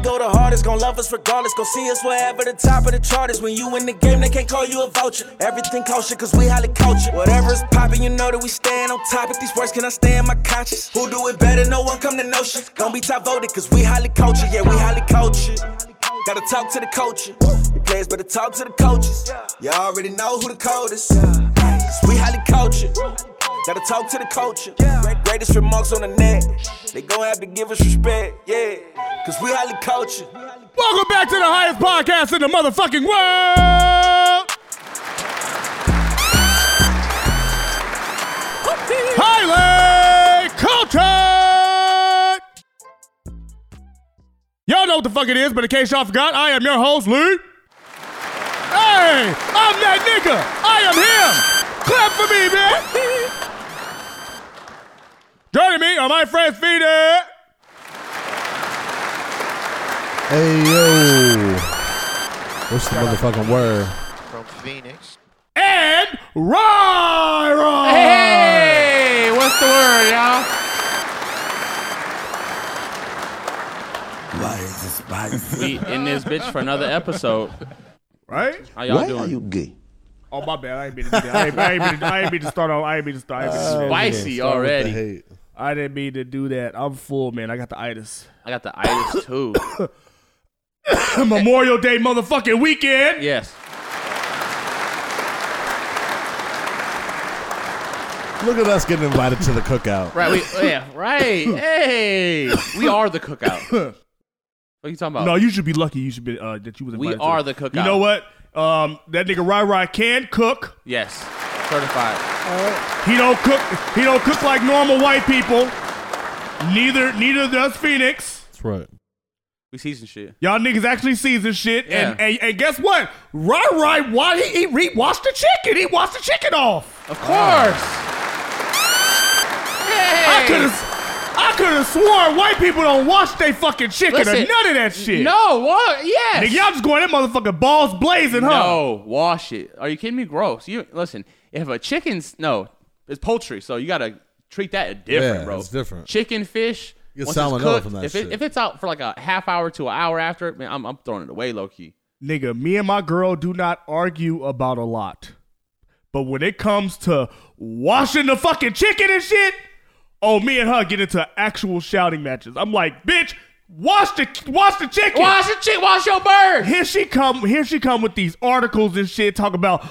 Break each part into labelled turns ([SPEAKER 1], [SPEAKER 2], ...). [SPEAKER 1] hardest, gon' love us regardless. Gon' see us wherever the top of the chart is. When you in the game, they can't call you a vulture. Everything kosher, cause we highly cultured. Whatever is poppin', you know that we stand on top. If these words can I stay in my conscience? Who do it better? No one come to know shit. Gon' be top voted, cause we highly cultured. Yeah, we highly cultured. Gotta talk to the coaches. Your players better talk to the coaches. You already know who the code is. Cause we highly cultured. Gotta talk to the culture. Greatest remarks on the net. They gon' have to give us respect. Yeah, cause we highly cultured.
[SPEAKER 2] Welcome back to the highest podcast in the motherfucking world. Highly cultured. Y'all know what the fuck it is, but in case y'all forgot, I am your host, Lee. Hey, I'm that nigga. I am him. Clap for me, man. Joining me are my friends, Feeder.
[SPEAKER 3] Hey yo, what's the motherfucking word?
[SPEAKER 4] from Phoenix.
[SPEAKER 2] and Roy Roy.
[SPEAKER 5] Hey, what's the word, y'all?
[SPEAKER 6] Why is this spicy?
[SPEAKER 5] We in this bitch for another episode.
[SPEAKER 2] Right?
[SPEAKER 5] How y'all
[SPEAKER 6] Why
[SPEAKER 5] doing?
[SPEAKER 6] are you gay?
[SPEAKER 2] Oh my bad. I ain't mean to. do that. I ain't, I ain't mean to. I ain't mean to start off. I ain't mean to start. I ain't mean to start.
[SPEAKER 5] Spicy already.
[SPEAKER 2] I didn't mean to do that. I'm full, man. I got the itis.
[SPEAKER 5] I got the itis too.
[SPEAKER 2] Memorial Day motherfucking weekend.
[SPEAKER 5] Yes.
[SPEAKER 3] Look at us getting invited to the cookout.
[SPEAKER 5] Right. We, yeah. Right. Hey, we are the cookout. What are you talking about?
[SPEAKER 2] No, you should be lucky. You should be uh, that you was.
[SPEAKER 5] We
[SPEAKER 2] invited
[SPEAKER 5] are
[SPEAKER 2] to.
[SPEAKER 5] the cookout.
[SPEAKER 2] You know what? Um, that nigga Rai Rai can cook.
[SPEAKER 5] Yes. Certified.
[SPEAKER 2] He don't cook. He don't cook like normal white people. Neither neither does Phoenix.
[SPEAKER 3] That's right.
[SPEAKER 5] We season shit.
[SPEAKER 2] Y'all niggas actually season shit. And,
[SPEAKER 5] Yeah.
[SPEAKER 2] and and guess what? Rai Rai, why he he re- washed the chicken? He washed the chicken off.
[SPEAKER 5] Of course.
[SPEAKER 2] Ah. I could have. I could have sworn white people don't wash they fucking chicken or
[SPEAKER 5] Listen,
[SPEAKER 2] none of that shit.
[SPEAKER 5] No. What? Yes.
[SPEAKER 2] Nigga, y'all just going that motherfucking balls blazing, huh?
[SPEAKER 5] No, wash it. Are you kidding me? Gross. You listen. If a chicken's no, it's poultry, so you gotta treat that different,
[SPEAKER 3] Yeah,
[SPEAKER 5] bro.
[SPEAKER 3] it's different.
[SPEAKER 5] Chicken, fish.
[SPEAKER 3] You get
[SPEAKER 5] once
[SPEAKER 3] salmonella
[SPEAKER 5] it's cooked,
[SPEAKER 3] from that
[SPEAKER 5] if, it-
[SPEAKER 3] shit.
[SPEAKER 5] if it's out for like a half hour to an hour after, it, man, I'm, I'm throwing it away, low key.
[SPEAKER 2] Nigga, me and my girl do not argue about a lot. But when it comes to washing the fucking chicken and shit, oh, me and her get into actual shouting matches. I'm like, bitch, wash the wash the chicken.
[SPEAKER 5] Wash the chick. Wash your bird.
[SPEAKER 2] Here she come. Here she come with these articles and shit. Talk about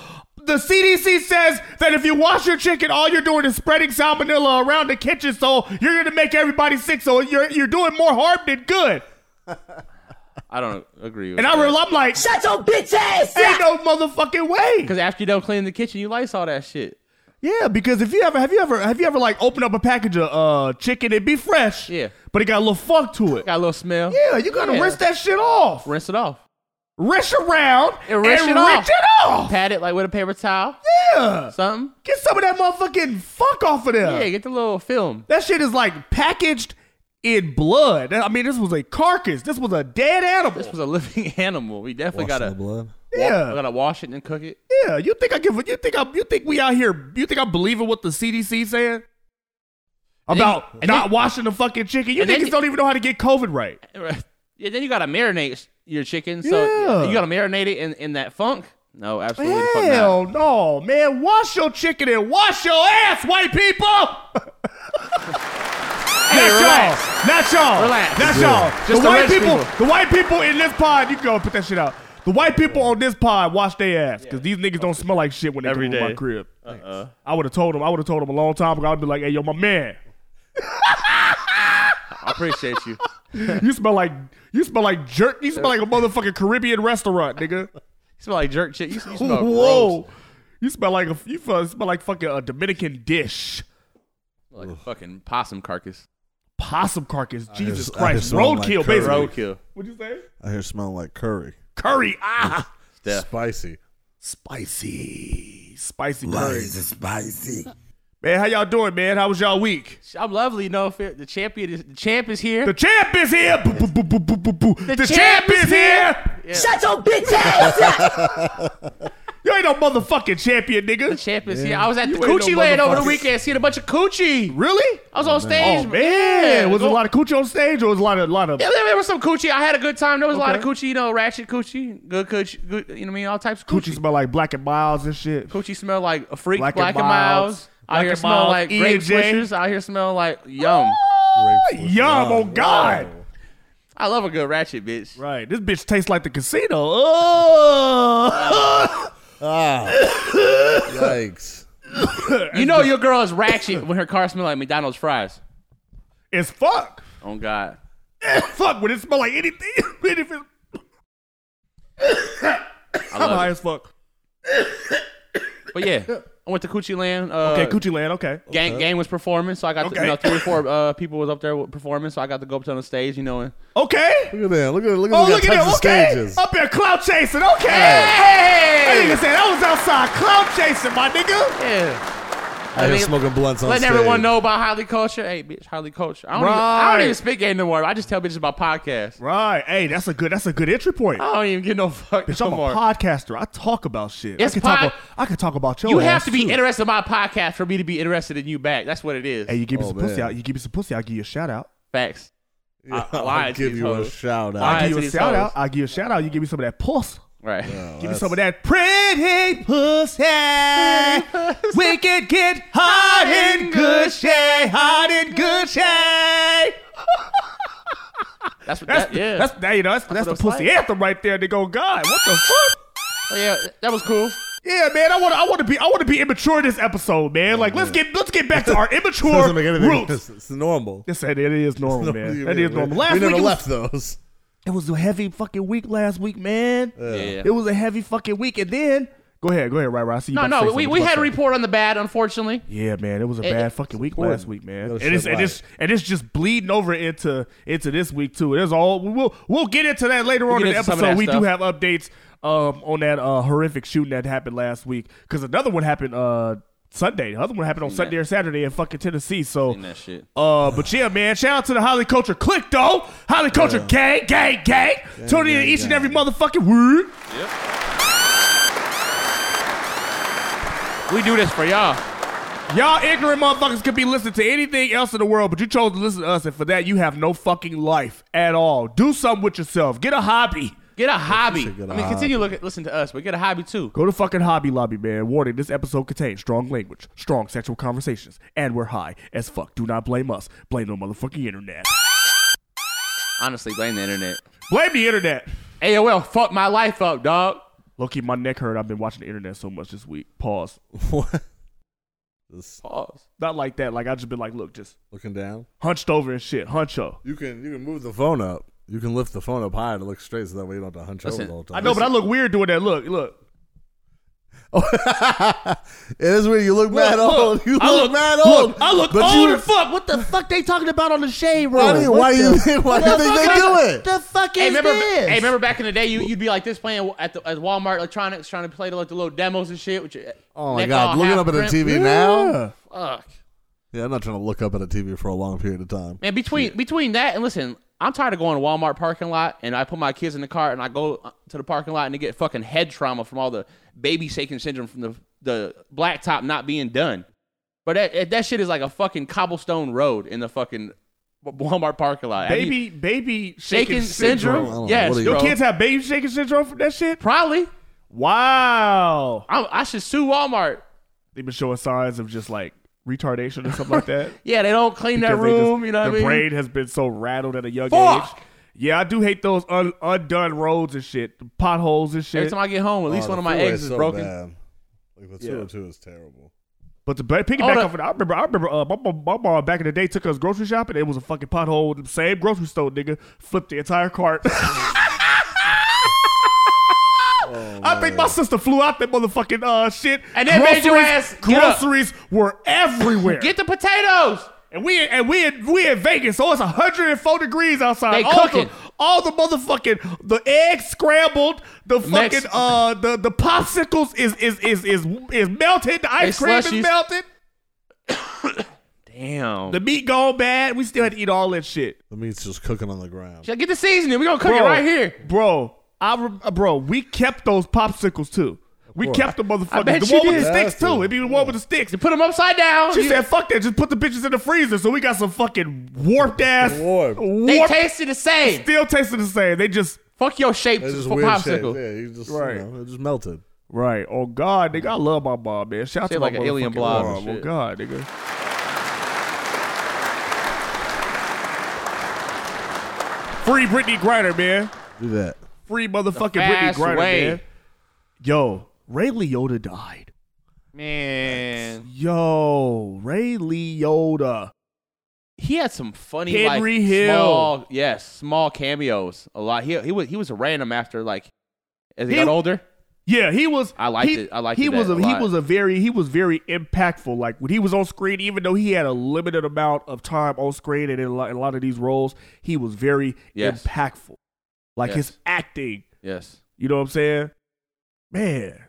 [SPEAKER 2] the CDC says that if you wash your chicken, all you're doing is spreading salmonella around the kitchen. So you're gonna make everybody sick. So you're you're doing more harm than good.
[SPEAKER 5] I don't agree. With
[SPEAKER 2] And I real, I'm like, shut your bitch ass. Ain't no motherfucking way.
[SPEAKER 5] because after you don't clean the kitchen, you lice all that shit.
[SPEAKER 2] Yeah, because if you ever have you ever have you ever like opened up a package of uh chicken, it be fresh.
[SPEAKER 5] Yeah.
[SPEAKER 2] but it got a little funk to it.
[SPEAKER 5] Got a little smell.
[SPEAKER 2] Yeah, you gotta
[SPEAKER 5] Yeah.
[SPEAKER 2] rinse that shit off.
[SPEAKER 5] Rinse it off.
[SPEAKER 2] Rinse around
[SPEAKER 5] And rinse it off.
[SPEAKER 2] Rinse it off.
[SPEAKER 5] Pat it like with a paper towel.
[SPEAKER 2] Yeah.
[SPEAKER 5] Something.
[SPEAKER 2] Get some of that motherfucking funk off of there.
[SPEAKER 5] Yeah. Get the little film.
[SPEAKER 2] That shit is like packaged in blood. I mean, this was a carcass. This was a dead animal.
[SPEAKER 5] This was a living animal. We definitely
[SPEAKER 3] Washing the
[SPEAKER 5] gotta.
[SPEAKER 3] blood.
[SPEAKER 2] yeah,
[SPEAKER 5] I gotta wash it and cook it.
[SPEAKER 2] yeah. You think I give? a You think I? You think we out here? You think I'm believing what the CDC saying about
[SPEAKER 5] and
[SPEAKER 2] not
[SPEAKER 5] then-
[SPEAKER 2] washing the fucking chicken? You
[SPEAKER 5] and then
[SPEAKER 2] niggas
[SPEAKER 5] you-
[SPEAKER 2] don't even know how to get COVID right.
[SPEAKER 5] Right. Yeah, then you gotta marinate s- your chicken. So
[SPEAKER 2] Yeah.
[SPEAKER 5] you gotta marinate it in, in that funk. No, absolutely the fuck
[SPEAKER 2] Hell no, man. Wash your chicken and wash your ass, white people. not
[SPEAKER 5] relax.
[SPEAKER 2] y'all. Not y'all.
[SPEAKER 5] Relax.
[SPEAKER 2] Not
[SPEAKER 5] Yeah.
[SPEAKER 2] y'all.
[SPEAKER 5] Just
[SPEAKER 2] the
[SPEAKER 5] the
[SPEAKER 2] white
[SPEAKER 5] rich
[SPEAKER 2] people,
[SPEAKER 5] people.
[SPEAKER 2] The white people in this pod. You can go put that shit out. The white people on this pod wash their ass because these niggas don't smell like shit when they
[SPEAKER 5] Every
[SPEAKER 2] come to my
[SPEAKER 5] day. Uh-uh.
[SPEAKER 2] crib. I would have told them. I would have told them a long time ago. I'd be like, "Hey, yo, my man,
[SPEAKER 5] not. I appreciate you. You
[SPEAKER 2] you smell like you smell like jerk. You smell like a motherfucking Caribbean restaurant, nigga.
[SPEAKER 5] smell like jerk shit. You, you smell
[SPEAKER 2] Whoa, you smell like a you smell smell like fucking a Dominican dish."
[SPEAKER 5] gross. Like a fucking possum carcass.
[SPEAKER 2] possum carcass. Jesus
[SPEAKER 3] just- I
[SPEAKER 2] Christ,
[SPEAKER 3] just smell
[SPEAKER 2] roadkill,
[SPEAKER 3] like curry.
[SPEAKER 2] basically.
[SPEAKER 5] Roadkill.
[SPEAKER 2] What'd you say?
[SPEAKER 3] I hear smelling like curry.
[SPEAKER 2] Curry.
[SPEAKER 3] Mm.
[SPEAKER 2] Ah,
[SPEAKER 5] Yeah.
[SPEAKER 3] Spicy.
[SPEAKER 2] spicy, spicy
[SPEAKER 6] Why
[SPEAKER 2] curry.
[SPEAKER 6] is it spicy?
[SPEAKER 2] Man, how y'all doing, man? How was y'all week?
[SPEAKER 5] I'm lovely. No, fear. the champion is the champ is here.
[SPEAKER 2] The champ is here. Boo, boo, boo, boo, boo, boo, boo. The, champ, is here.
[SPEAKER 5] Shut
[SPEAKER 2] You ain't no motherfucking champion,
[SPEAKER 5] The
[SPEAKER 2] nigga.
[SPEAKER 5] champions here. I was at the
[SPEAKER 2] You ain't no
[SPEAKER 5] coochie land over the
[SPEAKER 2] motherfucker.
[SPEAKER 5] weekend, seeing a bunch of coochie.
[SPEAKER 2] Really?
[SPEAKER 5] I was on stage.
[SPEAKER 2] Oh man,
[SPEAKER 5] Yeah,
[SPEAKER 2] was it a
[SPEAKER 5] go-
[SPEAKER 2] lot of coochie on stage or was it a lot of lot of?
[SPEAKER 5] Yeah, there, there was some coochie. I had a good time. There was a lot of
[SPEAKER 2] Okay.
[SPEAKER 5] coochie, you know, ratchet coochie, good coochie, good, you know what I mean? All types of
[SPEAKER 2] Coochie
[SPEAKER 5] coochie.
[SPEAKER 2] smell like black and miles and shit.
[SPEAKER 5] Coochie smell like a freak,
[SPEAKER 2] Black
[SPEAKER 5] black,
[SPEAKER 2] and
[SPEAKER 5] and
[SPEAKER 2] Miles,
[SPEAKER 5] miles.
[SPEAKER 2] Black
[SPEAKER 5] I hear
[SPEAKER 2] and
[SPEAKER 5] smell
[SPEAKER 2] Miles,
[SPEAKER 5] like
[SPEAKER 2] E
[SPEAKER 5] grape
[SPEAKER 2] and J.
[SPEAKER 5] swishers. I hear smell like yum.
[SPEAKER 2] Yum! Oh God!
[SPEAKER 5] I love a good ratchet bitch.
[SPEAKER 2] Right, this bitch tastes like the casino. Oh,
[SPEAKER 3] Yikes.
[SPEAKER 5] You know your girl is ratchet when her car smell like McDonald's fries.
[SPEAKER 2] it's fuck.
[SPEAKER 5] Oh God.
[SPEAKER 2] fuck, would it smell like anything? If it-
[SPEAKER 5] I
[SPEAKER 2] I'm high
[SPEAKER 5] love it.
[SPEAKER 2] as fuck.
[SPEAKER 5] But yeah, I went to Coochie Land. Uh,
[SPEAKER 2] Okay, Coochie Land, okay.
[SPEAKER 5] Gang, gang was performing, so I got to,
[SPEAKER 2] Okay.
[SPEAKER 5] you know, three or four uh, people was up there performing, so I got to go up on the stage, you know, and
[SPEAKER 2] Okay.
[SPEAKER 3] Look at that. Look at look at
[SPEAKER 2] Oh,
[SPEAKER 3] the
[SPEAKER 2] look
[SPEAKER 3] types
[SPEAKER 2] at it.
[SPEAKER 3] of
[SPEAKER 2] Okay. Oh,
[SPEAKER 3] stages.
[SPEAKER 2] Up there, clout chasing. Okay. That nigga said that was outside clout chasing, my nigga.
[SPEAKER 5] yeah,
[SPEAKER 3] I hear
[SPEAKER 5] mean,
[SPEAKER 3] smoking blunts on
[SPEAKER 5] letting
[SPEAKER 3] stage.
[SPEAKER 5] everyone know about Holly Culture. Hey, bitch, Holly Culture. I don't, even, I
[SPEAKER 2] Right.
[SPEAKER 5] don't even speak game no more. I just tell bitches about podcasts.
[SPEAKER 2] Right. Hey, that's a good that's a good entry point.
[SPEAKER 5] I don't even get no fuck
[SPEAKER 2] Bitch,
[SPEAKER 5] no
[SPEAKER 2] I'm a
[SPEAKER 5] more.
[SPEAKER 2] podcaster. I talk about shit. I
[SPEAKER 5] It's
[SPEAKER 2] can
[SPEAKER 5] pod-
[SPEAKER 2] talk about, I can talk about your
[SPEAKER 5] you
[SPEAKER 2] ass,
[SPEAKER 5] have to be
[SPEAKER 2] too.
[SPEAKER 5] interested in my podcast for me to be interested in you back. That's what it is.
[SPEAKER 2] Hey, you give me
[SPEAKER 3] Oh,
[SPEAKER 2] some
[SPEAKER 3] man.
[SPEAKER 2] pussy out. You give me some pussy, I'll give you a shout out.
[SPEAKER 5] Facts.
[SPEAKER 3] Yeah,
[SPEAKER 5] I- I
[SPEAKER 3] I'll
[SPEAKER 5] lied to
[SPEAKER 3] give
[SPEAKER 5] these
[SPEAKER 3] you a
[SPEAKER 5] hoes.
[SPEAKER 3] shout out.
[SPEAKER 5] Lied
[SPEAKER 2] I'll
[SPEAKER 5] to
[SPEAKER 2] give you a
[SPEAKER 5] these hoes.
[SPEAKER 2] shout out. I'll give you a shout out. You give me some of that puss.
[SPEAKER 5] Right.
[SPEAKER 2] Give me some of that pretty pussy. we can get hot and good shape. Hot and good shape.
[SPEAKER 5] That's what
[SPEAKER 2] That's,
[SPEAKER 5] that, yeah.
[SPEAKER 2] that's, that, you know, that's, that's,
[SPEAKER 5] what
[SPEAKER 2] the
[SPEAKER 5] it's
[SPEAKER 2] pussy anthem right there. They go, God, what the fuck?
[SPEAKER 5] Oh, yeah, that was cool.
[SPEAKER 2] Yeah, man, I want to, I want to be, I want to be immature this episode, man. Like, let's get, let's get back to our immature
[SPEAKER 3] doesn't make anything.
[SPEAKER 2] roots.
[SPEAKER 3] It's, it's normal.
[SPEAKER 2] This it is normal, Oh, man. That is normal. Last
[SPEAKER 3] we
[SPEAKER 2] week
[SPEAKER 3] never
[SPEAKER 2] it was-
[SPEAKER 3] left those.
[SPEAKER 2] it was a heavy fucking week last week, man.
[SPEAKER 5] Yeah.
[SPEAKER 2] It was a heavy fucking week, and then go ahead, go ahead, right, right. I see you.
[SPEAKER 5] No,
[SPEAKER 2] about to say
[SPEAKER 5] no,
[SPEAKER 2] something.
[SPEAKER 5] we,
[SPEAKER 2] You
[SPEAKER 5] we
[SPEAKER 2] about
[SPEAKER 5] had
[SPEAKER 2] to
[SPEAKER 5] a
[SPEAKER 2] say-
[SPEAKER 5] report on the bad, unfortunately.
[SPEAKER 2] Yeah, man, it was a
[SPEAKER 5] It-
[SPEAKER 2] bad
[SPEAKER 5] it-
[SPEAKER 2] fucking week
[SPEAKER 3] important.
[SPEAKER 2] last week, man.
[SPEAKER 3] You
[SPEAKER 2] And
[SPEAKER 3] gotta
[SPEAKER 2] it's,
[SPEAKER 3] shed
[SPEAKER 2] and it's and it's just bleeding over into into this week too. There's all we'll we'll get into that later on
[SPEAKER 5] get
[SPEAKER 2] in the
[SPEAKER 5] into some of
[SPEAKER 2] episode.
[SPEAKER 5] that
[SPEAKER 2] We do
[SPEAKER 5] stuff.
[SPEAKER 2] have updates um on that uh, horrific shooting that happened last week because another one happened uh Sunday. The other one happened on Sunday or Saturday in fucking Tennessee. So
[SPEAKER 5] that shit.
[SPEAKER 2] uh, but yeah, man, shout out to the Holly Culture Click though. Holly Culture gang, gang, gang. Tony in
[SPEAKER 3] gang,
[SPEAKER 2] each and
[SPEAKER 3] gang.
[SPEAKER 2] every motherfucking word.
[SPEAKER 5] We do this for y'all.
[SPEAKER 2] Y'all ignorant motherfuckers could be listening to anything else in the world, but you chose to listen to us, and for that, you have no fucking life at all. Do something with yourself. Get a hobby.
[SPEAKER 5] Get a hobby.
[SPEAKER 3] get a
[SPEAKER 5] I mean, continue look at, listen to us, but get a hobby too.
[SPEAKER 2] Go to fucking Hobby Lobby, man. Warning this episode contains strong language, strong sexual conversations, and we're high as fuck. Do not blame us. Blame the motherfucking internet.
[SPEAKER 5] Honestly, blame the internet.
[SPEAKER 2] Blame the internet.
[SPEAKER 5] AOL fucked my life up, dog.
[SPEAKER 2] Loki, my neck hurt. I've been watching the internet so much this week. Pause.
[SPEAKER 3] What? Just
[SPEAKER 5] Pause.
[SPEAKER 2] Not like that. Like, i just been like, look, just
[SPEAKER 3] looking down.
[SPEAKER 2] hunched over and shit. Huncho.
[SPEAKER 3] You can you can move the phone up. You can lift the phone up high to look straight, so that way you don't have to hunch
[SPEAKER 5] Listen,
[SPEAKER 3] over the whole time.
[SPEAKER 2] I know, but I look weird doing that. Look, look.
[SPEAKER 3] it is weird. You look mad
[SPEAKER 2] Look,
[SPEAKER 3] old.
[SPEAKER 2] look,
[SPEAKER 3] You look,
[SPEAKER 2] I
[SPEAKER 3] mad
[SPEAKER 2] look,
[SPEAKER 3] old.
[SPEAKER 2] I look
[SPEAKER 3] but
[SPEAKER 2] old
[SPEAKER 3] you-
[SPEAKER 2] as fuck. What the fuck they talking about on the shade room?
[SPEAKER 3] Why do you? Why do you? Why do you think they do it?
[SPEAKER 2] The fuck is
[SPEAKER 5] Hey, remember?
[SPEAKER 2] this?
[SPEAKER 5] Hey, remember back in the day, you, you'd be like this playing at the at Walmart Electronics, trying to play the, like the little demos and shit. With your
[SPEAKER 3] Oh my
[SPEAKER 5] neck all
[SPEAKER 3] god! Looking
[SPEAKER 5] half
[SPEAKER 3] up at a
[SPEAKER 5] crimped.
[SPEAKER 3] TV now.
[SPEAKER 2] Yeah.
[SPEAKER 5] Fuck,
[SPEAKER 3] Yeah, I'm not trying to look up at a TV for a long period of time.
[SPEAKER 5] man. Between between that and listen, I'm tired of going to Walmart parking lot, and I put my kids in the car, and I go uh, to the parking lot, and they get fucking head trauma from all the baby shaking syndrome from the the blacktop not being done. But that that shit is like a fucking cobblestone road in the fucking Walmart parking lot. Have you-
[SPEAKER 2] baby, baby shaking,
[SPEAKER 5] shaking
[SPEAKER 2] syndrome.
[SPEAKER 5] syndrome.
[SPEAKER 3] syndrome.
[SPEAKER 5] Yes,
[SPEAKER 3] What are
[SPEAKER 2] Your
[SPEAKER 5] bro.
[SPEAKER 2] kids have baby shaking syndrome from that shit?
[SPEAKER 5] probably.
[SPEAKER 2] Wow.
[SPEAKER 5] I, I should sue Walmart.
[SPEAKER 2] They've been showing signs of just like retardation or something like that.
[SPEAKER 5] Yeah, they don't clean that
[SPEAKER 2] Because they just-
[SPEAKER 5] room. you know
[SPEAKER 2] the
[SPEAKER 5] what I mean?
[SPEAKER 2] brain has been so rattled at a young
[SPEAKER 5] Fuck.
[SPEAKER 2] age. Yeah, I do hate those un- undone roads and shit, potholes and
[SPEAKER 5] Every
[SPEAKER 2] shit.
[SPEAKER 5] time I get home, at least
[SPEAKER 3] Oh,
[SPEAKER 5] one
[SPEAKER 3] the
[SPEAKER 5] of my
[SPEAKER 3] freeway
[SPEAKER 5] eggs is
[SPEAKER 3] so
[SPEAKER 5] broken.
[SPEAKER 3] bad. Like the 202 is terrible.
[SPEAKER 2] But to ba- piggyback
[SPEAKER 5] Hold up.
[SPEAKER 2] off of that, I remember, I remember, uh, my, my, my mom back in the day took us grocery shopping. It was a fucking pothole, in the same grocery store, nigga. Flipped the entire cart. I think my sister flew out that motherfucking uh, shit.
[SPEAKER 5] And then made your ass get up.
[SPEAKER 2] groceries were everywhere.
[SPEAKER 5] Get the potatoes.
[SPEAKER 2] and we and we in, we in Vegas, so it's 104 degrees outside.
[SPEAKER 5] They
[SPEAKER 2] all
[SPEAKER 5] cooking.
[SPEAKER 2] the all the motherfucking the eggs scrambled, the fucking
[SPEAKER 5] Mex-
[SPEAKER 2] uh the the popsicles is is is is is melted, the ice cream is
[SPEAKER 5] slushies.
[SPEAKER 2] melted.
[SPEAKER 5] Damn.
[SPEAKER 2] The meat gone bad. We still had to eat all that shit.
[SPEAKER 3] The meat's just cooking on the ground.
[SPEAKER 5] Get the seasoning. We're going to cook it right here.
[SPEAKER 2] Bro, I re- uh, bro, we kept those popsicles too. We kept the motherfuckers.
[SPEAKER 5] bet
[SPEAKER 2] The
[SPEAKER 5] you
[SPEAKER 2] one with the
[SPEAKER 5] did.
[SPEAKER 2] sticks too. It'd be the one with the sticks.
[SPEAKER 5] You put them upside down.
[SPEAKER 2] She
[SPEAKER 5] you-
[SPEAKER 2] said, "Fuck that! Just put the bitches in the freezer." So we got some fucking warped ass.
[SPEAKER 3] Warped.
[SPEAKER 5] they
[SPEAKER 2] warped-
[SPEAKER 5] tasted the same.
[SPEAKER 2] still tasted the same. They just
[SPEAKER 5] Fuck your shape
[SPEAKER 3] It's just
[SPEAKER 5] for
[SPEAKER 3] weird
[SPEAKER 5] popsicle.
[SPEAKER 3] shit. Yeah, you just
[SPEAKER 2] Right.
[SPEAKER 3] you know, it just melted.
[SPEAKER 2] right. Oh God, nigga, I love my mom, man. Shout out
[SPEAKER 5] Shit
[SPEAKER 2] to my
[SPEAKER 5] like an alien
[SPEAKER 2] motherfucking
[SPEAKER 5] blob
[SPEAKER 2] mom.
[SPEAKER 5] and
[SPEAKER 2] Oh
[SPEAKER 5] shit.
[SPEAKER 2] God, nigga. Free Britney Griner, man.
[SPEAKER 3] Do that.
[SPEAKER 2] Free motherfucking Britney
[SPEAKER 5] Fast
[SPEAKER 2] Griner,
[SPEAKER 5] way.
[SPEAKER 2] man. Yo, Ray Liotta died.
[SPEAKER 5] Man,
[SPEAKER 2] Yo, Ray Liotta.
[SPEAKER 5] he had some funny
[SPEAKER 2] Henry
[SPEAKER 5] like,
[SPEAKER 2] Hill.
[SPEAKER 5] Small, yes, small cameos. A lot. He he was he was random after like as he,
[SPEAKER 2] He-
[SPEAKER 5] got older.
[SPEAKER 2] Yeah, he was.
[SPEAKER 5] I liked
[SPEAKER 2] he,
[SPEAKER 5] it. I liked
[SPEAKER 2] he
[SPEAKER 5] that
[SPEAKER 2] was
[SPEAKER 5] a
[SPEAKER 2] he
[SPEAKER 5] lot.
[SPEAKER 2] was a very he was very impactful. Like when he was on screen, even though he had a limited amount of time on screen and in a lot, in a lot of these roles, he was very
[SPEAKER 5] Yes.
[SPEAKER 2] impactful. Like
[SPEAKER 5] Yes.
[SPEAKER 2] his acting,
[SPEAKER 5] Yes.
[SPEAKER 2] you know what I'm saying? Man,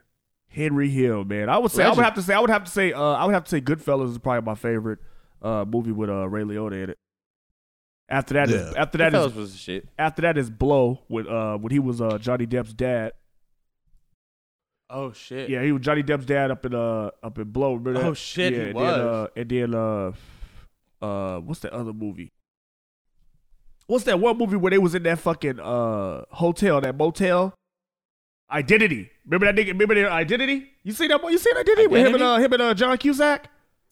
[SPEAKER 2] Henry Hill, man. I would say I would
[SPEAKER 5] Legend.
[SPEAKER 2] have to say I would have to say uh, I would have to say Goodfellas is probably my favorite uh, movie with uh, Ray Liotta in it. After that, is
[SPEAKER 3] Yeah.
[SPEAKER 2] after
[SPEAKER 5] That
[SPEAKER 2] that is
[SPEAKER 5] was the shit.
[SPEAKER 2] after that is Blow with uh, when he was uh, Johnny Depp's dad.
[SPEAKER 5] Oh shit.
[SPEAKER 2] Yeah, he was Johnny Depp's dad up in uh up in Blow. Remember that?
[SPEAKER 5] Oh, shit, he
[SPEAKER 2] Yeah,
[SPEAKER 5] was.
[SPEAKER 2] And then, uh, and then uh, uh, what's that other movie? What's that one movie where they was in that fucking uh hotel, that motel? Identity. Remember that nigga? Remember their identity? You see that? You see that identity, with him and uh, him and uh, John Cusack?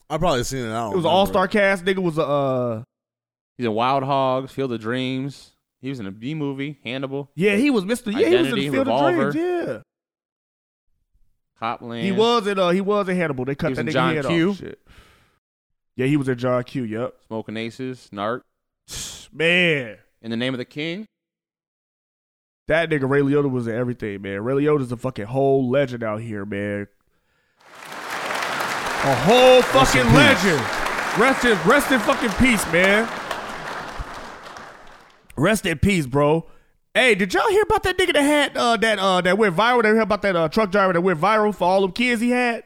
[SPEAKER 3] I probably seen it. I don't
[SPEAKER 2] It was
[SPEAKER 3] remember.
[SPEAKER 2] an all star cast. Nigga was a uh,
[SPEAKER 5] He's in Wild Hogs, Field of Dreams. He was in a B movie, Hannibal,
[SPEAKER 2] yeah, he was Mister. Yeah, he was in
[SPEAKER 5] Identity,
[SPEAKER 2] the Field
[SPEAKER 5] Revolver.
[SPEAKER 2] of Dreams. Yeah,
[SPEAKER 5] Copland.
[SPEAKER 2] he was in uh, he was in Hannibal. They cut
[SPEAKER 5] was
[SPEAKER 2] that
[SPEAKER 5] in
[SPEAKER 2] nigga
[SPEAKER 5] John
[SPEAKER 2] head
[SPEAKER 5] Q.
[SPEAKER 2] off. Shit. Yeah, he was in John Q. Yep,
[SPEAKER 5] Smoking Aces, Narc,
[SPEAKER 2] man.
[SPEAKER 5] In the Name of the King.
[SPEAKER 2] That nigga Ray Liotta was in everything, man. Ray Liotta's a fucking whole legend out here, man. A whole fucking legend. Rest in rest in fucking peace, man. Rest in peace, bro. Hey, did y'all hear about that nigga that had uh, that uh, that went viral? Did you hear about that uh, truck driver that went viral for all them kids he had?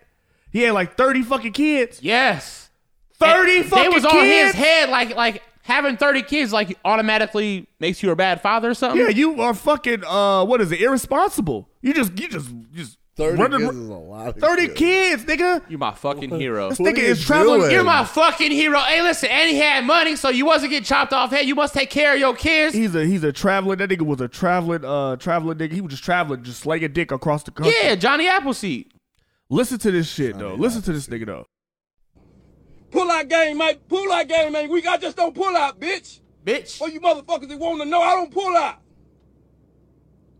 [SPEAKER 2] He had like thirty fucking kids.
[SPEAKER 5] Yes.
[SPEAKER 2] Thirty
[SPEAKER 5] And
[SPEAKER 2] fucking
[SPEAKER 5] They was
[SPEAKER 2] kids.
[SPEAKER 5] on his head like like having thirty kids like automatically makes you a bad father or something.
[SPEAKER 2] Yeah, you are fucking uh, what is it? Irresponsible. You just you just just
[SPEAKER 3] Thirty
[SPEAKER 2] running-
[SPEAKER 3] kids is a lot. of
[SPEAKER 2] 30
[SPEAKER 3] kids.
[SPEAKER 2] kids, nigga.
[SPEAKER 5] You my fucking hero.
[SPEAKER 2] This
[SPEAKER 3] What
[SPEAKER 2] nigga
[SPEAKER 3] are you
[SPEAKER 2] is traveling.
[SPEAKER 3] doing?
[SPEAKER 5] You're my fucking hero. Hey, listen, and he had money, so you wasn't getting chopped off head. You must take care of your kids.
[SPEAKER 2] He's a he's a traveling. That nigga was a traveling uh traveling nigga. He was just traveling, just slinging dick across the country.
[SPEAKER 5] Yeah, Johnny Appleseed.
[SPEAKER 2] Listen to this shit though. Listen to this nigga though.
[SPEAKER 4] Pull out game, mate. Pull out game, man. We I just don't pull out, bitch.
[SPEAKER 5] Bitch.
[SPEAKER 2] Oh,
[SPEAKER 4] For you motherfuckers that want to know, I don't pull out.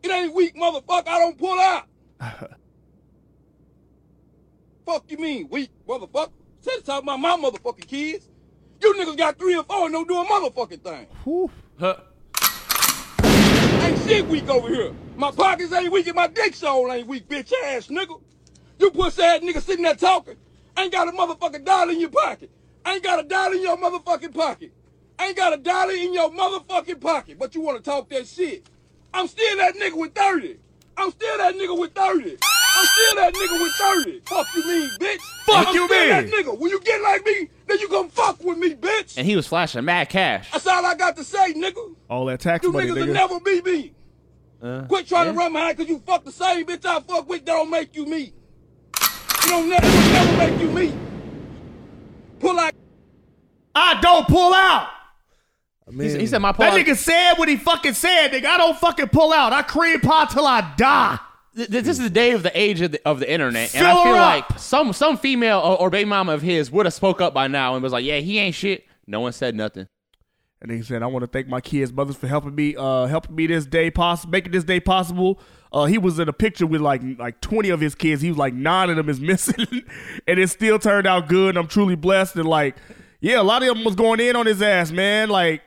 [SPEAKER 4] It ain't weak, motherfucker. I don't pull out. Fuck you mean weak, motherfucker? Said it's talking about my motherfucking kids. You niggas got three or four and don't do a motherfucking thing.
[SPEAKER 2] Whew.
[SPEAKER 5] Huh.
[SPEAKER 4] Ain't shit weak over here. My pockets ain't weak and my dick soul ain't weak, bitch ass nigga. You pussy ass nigga sitting there talking. Ain't got a motherfucking dollar in your pocket. Ain't got a dollar in your motherfucking pocket. Ain't got a dollar in your motherfucking pocket. But you wanna talk that shit. I'm still that nigga with 30. I'm still that nigga with 30. I'm still that nigga with 30. Fuck you mean, bitch.
[SPEAKER 2] Fuck
[SPEAKER 4] I'm
[SPEAKER 2] you
[SPEAKER 4] still that
[SPEAKER 2] mean.
[SPEAKER 4] nigga. When you get like me, then you come fuck with me, bitch.
[SPEAKER 5] And he was flashing mad cash.
[SPEAKER 4] That's all I got to say, nigga.
[SPEAKER 2] All that tax
[SPEAKER 4] You
[SPEAKER 2] money,
[SPEAKER 4] niggas
[SPEAKER 2] nigga.
[SPEAKER 4] will never be me. Quit trying to
[SPEAKER 5] Uh, yeah.
[SPEAKER 4] run behind because you fuck the same bitch I fuck with. That don't make you me. You don't never, never make you me. Pull out
[SPEAKER 2] I don't pull out.
[SPEAKER 3] I
[SPEAKER 5] He
[SPEAKER 3] mean,
[SPEAKER 5] said- he said my
[SPEAKER 2] That
[SPEAKER 5] part.
[SPEAKER 2] nigga said what he fucking said, nigga. I don't fucking pull out. I cream pie till I die.
[SPEAKER 5] th- th- this is the day of the age of the, of the internet, and
[SPEAKER 2] Fill
[SPEAKER 5] I
[SPEAKER 2] her
[SPEAKER 5] feel
[SPEAKER 2] up.
[SPEAKER 5] like some some female or, or baby mama of his would have spoke up by now and was like, "Yeah, he ain't shit." No one said nothing.
[SPEAKER 2] And he said, I want to thank my kids' mothers for helping me, uh, helping me this day possible, making this day possible. Uh, he was in a picture with like like twenty of his kids. He was like nine of them is missing, and it still turned out good. I'm truly blessed. And like, yeah, a lot of them was going in on his ass, man. Like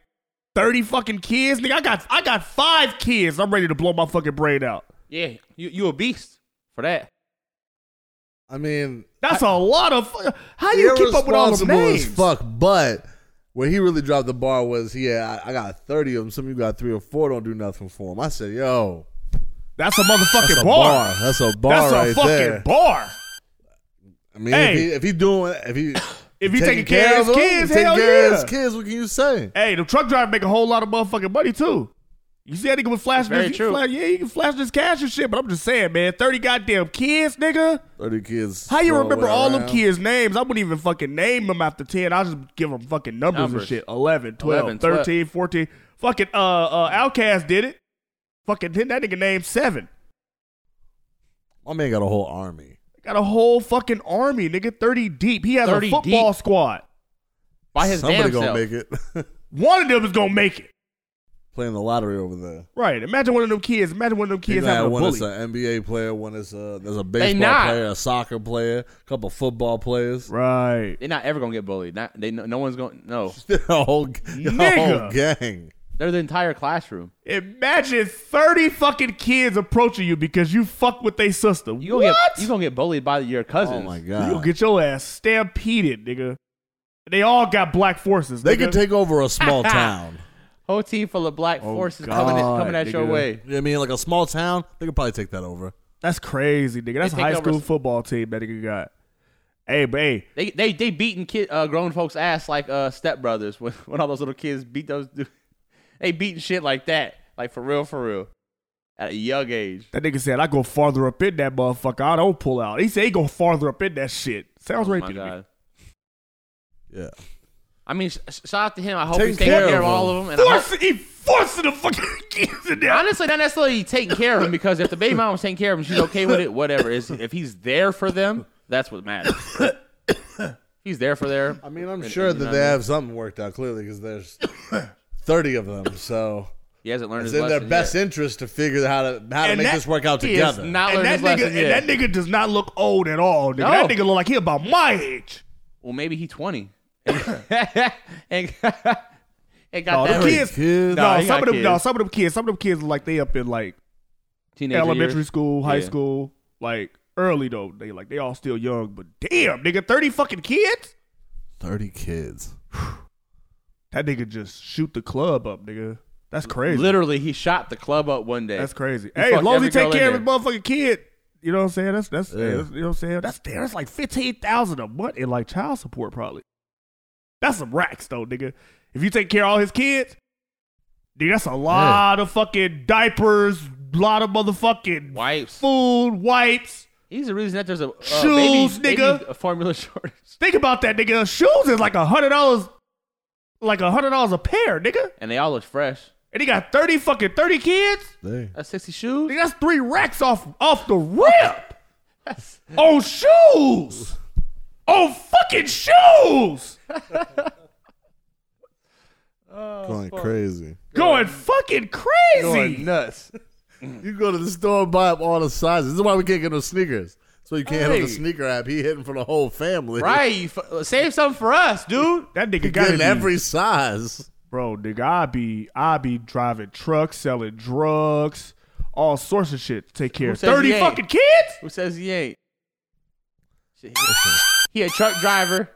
[SPEAKER 2] thirty fucking kids, nigga. I got I got five kids. I'm ready to blow my fucking brain out.
[SPEAKER 5] Yeah, you you a beast for that.
[SPEAKER 3] I mean,
[SPEAKER 2] That's a lot of. fu- How do you keep up with all the
[SPEAKER 3] irresponsible as
[SPEAKER 2] names?
[SPEAKER 3] Fuck, but where he really dropped the bar was, yeah, I, I got thirty of them. Some of you got three or four. Don't do nothing for them. I said, yo,
[SPEAKER 2] That's a motherfucking
[SPEAKER 3] that's a
[SPEAKER 2] bar.
[SPEAKER 3] bar. That's a bar
[SPEAKER 2] That's
[SPEAKER 3] right
[SPEAKER 2] a fucking
[SPEAKER 3] there.
[SPEAKER 2] bar.
[SPEAKER 3] I mean,
[SPEAKER 2] Hey.
[SPEAKER 3] if, he, if he doing, if he,
[SPEAKER 2] If you taking care of his
[SPEAKER 3] them,
[SPEAKER 2] kids,
[SPEAKER 3] taking
[SPEAKER 2] hell
[SPEAKER 3] care
[SPEAKER 2] yeah.
[SPEAKER 3] of his kids, what can you say?
[SPEAKER 2] Hey, the truck driver make a whole lot of motherfucking money too. You see that nigga was flashing
[SPEAKER 5] Very
[SPEAKER 2] his, he
[SPEAKER 5] true.
[SPEAKER 2] fla- yeah, he can flash his cash and shit, but I'm just saying, man, 30 goddamn kids, nigga.
[SPEAKER 3] Thirty kids.
[SPEAKER 2] How you
[SPEAKER 3] thrown
[SPEAKER 2] remember
[SPEAKER 3] away
[SPEAKER 2] all them
[SPEAKER 3] around.
[SPEAKER 2] kids' names? I wouldn't even fucking name them after 10. I'll just give them fucking numbers, and
[SPEAKER 5] Numbers.
[SPEAKER 2] shit. 11, 12,
[SPEAKER 5] 11, 12.
[SPEAKER 2] 13, 14. Fucking uh, uh, Outcast did it. Fucking then that nigga named 7.
[SPEAKER 3] My man got a whole army.
[SPEAKER 2] Got a whole fucking army, nigga, 30 deep. He has
[SPEAKER 5] 30
[SPEAKER 2] a football
[SPEAKER 5] deep.
[SPEAKER 2] squad.
[SPEAKER 5] By his
[SPEAKER 3] Somebody
[SPEAKER 5] damn self.
[SPEAKER 3] gonna make it.
[SPEAKER 2] One of them is gonna make it.
[SPEAKER 3] Playing the lottery over there.
[SPEAKER 2] Right. Imagine one of them kids. Imagine one of them
[SPEAKER 3] You
[SPEAKER 2] kids
[SPEAKER 3] gonna have
[SPEAKER 2] having a
[SPEAKER 3] one
[SPEAKER 2] bully.
[SPEAKER 3] that's an NBA player, one that's a there's a baseball
[SPEAKER 5] not.
[SPEAKER 3] player, a soccer player, a couple football players.
[SPEAKER 2] Right.
[SPEAKER 5] They're not ever gonna get bullied. Not they. No, no one's going. No,
[SPEAKER 3] a whole, a whole
[SPEAKER 2] Nigga.
[SPEAKER 3] gang.
[SPEAKER 5] they're the entire classroom.
[SPEAKER 2] Imagine 30 fucking kids approaching you because you fuck with they sister.
[SPEAKER 5] You
[SPEAKER 2] You
[SPEAKER 5] gonna
[SPEAKER 2] what?
[SPEAKER 5] get you gonna get bullied by your cousins.
[SPEAKER 3] Oh my
[SPEAKER 2] you gonna
[SPEAKER 3] god.
[SPEAKER 2] get your ass stampeded, nigga. They all got black forces.
[SPEAKER 3] They
[SPEAKER 2] nigga.
[SPEAKER 3] could take over a small town.
[SPEAKER 5] Whole team full of black forces
[SPEAKER 2] God,
[SPEAKER 5] coming at, coming at your
[SPEAKER 2] nigga.
[SPEAKER 5] way.
[SPEAKER 3] You know what I mean? Like a small town, they could probably take that over.
[SPEAKER 2] That's crazy, nigga. That's a
[SPEAKER 5] take
[SPEAKER 2] high
[SPEAKER 5] over
[SPEAKER 2] school
[SPEAKER 5] s-
[SPEAKER 2] football team that nigga got. Hey, but hey,
[SPEAKER 5] They they they beating kid uh, grown folks ass like uh stepbrothers when when all those little kids beat those. du- They beating shit like that, like for real, for real, at a young age.
[SPEAKER 2] that nigga said I go farther up in that motherfucker. I don't pull out. He said he go farther up in that shit. Sounds
[SPEAKER 5] Oh
[SPEAKER 2] rapey
[SPEAKER 5] my
[SPEAKER 2] to me.
[SPEAKER 5] god.
[SPEAKER 3] Yeah.
[SPEAKER 5] I mean, sh- sh- shout out to him. I hope
[SPEAKER 3] Take
[SPEAKER 5] he's taking
[SPEAKER 3] care
[SPEAKER 5] care,
[SPEAKER 3] of
[SPEAKER 5] of all of them. And I hope-
[SPEAKER 2] Force, he forcing the fucking kids in there.
[SPEAKER 5] honestly, not necessarily taking care of him because if the baby mom's taking care of him, she's okay with it. Whatever. Is if he's there for them, that's what matters. he's there for their.
[SPEAKER 3] I mean, I'm
[SPEAKER 5] and-
[SPEAKER 3] sure
[SPEAKER 5] and, you
[SPEAKER 3] that
[SPEAKER 5] know
[SPEAKER 3] they have something worked out clearly because there's 30 of them. So
[SPEAKER 5] He hasn't learned
[SPEAKER 3] it's
[SPEAKER 5] his
[SPEAKER 3] in their
[SPEAKER 5] lesson
[SPEAKER 3] best
[SPEAKER 5] yet.
[SPEAKER 3] interest to figure out how to how to
[SPEAKER 2] And
[SPEAKER 3] make
[SPEAKER 2] that
[SPEAKER 3] this work out
[SPEAKER 5] He has
[SPEAKER 3] together.
[SPEAKER 5] not
[SPEAKER 2] and
[SPEAKER 5] learned
[SPEAKER 2] that
[SPEAKER 5] his
[SPEAKER 2] nigga,
[SPEAKER 5] lesson
[SPEAKER 2] and
[SPEAKER 5] yet.
[SPEAKER 2] that nigga does not look old at all, nigga. That
[SPEAKER 5] No.
[SPEAKER 2] nigga look like he about my age.
[SPEAKER 5] well, maybe he twenty, and and got
[SPEAKER 2] No,
[SPEAKER 5] that
[SPEAKER 2] them Oh, kids,
[SPEAKER 3] kids.
[SPEAKER 2] No,
[SPEAKER 5] Nah, he
[SPEAKER 2] some
[SPEAKER 5] got
[SPEAKER 2] of them. No,
[SPEAKER 5] kids.
[SPEAKER 2] some of them kids. Some of them kids like they up in like
[SPEAKER 5] teenager
[SPEAKER 2] elementary
[SPEAKER 5] years.
[SPEAKER 2] school, high
[SPEAKER 5] Yeah.
[SPEAKER 2] school, like early though. They like they all still young, but damn, nigga, thirty fucking kids.
[SPEAKER 3] 30 kids.
[SPEAKER 2] That nigga just shoot the club up, nigga. That's crazy.
[SPEAKER 5] Literally, he shot the club up one day.
[SPEAKER 2] That's crazy.
[SPEAKER 5] He
[SPEAKER 2] hey, as
[SPEAKER 5] fucked
[SPEAKER 2] long as
[SPEAKER 5] every
[SPEAKER 2] he take
[SPEAKER 5] girl in
[SPEAKER 2] care of his motherfucking kid, you know what I'm saying? That's that's,
[SPEAKER 3] Yeah.
[SPEAKER 2] that's- you know what I'm saying. That's damn. That's like fifteen thousand a month in like child support, probably. That's some racks though, nigga. If you take care of all his kids, nigga, that's a lot of fucking diapers, lot of motherfucking
[SPEAKER 5] Wipes.
[SPEAKER 2] food, wipes.
[SPEAKER 5] He's the reason that there's a uh,
[SPEAKER 2] Shoes,
[SPEAKER 5] baby,
[SPEAKER 2] nigga.
[SPEAKER 5] baby uh, formula shortage.
[SPEAKER 2] Think about that, nigga. Shoes is like a hundred dollars, like a hundred dollars a pair, nigga.
[SPEAKER 5] And they all look fresh.
[SPEAKER 2] And he got thirty fucking thirty kids.
[SPEAKER 3] They.
[SPEAKER 5] That's sixty shoes.
[SPEAKER 2] Nigga, that's three racks off off the rip.
[SPEAKER 5] That's,
[SPEAKER 2] on shoes. On fucking shoes.
[SPEAKER 3] Going crazy.
[SPEAKER 2] Going fucking crazy.
[SPEAKER 5] nuts.
[SPEAKER 3] You go to the store and buy up all the sizes. This is why we can't get no sneakers. So you can't hit up
[SPEAKER 5] Hey.
[SPEAKER 3] the sneaker app. He hitting for the whole family.
[SPEAKER 5] Right? you f- save something for us, dude.
[SPEAKER 2] That nigga got
[SPEAKER 3] Getting
[SPEAKER 2] be,
[SPEAKER 3] every size.
[SPEAKER 2] bro, nigga. I be I be driving trucks, selling drugs, all sorts of shit. to Take care. of
[SPEAKER 5] says
[SPEAKER 2] Thirty
[SPEAKER 5] he ain't?
[SPEAKER 2] fucking kids.
[SPEAKER 5] Who says he ain't? Shit, he- He a truck driver,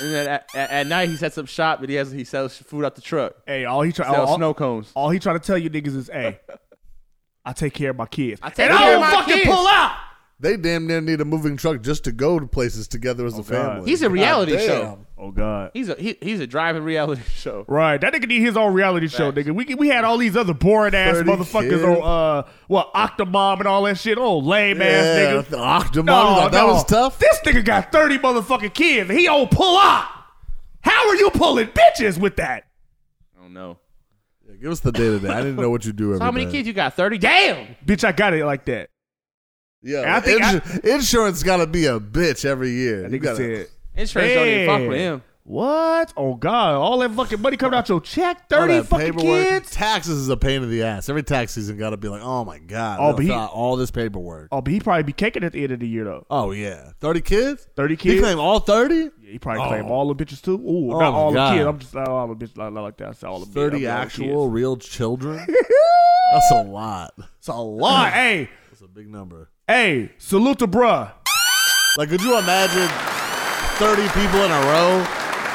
[SPEAKER 5] and then at, at, at night he sets up shop, and he has he sells food out the truck,
[SPEAKER 2] Hey, all he try
[SPEAKER 5] sells
[SPEAKER 2] all,
[SPEAKER 5] snow cones.
[SPEAKER 2] all he trying to tell you niggas is, hey, I take care of my kids,
[SPEAKER 5] I take
[SPEAKER 2] and I
[SPEAKER 5] care of
[SPEAKER 2] don't
[SPEAKER 5] my
[SPEAKER 2] fucking
[SPEAKER 5] kids.
[SPEAKER 2] pull out.
[SPEAKER 3] They damn near need a moving truck just to go to places together as a family.
[SPEAKER 5] He's a reality
[SPEAKER 3] God damn.
[SPEAKER 5] show.
[SPEAKER 2] Oh God.
[SPEAKER 5] He's a he, he's a driving reality show.
[SPEAKER 2] Right, that nigga need his own reality show, nigga. We we had all these other boring ass
[SPEAKER 3] 30
[SPEAKER 2] motherfuckers
[SPEAKER 3] kids.
[SPEAKER 2] on uh, what Octomom and all that shit. Oh, lame ass
[SPEAKER 3] Yeah,
[SPEAKER 2] nigga.
[SPEAKER 3] the Octomom, like, that was tough.
[SPEAKER 2] This nigga got 30 motherfucking kids. and He don't pull up. How are you pulling bitches with that?
[SPEAKER 5] I don't know.
[SPEAKER 3] Yeah, give us the day to day. I didn't know what you do every
[SPEAKER 5] So how many
[SPEAKER 3] day.
[SPEAKER 5] kids you got? Thirty. Damn.
[SPEAKER 2] Bitch, I got it like that. And
[SPEAKER 3] Yeah,
[SPEAKER 2] I think
[SPEAKER 3] insu- insurance got to be a bitch every year. You
[SPEAKER 2] Nigga
[SPEAKER 3] gotta-
[SPEAKER 2] said,
[SPEAKER 5] Insurance don't even fuck with
[SPEAKER 2] "Man,
[SPEAKER 5] him.
[SPEAKER 2] What? Oh God, all that fucking money coming out your check? 30
[SPEAKER 3] all that
[SPEAKER 2] fucking
[SPEAKER 3] paperwork.
[SPEAKER 2] kids?
[SPEAKER 3] Taxes is a pain in the ass. Every tax season got to be like, oh my god,
[SPEAKER 2] Oh,
[SPEAKER 3] oh,
[SPEAKER 2] but he-
[SPEAKER 3] all this paperwork.
[SPEAKER 2] Oh, but he probably be caking at the end of the year though.
[SPEAKER 3] Oh yeah, thirty kids.
[SPEAKER 2] 30
[SPEAKER 3] He
[SPEAKER 2] kids?
[SPEAKER 3] claimed all thirty.
[SPEAKER 2] Yeah, he probably claim all the bitches too. Ooh,
[SPEAKER 3] Oh,
[SPEAKER 2] not all
[SPEAKER 3] God.
[SPEAKER 2] the kids. I'm just not all the bitches. Not, not like that. I said all the bitches.
[SPEAKER 3] Thirty
[SPEAKER 2] I'm all the
[SPEAKER 3] actual
[SPEAKER 2] kids.
[SPEAKER 3] real children. That's a lot. That's
[SPEAKER 2] It's a lot. Ah, hey,
[SPEAKER 3] a big number.
[SPEAKER 2] hey, salute to bruh.
[SPEAKER 3] Like, could you imagine thirty people in a row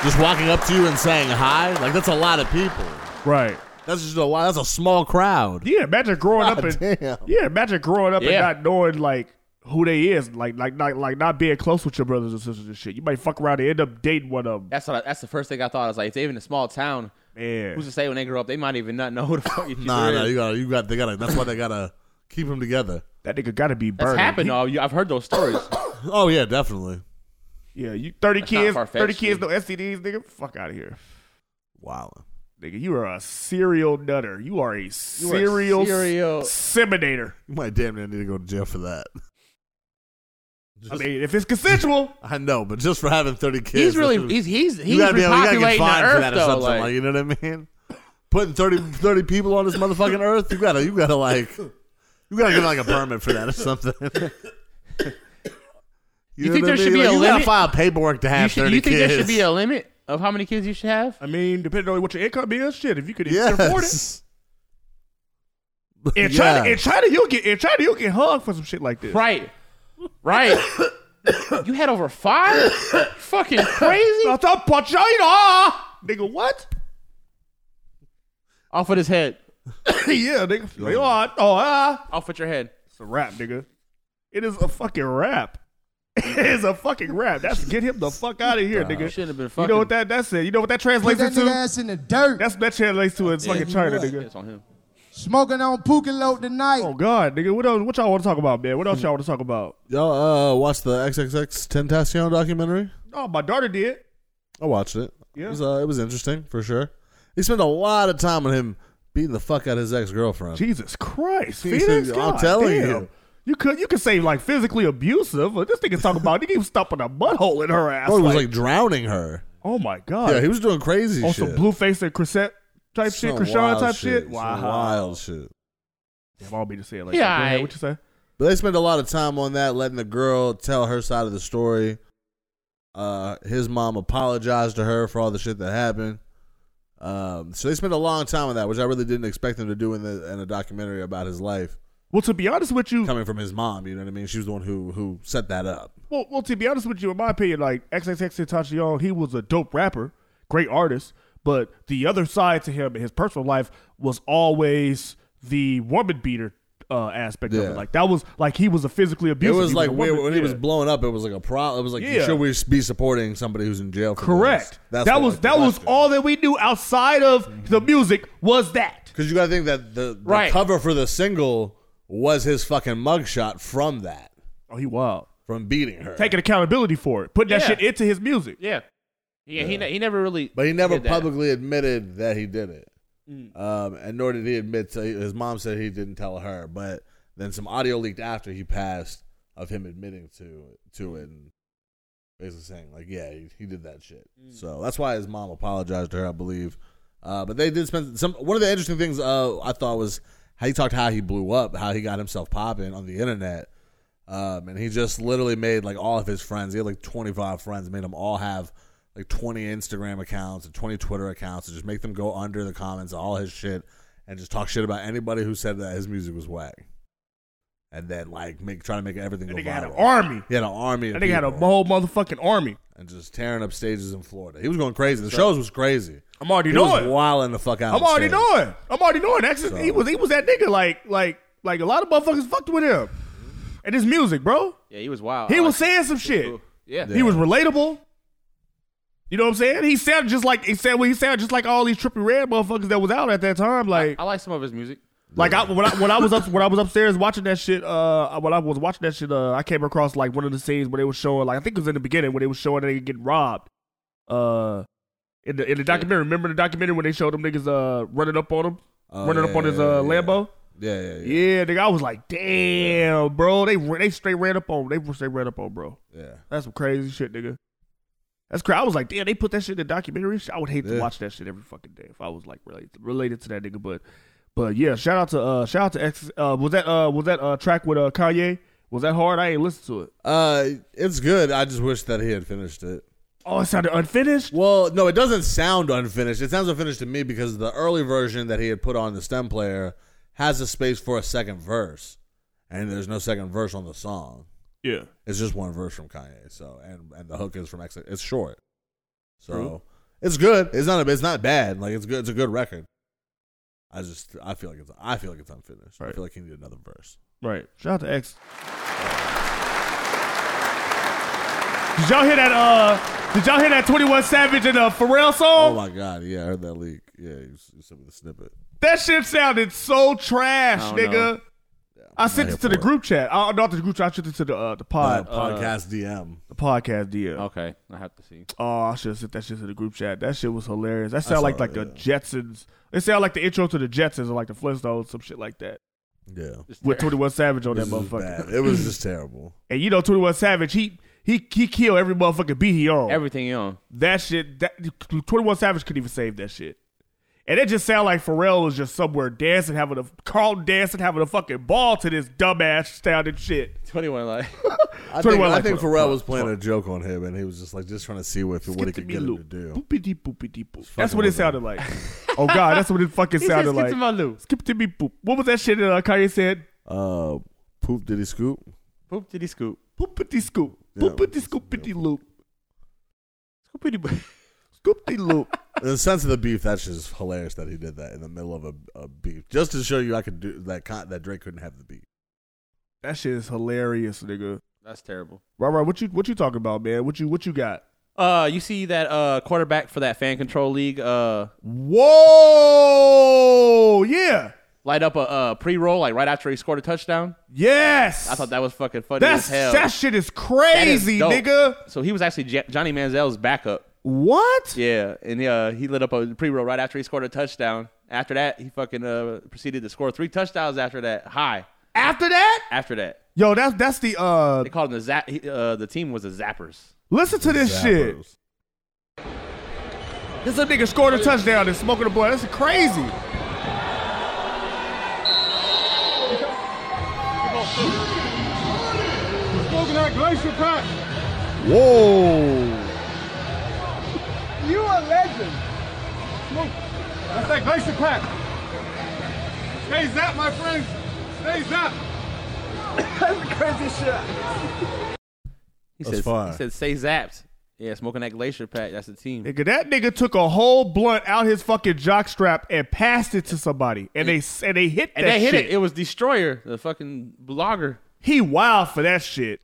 [SPEAKER 3] just walking up to you and saying hi? Like, that's a lot of people.
[SPEAKER 2] Right.
[SPEAKER 3] That's just a lot. That's a small crowd.
[SPEAKER 2] Yeah, imagine growing up
[SPEAKER 3] God
[SPEAKER 2] and
[SPEAKER 3] damn.
[SPEAKER 2] yeah, imagine growing up
[SPEAKER 5] Yeah.
[SPEAKER 2] and not knowing like who they is, like like not like not being close with your brothers and sisters and shit. You might fuck around and end up dating one of them.
[SPEAKER 5] That's what I, that's the first thing I thought. I was like, if they even a small town,
[SPEAKER 2] Man.
[SPEAKER 5] Who's to say when they grow up, they might even not know who the fuck each other
[SPEAKER 3] Nah,
[SPEAKER 5] is.
[SPEAKER 3] nah, you gotta, you got, they gotta. That's why they gotta keep them together.
[SPEAKER 2] That nigga gotta be burning.
[SPEAKER 5] That's happened. All you, I've heard those stories.
[SPEAKER 3] Oh yeah, definitely.
[SPEAKER 2] Yeah, you thirty
[SPEAKER 5] not
[SPEAKER 2] kids,
[SPEAKER 5] far-fetched,
[SPEAKER 2] thirty kids, no
[SPEAKER 5] dude.
[SPEAKER 2] STDs, nigga. Fuck out of here,
[SPEAKER 3] Wow.
[SPEAKER 2] nigga. You are a serial nutter. You are a serial,
[SPEAKER 5] serial-
[SPEAKER 2] seminator.
[SPEAKER 3] You might damn near need to go to jail for that.
[SPEAKER 2] I mean, if it's consensual,
[SPEAKER 3] I know, but just for having thirty kids,
[SPEAKER 5] he's really
[SPEAKER 3] that's-
[SPEAKER 5] he's he's he's
[SPEAKER 3] you gotta be able, you gotta
[SPEAKER 5] repopulating
[SPEAKER 3] get
[SPEAKER 5] the
[SPEAKER 3] fined for
[SPEAKER 5] earth
[SPEAKER 3] that or
[SPEAKER 5] though.
[SPEAKER 3] something.
[SPEAKER 5] Like,
[SPEAKER 3] Like, you know what I mean? Putting 30, 30 people on this motherfucking earth, you gotta, you gotta like, you gotta get like a permit for that or something. you
[SPEAKER 5] think
[SPEAKER 3] know what I
[SPEAKER 5] there should
[SPEAKER 3] mean?
[SPEAKER 5] be
[SPEAKER 3] Like,
[SPEAKER 5] a
[SPEAKER 3] you gotta
[SPEAKER 5] limit?
[SPEAKER 3] file paperwork to have
[SPEAKER 5] you, should,
[SPEAKER 3] thirty
[SPEAKER 5] you think
[SPEAKER 3] kids?
[SPEAKER 5] there should be a limit of how many kids you should have?
[SPEAKER 2] I mean, depending on what your income is, shit. If you could even afford it,
[SPEAKER 3] yes.
[SPEAKER 2] in
[SPEAKER 3] Yeah.
[SPEAKER 2] China, in China, you'll get in China, you'll get hung for some shit like this.
[SPEAKER 5] Right, right. you had over five? Fucking crazy!
[SPEAKER 2] I thought about China, nigga. What?
[SPEAKER 5] Off with his head.
[SPEAKER 2] yeah, nigga. Like, oh, I- oh, ah.
[SPEAKER 5] Off with your head.
[SPEAKER 2] It's a rap, nigga. It is a fucking rap. It is a fucking rap. That's get him the fuck out of here, nigga.
[SPEAKER 5] shouldn't have been
[SPEAKER 2] You know
[SPEAKER 5] fucking-
[SPEAKER 2] what that that said? You know what that translates
[SPEAKER 7] Put that nigga
[SPEAKER 2] into?
[SPEAKER 7] ass in the dirt.
[SPEAKER 2] That's that translates to in fucking China, nigga.
[SPEAKER 5] It's on him.
[SPEAKER 7] Smoking on Pukalope tonight.
[SPEAKER 2] Oh God, nigga. What else? What y'all want to talk about, man? What
[SPEAKER 7] Hmm.
[SPEAKER 2] else y'all want to talk about?
[SPEAKER 3] Y'all uh, watch the XXX Tentacion documentary?
[SPEAKER 2] Oh, my daughter did.
[SPEAKER 3] I watched it.
[SPEAKER 2] Yeah.
[SPEAKER 3] It was, uh, it was interesting for sure. He spent a lot of time on him beating the fuck out of his ex girlfriend.
[SPEAKER 2] Jesus Christ,
[SPEAKER 3] Jesus,
[SPEAKER 2] Phoenix.
[SPEAKER 3] I'm
[SPEAKER 2] God
[SPEAKER 3] telling
[SPEAKER 2] damn.
[SPEAKER 3] you.
[SPEAKER 2] You could you could say like physically abusive, but this nigga talking about nigga he was stomping a butthole in her ass.
[SPEAKER 3] Oh, he was
[SPEAKER 2] like,
[SPEAKER 3] like drowning her.
[SPEAKER 2] oh my God.
[SPEAKER 3] Yeah, he was doing crazy
[SPEAKER 2] on
[SPEAKER 3] shit.
[SPEAKER 2] some blue face and crescent type shit,
[SPEAKER 3] Some
[SPEAKER 2] Krishan
[SPEAKER 3] wild
[SPEAKER 2] type shit.
[SPEAKER 3] Some
[SPEAKER 2] Wow.
[SPEAKER 3] wild shit.
[SPEAKER 2] Damn, I'll be just saying like
[SPEAKER 5] Yeah,
[SPEAKER 2] that. Go ahead,
[SPEAKER 5] I-
[SPEAKER 2] what you say?
[SPEAKER 3] But they spent a lot of time on that, letting the girl tell her side of the story. Uh, his mom apologized to her for all the shit that happened. Um, so they spent a long time on that, which I really didn't expect them to do in, the, in a documentary about his life,
[SPEAKER 2] Well, to be honest with you,
[SPEAKER 3] coming from his mom. You know what I mean? She was the one who who set that up.
[SPEAKER 2] well, well, to be honest with you, in my opinion, like XXX Tentacion, he was a dope rapper, great artist, but the other side to him in his personal life was always the woman beater uh, aspect of
[SPEAKER 3] Yeah.
[SPEAKER 2] it. Like that was like he was a physically
[SPEAKER 3] It
[SPEAKER 2] abusive.
[SPEAKER 3] was
[SPEAKER 2] a
[SPEAKER 3] like
[SPEAKER 2] woman-
[SPEAKER 3] weird, when he was
[SPEAKER 2] yeah.
[SPEAKER 3] blowing up. It was like a problem. It was like you
[SPEAKER 2] Yeah.
[SPEAKER 3] should we be supporting somebody who's in jail? For
[SPEAKER 2] Correct.
[SPEAKER 3] This?
[SPEAKER 2] that was that was all that we knew outside of the music was that.
[SPEAKER 3] Because you got to think that the, the
[SPEAKER 5] Right.
[SPEAKER 3] cover for the single was his fucking mugshot from that,
[SPEAKER 2] Oh, he wild.
[SPEAKER 3] from beating her.
[SPEAKER 2] Taking accountability for it, putting that
[SPEAKER 5] Yeah.
[SPEAKER 2] shit into his music.
[SPEAKER 5] Yeah. Yeah, he ne- he never really.
[SPEAKER 3] But he never
[SPEAKER 5] did that. Mm.
[SPEAKER 3] publicly admitted that he did it. Um, and nor did he admit to his mom said he didn't tell her. But then some audio leaked after he passed of him admitting to
[SPEAKER 5] Mm.
[SPEAKER 3] to it and basically saying like, yeah, he, he did that shit.
[SPEAKER 5] Mm.
[SPEAKER 3] So that's why his mom apologized to her, I believe. Uh, but they did spend some. One of the interesting things uh, I thought was how he talked how he blew up, how he got himself popping on the internet. Um, and he just literally made like all of his friends. He had like 25 friends, made them all have like 20 Instagram accounts and 20 Twitter accounts, and just make them go under the comments of all his shit and just talk shit about anybody who said that his music was whack. And then like make try to make everything
[SPEAKER 2] That
[SPEAKER 3] go
[SPEAKER 2] nigga had an
[SPEAKER 3] viral.
[SPEAKER 2] army.
[SPEAKER 3] He had an army. of
[SPEAKER 2] That nigga had a
[SPEAKER 3] people
[SPEAKER 2] whole motherfucking army.
[SPEAKER 3] and just tearing up stages in Florida. He was going crazy. The shows was crazy.
[SPEAKER 2] I'm already
[SPEAKER 3] He was
[SPEAKER 2] knowing.
[SPEAKER 3] wilding the fuck out.
[SPEAKER 2] I'm
[SPEAKER 3] on
[SPEAKER 2] already
[SPEAKER 3] stage.
[SPEAKER 2] knowing. I'm already knowing. That's just- he
[SPEAKER 3] So-
[SPEAKER 2] was he was that nigga like like like a lot of motherfuckers fucked with him. And his music, bro.
[SPEAKER 5] Yeah, he was wild.
[SPEAKER 2] He
[SPEAKER 5] I
[SPEAKER 2] was
[SPEAKER 5] like-
[SPEAKER 2] saying some shit.
[SPEAKER 5] Yeah.
[SPEAKER 2] He
[SPEAKER 3] Yeah.
[SPEAKER 2] was relatable. You know what I'm saying? He sounded just like he said well, he sounded just like all these trippy red motherfuckers that was out at that time. Like
[SPEAKER 5] I like some of his music.
[SPEAKER 2] like I, when I when I was up when I was upstairs watching that shit, uh when I was watching that shit, uh I came across like one of the scenes where they were showing like I think it was in the beginning when they were showing they getting robbed. Uh in the in the documentary. Remember the documentary when they showed them niggas uh running up on him?
[SPEAKER 3] Oh,
[SPEAKER 2] running
[SPEAKER 3] yeah,
[SPEAKER 2] up on his
[SPEAKER 3] yeah,
[SPEAKER 2] uh
[SPEAKER 3] yeah.
[SPEAKER 2] Lambo?
[SPEAKER 3] Yeah, yeah, yeah.
[SPEAKER 2] Yeah, nigga, I was like, damn, bro. They they straight ran up on. They straight ran up on, bro.
[SPEAKER 3] yeah.
[SPEAKER 2] That's some crazy shit, nigga. That's crazy. I was like, damn, they put that shit in the documentary. I would hate to
[SPEAKER 3] Yeah.
[SPEAKER 2] watch that shit every fucking day if I was like related related to that nigga. But but yeah, shout out to uh shout out to X. Uh, was that uh was that uh track with uh Kanye? Was that hard? I ain't listened to it.
[SPEAKER 3] Uh, it's good. I just wish that he had finished it.
[SPEAKER 2] Oh, it sounded unfinished.
[SPEAKER 3] Well, no, it doesn't sound unfinished. It sounds unfinished to me because the early version that he had put on the stem player has a space for a second verse, and there's no second verse on the song.
[SPEAKER 2] Yeah.
[SPEAKER 3] It's just one verse from Kanye. So, and and the hook is from X. It's short, so it's good. It's not a, it's not bad. Like it's good. It's a good record. I just I feel like it's I feel like it's unfinished. I
[SPEAKER 2] Right.
[SPEAKER 3] feel like he needed another verse.
[SPEAKER 2] Right. Shout out to X. Did y'all hear that? Uh, did y'all hear that Twenty One Savage and uh Pharrell
[SPEAKER 3] Oh
[SPEAKER 2] song? Oh.
[SPEAKER 3] my Oh god! Yeah, I heard that leak. Yeah, you, s- you sent me the snippet.
[SPEAKER 2] That shit sounded so trash,
[SPEAKER 5] I don't
[SPEAKER 2] nigga.
[SPEAKER 5] know.
[SPEAKER 2] I sent it to the group chat. I, not to the group chat. I sent it to the uh, the
[SPEAKER 3] Uh,
[SPEAKER 2] pod
[SPEAKER 3] podcast DM.
[SPEAKER 2] the podcast deal.
[SPEAKER 5] Okay, I have to see.
[SPEAKER 2] Oh, I should have sent that shit to the group chat. That shit was hilarious. That sounded
[SPEAKER 3] saw
[SPEAKER 2] like like
[SPEAKER 3] it,
[SPEAKER 2] the Jetsons. It sounded like the intro to the Jetsons or like the Flintstones, some shit like that.
[SPEAKER 3] Yeah,
[SPEAKER 5] Just
[SPEAKER 2] With Twenty One Savage on
[SPEAKER 3] this
[SPEAKER 2] that
[SPEAKER 3] was
[SPEAKER 2] motherfucker.
[SPEAKER 3] bad. It was just terrible.
[SPEAKER 2] And you know Twenty One Savage, he he he killed every motherfucking beat he on.
[SPEAKER 5] everything on.
[SPEAKER 2] that shit that Twenty One Savage couldn't even save that shit. And it just sounded like Pharrell was just somewhere dancing, having a Carlton dancing, having a fucking ball to this dumbass sounding shit.
[SPEAKER 5] Twenty one like
[SPEAKER 3] I
[SPEAKER 2] Twenty
[SPEAKER 3] think,
[SPEAKER 2] one
[SPEAKER 3] I
[SPEAKER 2] like
[SPEAKER 3] think
[SPEAKER 2] what?
[SPEAKER 3] Pharrell was playing a joke on him, and he was just like just trying to see what what he
[SPEAKER 2] Skip
[SPEAKER 3] could
[SPEAKER 2] the
[SPEAKER 3] get him to
[SPEAKER 2] loop.
[SPEAKER 3] do.
[SPEAKER 2] Boopity boopity boop. That's
[SPEAKER 3] fucking
[SPEAKER 2] what it
[SPEAKER 3] with that.
[SPEAKER 2] sounded like. oh god, that's what it fucking sounded like.
[SPEAKER 5] loop.
[SPEAKER 2] Skip to me boop. What was that shit that uh, Kanye said?
[SPEAKER 3] Uh, poop did he scoop?
[SPEAKER 5] Poop diddy scoop.
[SPEAKER 2] Poopity scoop.
[SPEAKER 3] Yeah.
[SPEAKER 2] Poopity scoopity loop.
[SPEAKER 5] Scoopity bo-
[SPEAKER 2] Scoopity loop.
[SPEAKER 3] In the sense of the beef, that's just hilarious that he did that in the middle of a, a beef, just to show you I could do that. Con- that Drake couldn't have the beef.
[SPEAKER 2] that shit is hilarious, nigga.
[SPEAKER 5] That's terrible.
[SPEAKER 2] Right, right. What you what you talking about, man? What you what you got?
[SPEAKER 5] Uh, you see that uh quarterback for that fan control league uh
[SPEAKER 2] Whoa! Yeah.
[SPEAKER 5] light up a, uh pre roll like right after he scored a touchdown.
[SPEAKER 2] Yes.
[SPEAKER 5] I thought that was fucking funny
[SPEAKER 2] That's
[SPEAKER 5] as hell.
[SPEAKER 2] that shit is
[SPEAKER 5] That is
[SPEAKER 2] crazy,
[SPEAKER 5] dope.
[SPEAKER 2] nigga.
[SPEAKER 5] So he was actually J- Johnny Manziel's backup.
[SPEAKER 2] What?
[SPEAKER 5] Yeah, and uh, he lit up a pre roll right after he scored a touchdown. After that, he fucking uh, proceeded to score three touchdowns. After that, high.
[SPEAKER 2] After that?
[SPEAKER 5] After that,
[SPEAKER 2] Yo, that's that's the uh
[SPEAKER 5] they called him the zap. He, uh, the team was the Zappers.
[SPEAKER 2] listen to this shit.
[SPEAKER 3] Zappos.
[SPEAKER 2] This little nigga scored a touchdown and smoking the ball. That's crazy.
[SPEAKER 8] Smoking that glacier pack.
[SPEAKER 2] Whoa.
[SPEAKER 8] You a legend. Smoke. That's that glacier pack. Stay zap, my friends. Stay zap. That's crazy shit.
[SPEAKER 5] He
[SPEAKER 3] That's
[SPEAKER 5] said,
[SPEAKER 3] fire.
[SPEAKER 5] He said, "Say zapped." Yeah, smoking that glacier pack. That's the team.
[SPEAKER 2] Nigga, that nigga took a whole blunt out his fucking jockstrap and passed it to somebody, and they and they hit
[SPEAKER 5] And
[SPEAKER 2] that
[SPEAKER 5] they hit
[SPEAKER 2] shit.
[SPEAKER 5] it. It was Destroyer, the fucking blogger.
[SPEAKER 2] He wild for that shit.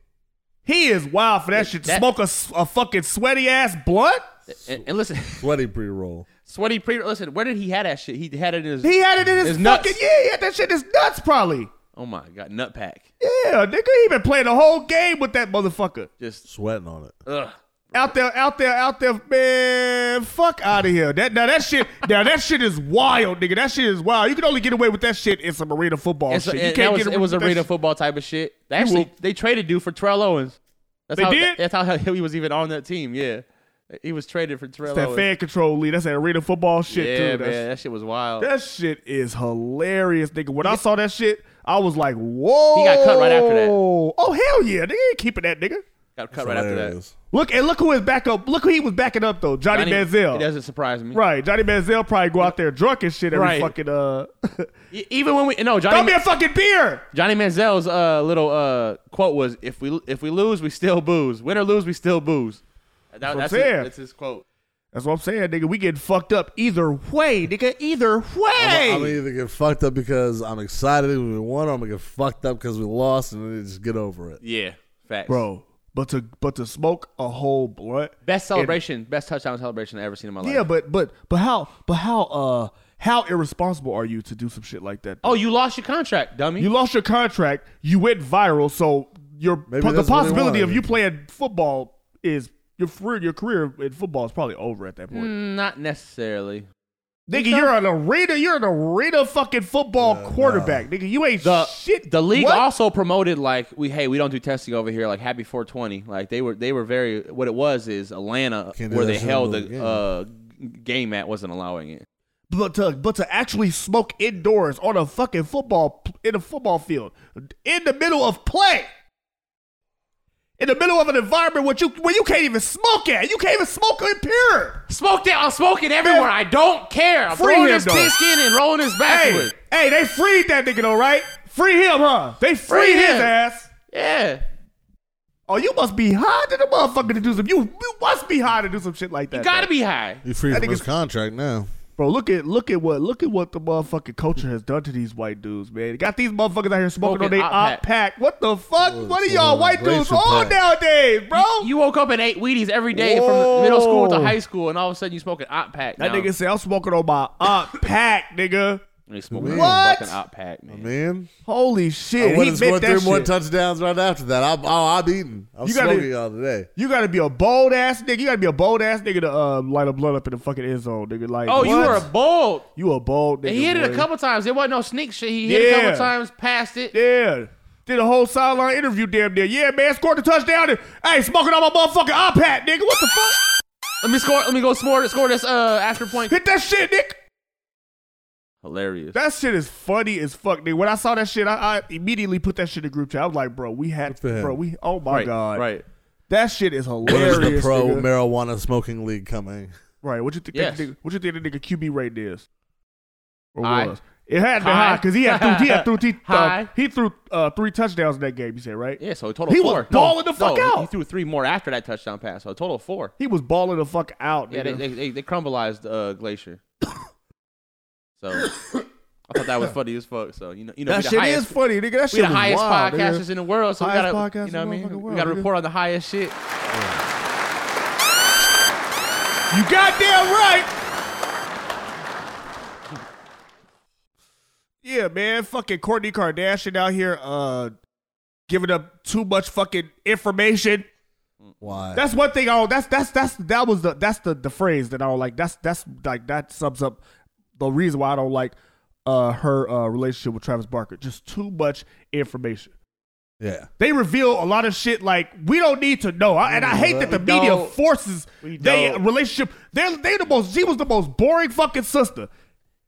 [SPEAKER 2] He is wild for that shit. To
[SPEAKER 5] that-
[SPEAKER 2] smoke a, s- a fucking sweaty ass blunt.
[SPEAKER 5] And, and listen,
[SPEAKER 3] Sweaty pre roll.
[SPEAKER 5] sweaty pre. Listen, where did he have that shit? He had it in his.
[SPEAKER 2] He had it in his,
[SPEAKER 5] His nuts.
[SPEAKER 2] fucking yeah. He had that shit in his nuts probably.
[SPEAKER 5] oh my god, nut pack.
[SPEAKER 2] Yeah, nigga, he been playing the whole game with that motherfucker
[SPEAKER 5] Just
[SPEAKER 3] Sweating on it.
[SPEAKER 2] Oh,
[SPEAKER 5] ugh.
[SPEAKER 2] out there, out there, out there, man. Fuck out of here. That now that shit now that shit is wild, nigga. That shit is wild. You can only get away with that shit in some arena football
[SPEAKER 5] And so-
[SPEAKER 2] shit.
[SPEAKER 5] and
[SPEAKER 2] you
[SPEAKER 5] that
[SPEAKER 2] can't
[SPEAKER 5] was,
[SPEAKER 2] get
[SPEAKER 5] it was
[SPEAKER 2] away with that
[SPEAKER 5] arena
[SPEAKER 2] shit.
[SPEAKER 5] football type of shit. They actually
[SPEAKER 2] will-
[SPEAKER 5] they traded dude for Terrell Owens. That's
[SPEAKER 2] They
[SPEAKER 5] how
[SPEAKER 2] did?
[SPEAKER 5] that's how he was even on that team. Yeah, he was traded for Terrell
[SPEAKER 2] That
[SPEAKER 5] Owens.
[SPEAKER 2] fan control lead. That's that arena football shit,
[SPEAKER 5] yeah,
[SPEAKER 2] dude.
[SPEAKER 5] man,
[SPEAKER 2] That's-
[SPEAKER 5] that shit was wild.
[SPEAKER 2] That shit is hilarious, nigga. When I saw that shit, I was like, whoa.
[SPEAKER 5] He got cut right after that.
[SPEAKER 2] Oh, hell yeah. Nigga ain't keeping that, nigga.
[SPEAKER 5] Got cut right after that.
[SPEAKER 2] Look, and look who his backup. Look who he was backing up, though. Johnny,
[SPEAKER 5] It
[SPEAKER 2] Manziel.
[SPEAKER 5] doesn't surprise me.
[SPEAKER 2] Right. Johnny Manziel probably go out there drunk and shit every
[SPEAKER 5] Right.
[SPEAKER 2] fucking, uh.
[SPEAKER 5] E- Even when we no
[SPEAKER 2] Throw
[SPEAKER 5] Johnny
[SPEAKER 2] me a fucking beer.
[SPEAKER 5] Johnny Manziel's uh, little uh, quote was if we if we lose we still booze win or lose we still booze. That-
[SPEAKER 2] what
[SPEAKER 5] that's
[SPEAKER 2] I'm
[SPEAKER 5] it.
[SPEAKER 2] saying.
[SPEAKER 5] that's his quote.
[SPEAKER 2] That's what I'm saying, nigga. We getting fucked up either way, nigga. Either way.
[SPEAKER 3] I'm, I'm either get fucked up because I'm excited and we won, or I'm gonna get fucked up because we lost and then just get over it.
[SPEAKER 5] Yeah, facts.
[SPEAKER 2] Bro, but to, but to smoke a whole blunt.
[SPEAKER 5] best celebration, best touchdown celebration I ever seen in my life.
[SPEAKER 2] Yeah, but, but, but how, but how, uh, how irresponsible are you to do some shit like that?
[SPEAKER 5] Oh, you lost your contract, dummy.
[SPEAKER 2] You lost your contract. You went viral, so your
[SPEAKER 3] Maybe
[SPEAKER 2] po- the
[SPEAKER 3] that's what they
[SPEAKER 2] possibility of
[SPEAKER 3] wanted.
[SPEAKER 2] you playing football is your career, your career in football is probably over at that point.
[SPEAKER 5] Mm, Not necessarily.
[SPEAKER 2] Nigga, you're an arena. You're an arena fucking football quarterback. Nigga, you ain't
[SPEAKER 5] the
[SPEAKER 2] shit.
[SPEAKER 5] the league
[SPEAKER 2] What?
[SPEAKER 5] also promoted like we hey we don't do testing over here like happy 420 like they were they were very what it was is Atlanta
[SPEAKER 3] Can't do
[SPEAKER 5] where
[SPEAKER 3] that
[SPEAKER 5] they
[SPEAKER 3] shit
[SPEAKER 5] held
[SPEAKER 3] in the
[SPEAKER 5] the uh, game at wasn't allowing it
[SPEAKER 2] but to but to actually smoke indoors on a fucking football p- in a football field in the middle of play. In the middle of an environment where you where you can't even smoke at, you can't even smoke in pure.
[SPEAKER 5] smoked it I'm smoking everywhere I don't care I'm
[SPEAKER 2] Free
[SPEAKER 5] throwing
[SPEAKER 2] him,
[SPEAKER 5] this
[SPEAKER 2] though.
[SPEAKER 5] pigskin and rolling this
[SPEAKER 2] Hey,
[SPEAKER 5] backward
[SPEAKER 2] hey, they freed that nigga though, right? Free him, huh? They freed
[SPEAKER 5] Free
[SPEAKER 2] his
[SPEAKER 5] him.
[SPEAKER 2] ass.
[SPEAKER 5] yeah
[SPEAKER 2] Oh, you must be high to the motherfucker to do some. You, you must be high to do some shit like that.
[SPEAKER 5] gotta
[SPEAKER 2] though.
[SPEAKER 5] be high
[SPEAKER 3] You free
[SPEAKER 2] That
[SPEAKER 3] from his
[SPEAKER 2] nigga's-
[SPEAKER 3] contract now.
[SPEAKER 2] Bro, look at look at what look at what the motherfucking culture has done to these white dudes, man. They got these motherfuckers out here smoking on
[SPEAKER 5] Smoking
[SPEAKER 2] their
[SPEAKER 5] op
[SPEAKER 2] op pack. What the fuck? what are y'all
[SPEAKER 3] on,
[SPEAKER 2] white dudes
[SPEAKER 3] glacier
[SPEAKER 2] on
[SPEAKER 3] pack.
[SPEAKER 2] nowadays, bro?
[SPEAKER 5] You woke up and ate Wheaties every day from middle school to
[SPEAKER 2] Whoa.
[SPEAKER 5] high school, and all of a sudden you smoking op pack.
[SPEAKER 2] that
[SPEAKER 5] now.
[SPEAKER 2] nigga say I'm smoking on my op pack, nigga.
[SPEAKER 5] You smoking
[SPEAKER 2] What?
[SPEAKER 5] what? fucking op pack, man.
[SPEAKER 3] man.
[SPEAKER 2] Holy
[SPEAKER 3] I
[SPEAKER 2] shit,
[SPEAKER 3] went
[SPEAKER 2] he
[SPEAKER 3] and scored
[SPEAKER 2] meant
[SPEAKER 3] three
[SPEAKER 2] that
[SPEAKER 3] more
[SPEAKER 2] shit.
[SPEAKER 3] touchdowns right after that. I'm, oh, I'm eating. I'm
[SPEAKER 2] You gotta-
[SPEAKER 3] smoking all today.
[SPEAKER 2] You gotta be a bold ass nigga. You gotta be a bold ass nigga to uh, light a blunt up in the fucking end zone, nigga. Like,
[SPEAKER 5] Oh, you
[SPEAKER 2] what?
[SPEAKER 5] were a bold.
[SPEAKER 2] you a bold nigga.
[SPEAKER 5] He hit it a
[SPEAKER 2] boy.
[SPEAKER 5] couple times. There wasn't no sneak shit. He hit it a
[SPEAKER 2] Yeah.
[SPEAKER 5] couple times, passed it.
[SPEAKER 2] Yeah. Did a whole sideline interview damn near. Yeah, man, scored the touchdown. And, hey, smoking on my motherfucking iPad, nigga. What the fuck?
[SPEAKER 5] Let me score. Let me go score. Score this uh after point.
[SPEAKER 2] Hit that shit, Nick.
[SPEAKER 5] Hilarious.
[SPEAKER 2] That shit is funny as fuck, nigga. When I saw that shit, I, I immediately put that shit in group chat. I was like, bro, we had,
[SPEAKER 3] for him.
[SPEAKER 2] bro, we, oh my
[SPEAKER 5] right.
[SPEAKER 2] god,
[SPEAKER 5] Right.
[SPEAKER 2] That shit is
[SPEAKER 3] When
[SPEAKER 2] hilarious.
[SPEAKER 3] is the pro
[SPEAKER 2] nigga.
[SPEAKER 3] marijuana smoking league coming?
[SPEAKER 2] Right. What you think?
[SPEAKER 5] Yes.
[SPEAKER 2] nigga- What you think the nigga QB rate is? Or
[SPEAKER 5] High.
[SPEAKER 2] was it had to be
[SPEAKER 5] High.
[SPEAKER 2] high because he had threw, he had threw he, uh,
[SPEAKER 5] High.
[SPEAKER 2] he threw uh, three touchdowns in that game. You said right?
[SPEAKER 5] Yeah. So a total
[SPEAKER 2] He was
[SPEAKER 5] four.
[SPEAKER 2] balling the fuck
[SPEAKER 5] he-
[SPEAKER 2] out.
[SPEAKER 5] He threw three more after that touchdown pass. So a total of four.
[SPEAKER 2] He was balling the fuck out.
[SPEAKER 5] Yeah. They
[SPEAKER 2] nigga.
[SPEAKER 5] they they, they crumbleized uh, Glacier. so I thought that was funny as fuck. So you know you know we
[SPEAKER 2] that
[SPEAKER 5] the
[SPEAKER 2] shit
[SPEAKER 5] highest,
[SPEAKER 2] is funny, nigga. That shit
[SPEAKER 5] We the
[SPEAKER 2] was
[SPEAKER 5] highest
[SPEAKER 2] wild, nigga.
[SPEAKER 5] podcasters in the world. So
[SPEAKER 2] Highest
[SPEAKER 5] we gotta
[SPEAKER 2] podcast
[SPEAKER 5] you know
[SPEAKER 2] in
[SPEAKER 5] what
[SPEAKER 2] the
[SPEAKER 5] I mean
[SPEAKER 2] motherfucking
[SPEAKER 5] we gotta
[SPEAKER 2] world, nigga.
[SPEAKER 5] report on the highest shit.
[SPEAKER 2] You goddamn right. Yeah, man. Fucking Courtney Kardashian out here uh giving up too much fucking information.
[SPEAKER 3] Why?
[SPEAKER 2] That's one thing I don't that's that's that's that was the that's the the phrase that I don't like. That's that's like that sums up the reason why I don't like uh her uh relationship with Travis Barker. Just too much information.
[SPEAKER 3] yeah.
[SPEAKER 2] They reveal a lot of shit like we don't need to know. I, and I hate that the
[SPEAKER 5] We
[SPEAKER 2] media
[SPEAKER 5] don't.
[SPEAKER 2] forces
[SPEAKER 5] We
[SPEAKER 2] their
[SPEAKER 5] don't.
[SPEAKER 2] relationship. They're they the most she was the most boring fucking sister.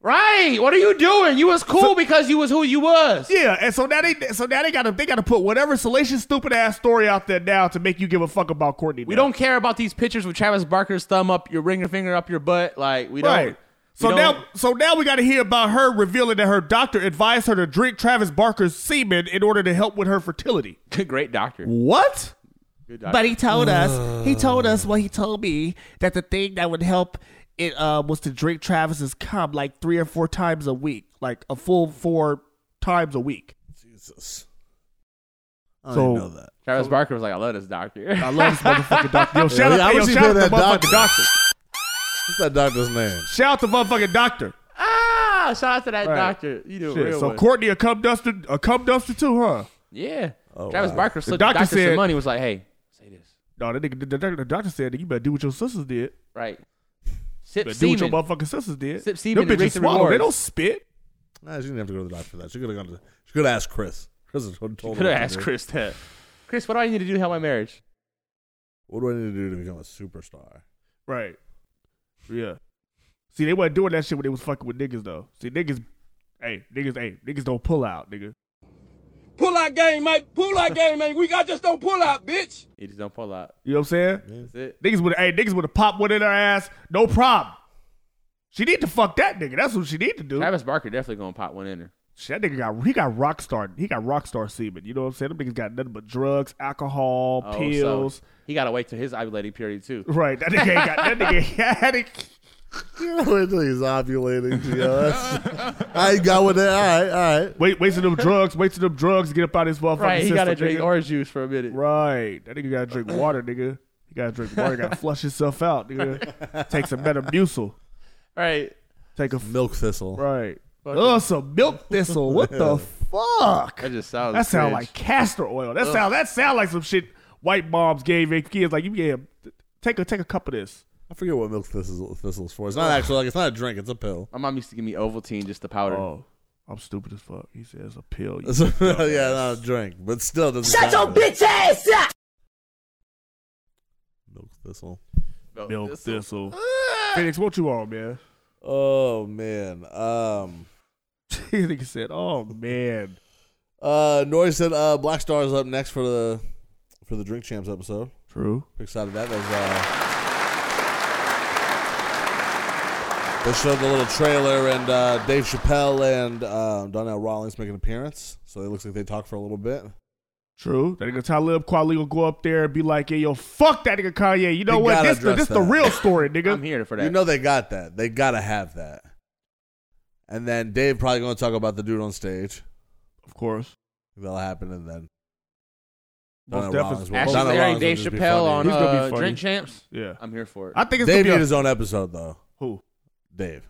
[SPEAKER 5] Right. What are you doing? You was cool because you was who you was.
[SPEAKER 2] Yeah, and so now they so now they gotta they gotta put whatever salacious stupid ass story out there now to make you give a fuck about Courtney.
[SPEAKER 5] We
[SPEAKER 2] now.
[SPEAKER 5] don't care about these pictures with Travis Barker's thumb up, your ring finger up your butt. Like we
[SPEAKER 2] Right.
[SPEAKER 5] don't.
[SPEAKER 2] So
[SPEAKER 5] we
[SPEAKER 2] now,
[SPEAKER 5] don't-
[SPEAKER 2] so now we got to hear about her revealing that her doctor advised her to drink Travis Barker's semen in order to help with her fertility.
[SPEAKER 5] great doctor.
[SPEAKER 2] What?
[SPEAKER 9] But he told us, he told us what he told me that the thing that would help it uh, was to drink Travis's cum like three or four times a week, like a full four times a week.
[SPEAKER 3] Jesus. I
[SPEAKER 2] So-
[SPEAKER 3] don't even know that.
[SPEAKER 5] Travis Barker was like, I love this doctor.
[SPEAKER 2] I love this motherfucking doctor. Yo, shout
[SPEAKER 3] I
[SPEAKER 2] out, yo,
[SPEAKER 3] wish he
[SPEAKER 2] shout
[SPEAKER 3] put
[SPEAKER 2] out to the
[SPEAKER 3] that doctor.
[SPEAKER 2] motherfucking doctor.
[SPEAKER 3] What's that doctor's name?
[SPEAKER 2] Shout out to motherfucking doctor.
[SPEAKER 5] ah, shout out to that
[SPEAKER 2] Right.
[SPEAKER 5] doctor. You know,
[SPEAKER 2] Shit,
[SPEAKER 5] real
[SPEAKER 2] so
[SPEAKER 5] one.
[SPEAKER 2] Courtney a cum duster, a cum duster too, huh?
[SPEAKER 5] yeah. Travis Barker slipped the
[SPEAKER 2] doctor
[SPEAKER 5] doctor,
[SPEAKER 2] said-
[SPEAKER 5] some money. Was like, hey, say this.
[SPEAKER 2] No, that nigga, the, the, the doctor said that you better do what your sisters did.
[SPEAKER 5] Right. Sip
[SPEAKER 2] Better do
[SPEAKER 5] semen.
[SPEAKER 2] what your motherfucking sisters did.
[SPEAKER 5] Sip
[SPEAKER 2] Them
[SPEAKER 5] semen and
[SPEAKER 2] bitches
[SPEAKER 5] reap the
[SPEAKER 2] swallow. They
[SPEAKER 5] rewards.
[SPEAKER 2] don't spit.
[SPEAKER 3] Nah, she didn't have to go to the doctor for that. She could have gone to. The, she could have asked Chris. Chris is told her
[SPEAKER 5] Could
[SPEAKER 3] what
[SPEAKER 5] have
[SPEAKER 3] to
[SPEAKER 5] asked
[SPEAKER 3] do.
[SPEAKER 5] Chris that. Chris, what do I need to do to help my marriage?
[SPEAKER 3] What do I need to do to become a superstar?
[SPEAKER 2] Right. Yeah. See, they wasn't doing that shit when they was fucking with niggas though. See, niggas, hey, niggas, hey, niggas don't pull out, nigga.
[SPEAKER 4] Pull out game, mate. Pull out game, man. We got just don't pull out, bitch.
[SPEAKER 5] You just don't pull out.
[SPEAKER 2] You know what I'm saying?
[SPEAKER 5] That's it.
[SPEAKER 2] Niggas would, hey, niggas would have popped one in her ass, no problem. She need to fuck that nigga. That's what she need to do.
[SPEAKER 5] Travis Barker definitely gonna pop one in there.
[SPEAKER 2] Shit, that nigga got he got rock star he got rock star semen. You know what I'm saying? Them niggas got nothing but drugs, alcohol,
[SPEAKER 5] Oh, so
[SPEAKER 2] pills.
[SPEAKER 5] he gotta wait till his ovulating period too.
[SPEAKER 2] Right. That nigga ain't got that nigga had it.
[SPEAKER 3] You know, until he's ovulating. You know, that's, I got with that. All right, all right.
[SPEAKER 2] Wait, wait till them drugs, wait till them drugs get up out of his motherfucking
[SPEAKER 5] Right. He
[SPEAKER 2] system,
[SPEAKER 5] gotta drink
[SPEAKER 2] nigga.
[SPEAKER 5] orange juice for a minute.
[SPEAKER 2] Right. That nigga gotta drink water, nigga. He gotta drink water. Gotta flush himself out, nigga. Take some Metamucil.
[SPEAKER 5] Right.
[SPEAKER 2] Take a f-
[SPEAKER 3] Milk thistle.
[SPEAKER 2] right. Ugh, some milk thistle. What the fuck?
[SPEAKER 5] That just sounds.
[SPEAKER 2] That sound
[SPEAKER 5] cringe.
[SPEAKER 2] like castor oil. That sound that sound like some shit white moms gave their kids. Like you yeah, t- take a take a cup of this.
[SPEAKER 3] I forget what milk thistle thistle's for. It's not actually like it's not a drink. It's a pill.
[SPEAKER 5] My mom used to give me Ovaltine, just the powder.
[SPEAKER 2] Oh, I'm stupid as fuck. He says a pill.
[SPEAKER 3] It's a, yeah, not a drink, but still doesn't. Shut your bitch ass up. Milk thistle.
[SPEAKER 2] milk thistle. Phoenix, what you on, man?
[SPEAKER 3] Oh man. Um.
[SPEAKER 2] he nigga said, "Oh man,
[SPEAKER 3] Uh. Nori said, "Uh, Black Star is up next for the for the Drink Champs episode.
[SPEAKER 2] true."
[SPEAKER 3] excited that was uh uh, They showed the little trailer and uh, Dave um, Chappelle and uh, Donnell Rawlings make an appearance. So it looks like they talk for a little bit.
[SPEAKER 2] True. That nigga Talib Kweli will go up there and be like, "Yeah, yo, fuck that nigga Kanye." You know
[SPEAKER 3] They
[SPEAKER 2] what?
[SPEAKER 3] gotta
[SPEAKER 2] This the
[SPEAKER 3] address
[SPEAKER 2] this the
[SPEAKER 3] that.
[SPEAKER 2] real story, nigga.
[SPEAKER 5] I'm here for that.
[SPEAKER 3] You know they got that. They gotta have that. And then Dave probably gonna talk about the dude on stage.
[SPEAKER 2] of course.
[SPEAKER 3] That'll happen, and then Donna
[SPEAKER 2] Most definitely.
[SPEAKER 3] Rollins will-
[SPEAKER 5] Ashley
[SPEAKER 3] Donna
[SPEAKER 5] Larry,
[SPEAKER 3] Rollins will
[SPEAKER 5] Dave
[SPEAKER 3] just be
[SPEAKER 5] Chappelle
[SPEAKER 3] funny.
[SPEAKER 5] on
[SPEAKER 2] He's gonna be
[SPEAKER 5] uh,
[SPEAKER 2] funny.
[SPEAKER 5] Drink Champs.
[SPEAKER 2] Yeah.
[SPEAKER 5] I'm here for it.
[SPEAKER 2] I think it's
[SPEAKER 3] Dave needs
[SPEAKER 2] gonna be a,
[SPEAKER 3] his own episode though.
[SPEAKER 2] who.
[SPEAKER 3] Dave.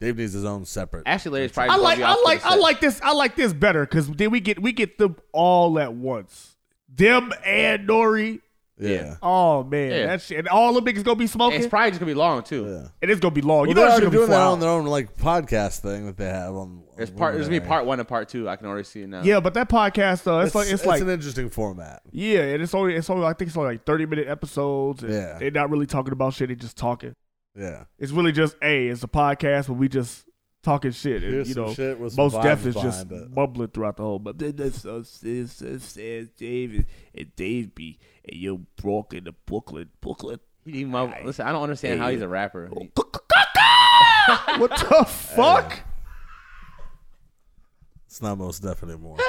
[SPEAKER 3] Dave needs his own separate.
[SPEAKER 5] Ashley Larry's probably.
[SPEAKER 2] I
[SPEAKER 5] gonna
[SPEAKER 2] like
[SPEAKER 5] be
[SPEAKER 2] I
[SPEAKER 5] off to
[SPEAKER 2] like
[SPEAKER 5] the
[SPEAKER 2] I
[SPEAKER 5] side.
[SPEAKER 2] like this I like this better because then we get we get them all at once. Them and Nori.
[SPEAKER 3] yeah.
[SPEAKER 5] yeah.
[SPEAKER 2] Oh man,
[SPEAKER 5] Yeah.
[SPEAKER 2] that shit. And all them niggas gonna be smoking,
[SPEAKER 5] It's probably just gonna be long too.
[SPEAKER 3] Yeah.
[SPEAKER 2] and it's gonna be long.
[SPEAKER 3] Well,
[SPEAKER 2] you
[SPEAKER 3] they're
[SPEAKER 2] know it's
[SPEAKER 3] already
[SPEAKER 2] gonna be
[SPEAKER 3] doing that
[SPEAKER 2] four
[SPEAKER 3] on their own like podcast thing that they have on.
[SPEAKER 5] It's
[SPEAKER 3] on
[SPEAKER 5] part. There's gonna be
[SPEAKER 3] Luminary.
[SPEAKER 5] part one and part two. I can already see it now.
[SPEAKER 2] hours. Yeah, but that podcast though, it's, like it's, like
[SPEAKER 3] an interesting format.
[SPEAKER 2] yeah, and it's only it's only I think it's only like thirty minute episodes. And
[SPEAKER 3] Yeah.
[SPEAKER 2] they're not really talking about shit; they're just talking.
[SPEAKER 3] Yeah,
[SPEAKER 2] It's really just hey, it's a podcast where we just talking shit. And,
[SPEAKER 3] Here's
[SPEAKER 2] you
[SPEAKER 3] some
[SPEAKER 2] know,
[SPEAKER 3] shit with some
[SPEAKER 2] most
[SPEAKER 3] vibes
[SPEAKER 2] deaf is just
[SPEAKER 3] behind it.
[SPEAKER 2] mumbling throughout the whole. But
[SPEAKER 9] That's so sad, so sad, David and Dave be and you broken to Brooklyn, Brooklyn.
[SPEAKER 5] He didn't even- listen, I don't understand how he's a rapper. He-
[SPEAKER 2] what the fuck?
[SPEAKER 3] it's not most deaf anymore.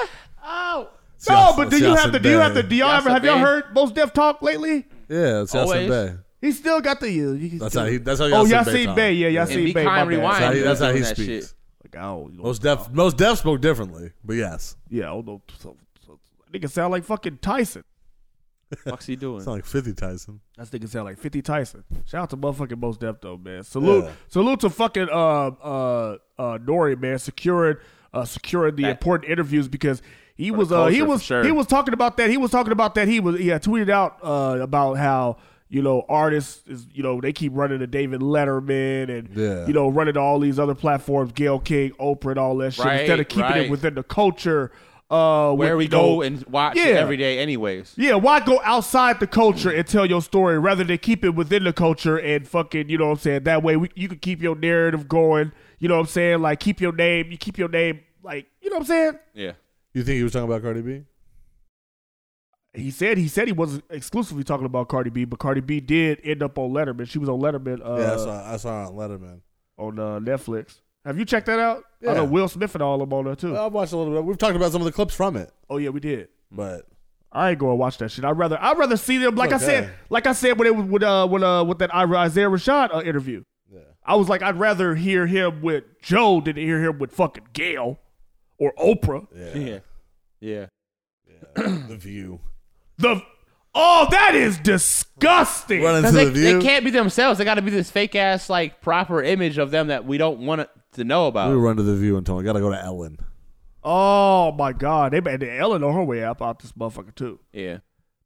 [SPEAKER 5] Oh.
[SPEAKER 2] No,
[SPEAKER 3] Justin-
[SPEAKER 2] but do you have
[SPEAKER 3] Justin
[SPEAKER 2] the do you have the
[SPEAKER 3] Bieber.
[SPEAKER 2] do y'all ever
[SPEAKER 5] Justin
[SPEAKER 2] have y'all
[SPEAKER 5] Bieber.
[SPEAKER 2] heard most deaf talk lately?
[SPEAKER 3] Yeah, it's Yasin
[SPEAKER 5] Always.
[SPEAKER 3] Bey.
[SPEAKER 2] He still got the you. you can
[SPEAKER 3] That's
[SPEAKER 2] still-
[SPEAKER 3] how he. That's how
[SPEAKER 2] Oh,
[SPEAKER 3] Yasin
[SPEAKER 2] y'all
[SPEAKER 3] Bey
[SPEAKER 2] see
[SPEAKER 3] talk.
[SPEAKER 2] Bay, yeah, y'all
[SPEAKER 5] And
[SPEAKER 2] see
[SPEAKER 5] be
[SPEAKER 2] Bay. my
[SPEAKER 5] kind,
[SPEAKER 2] bad.
[SPEAKER 5] rewind.
[SPEAKER 3] That's how
[SPEAKER 5] Fine,
[SPEAKER 3] he, that's how
[SPEAKER 5] doing
[SPEAKER 3] he
[SPEAKER 5] that
[SPEAKER 3] speaks.
[SPEAKER 5] shit.
[SPEAKER 2] Like, I don't, you know,
[SPEAKER 3] Most deaf, most deaf spoke differently, but yes,
[SPEAKER 2] yeah, I don't know. So, so, that nigga sound like fucking Tyson.
[SPEAKER 5] What's he doing?
[SPEAKER 3] it's not like Fifty Tyson.
[SPEAKER 2] That nigga sound like 50 Tyson. Shout out to motherfucking Most Def though, man. Salute,
[SPEAKER 3] Yeah.
[SPEAKER 2] salute to fucking uh uh uh Nori, man, securing uh securing the
[SPEAKER 5] That-
[SPEAKER 2] important interviews because he was
[SPEAKER 5] the
[SPEAKER 2] uh he
[SPEAKER 5] culture, for
[SPEAKER 2] was
[SPEAKER 5] sure.
[SPEAKER 2] he was talking about that. He was talking about that. He was yeah tweeted out uh about how you know artists is you know they keep running to David Letterman and
[SPEAKER 3] Yeah.
[SPEAKER 2] you know running to all these other platforms, Gail King, Oprah, and all that shit
[SPEAKER 5] Right,
[SPEAKER 2] instead of keeping it
[SPEAKER 5] right.
[SPEAKER 2] within the culture. Uh,
[SPEAKER 5] Where
[SPEAKER 2] with,
[SPEAKER 5] we
[SPEAKER 2] you know,
[SPEAKER 5] go and watch
[SPEAKER 2] Yeah.
[SPEAKER 5] every day, anyways.
[SPEAKER 2] yeah, why go outside the culture and tell your story rather than keep it within the culture and fucking, you know what I'm saying? That way we, you can keep your narrative going. You know what I'm saying? Like keep your name, you keep your name like, you know what I'm saying?
[SPEAKER 5] Yeah.
[SPEAKER 3] You think he was talking about Cardi B?
[SPEAKER 2] He said he said he wasn't exclusively talking about Cardi B, but Cardi B did end up on Letterman. She was on Letterman uh,
[SPEAKER 3] yeah, I saw, I saw her on Letterman.
[SPEAKER 2] on uh, Netflix. Have you checked that out? I
[SPEAKER 3] Yeah. Oh.
[SPEAKER 2] know Will Smith and all of them on there too.
[SPEAKER 3] I watched a little bit. We've talked about some of the clips from it,
[SPEAKER 2] oh yeah, we did.
[SPEAKER 3] but
[SPEAKER 2] I ain't gonna watch that shit. I'd rather I'd rather see them like I
[SPEAKER 3] Okay.
[SPEAKER 2] said, like I said when it was with uh with uh with that Isaiah Rashad uh, interview.
[SPEAKER 3] yeah,
[SPEAKER 2] I was like, I'd rather hear him with Joe than hear him with fucking Gail or Oprah.
[SPEAKER 3] yeah,
[SPEAKER 5] Yeah. Yeah.
[SPEAKER 3] the View.
[SPEAKER 2] The oh, that is disgusting.
[SPEAKER 3] Running to
[SPEAKER 5] Because they,
[SPEAKER 3] the View.
[SPEAKER 5] they can't be themselves. They got to be this fake ass, like, proper image of them that we don't want it to know
[SPEAKER 3] we
[SPEAKER 5] about.
[SPEAKER 3] run to the View and told him, "Gotta go to Ellen."
[SPEAKER 2] Oh my god, they made Ellen on her way up out this motherfucker too.
[SPEAKER 5] Yeah.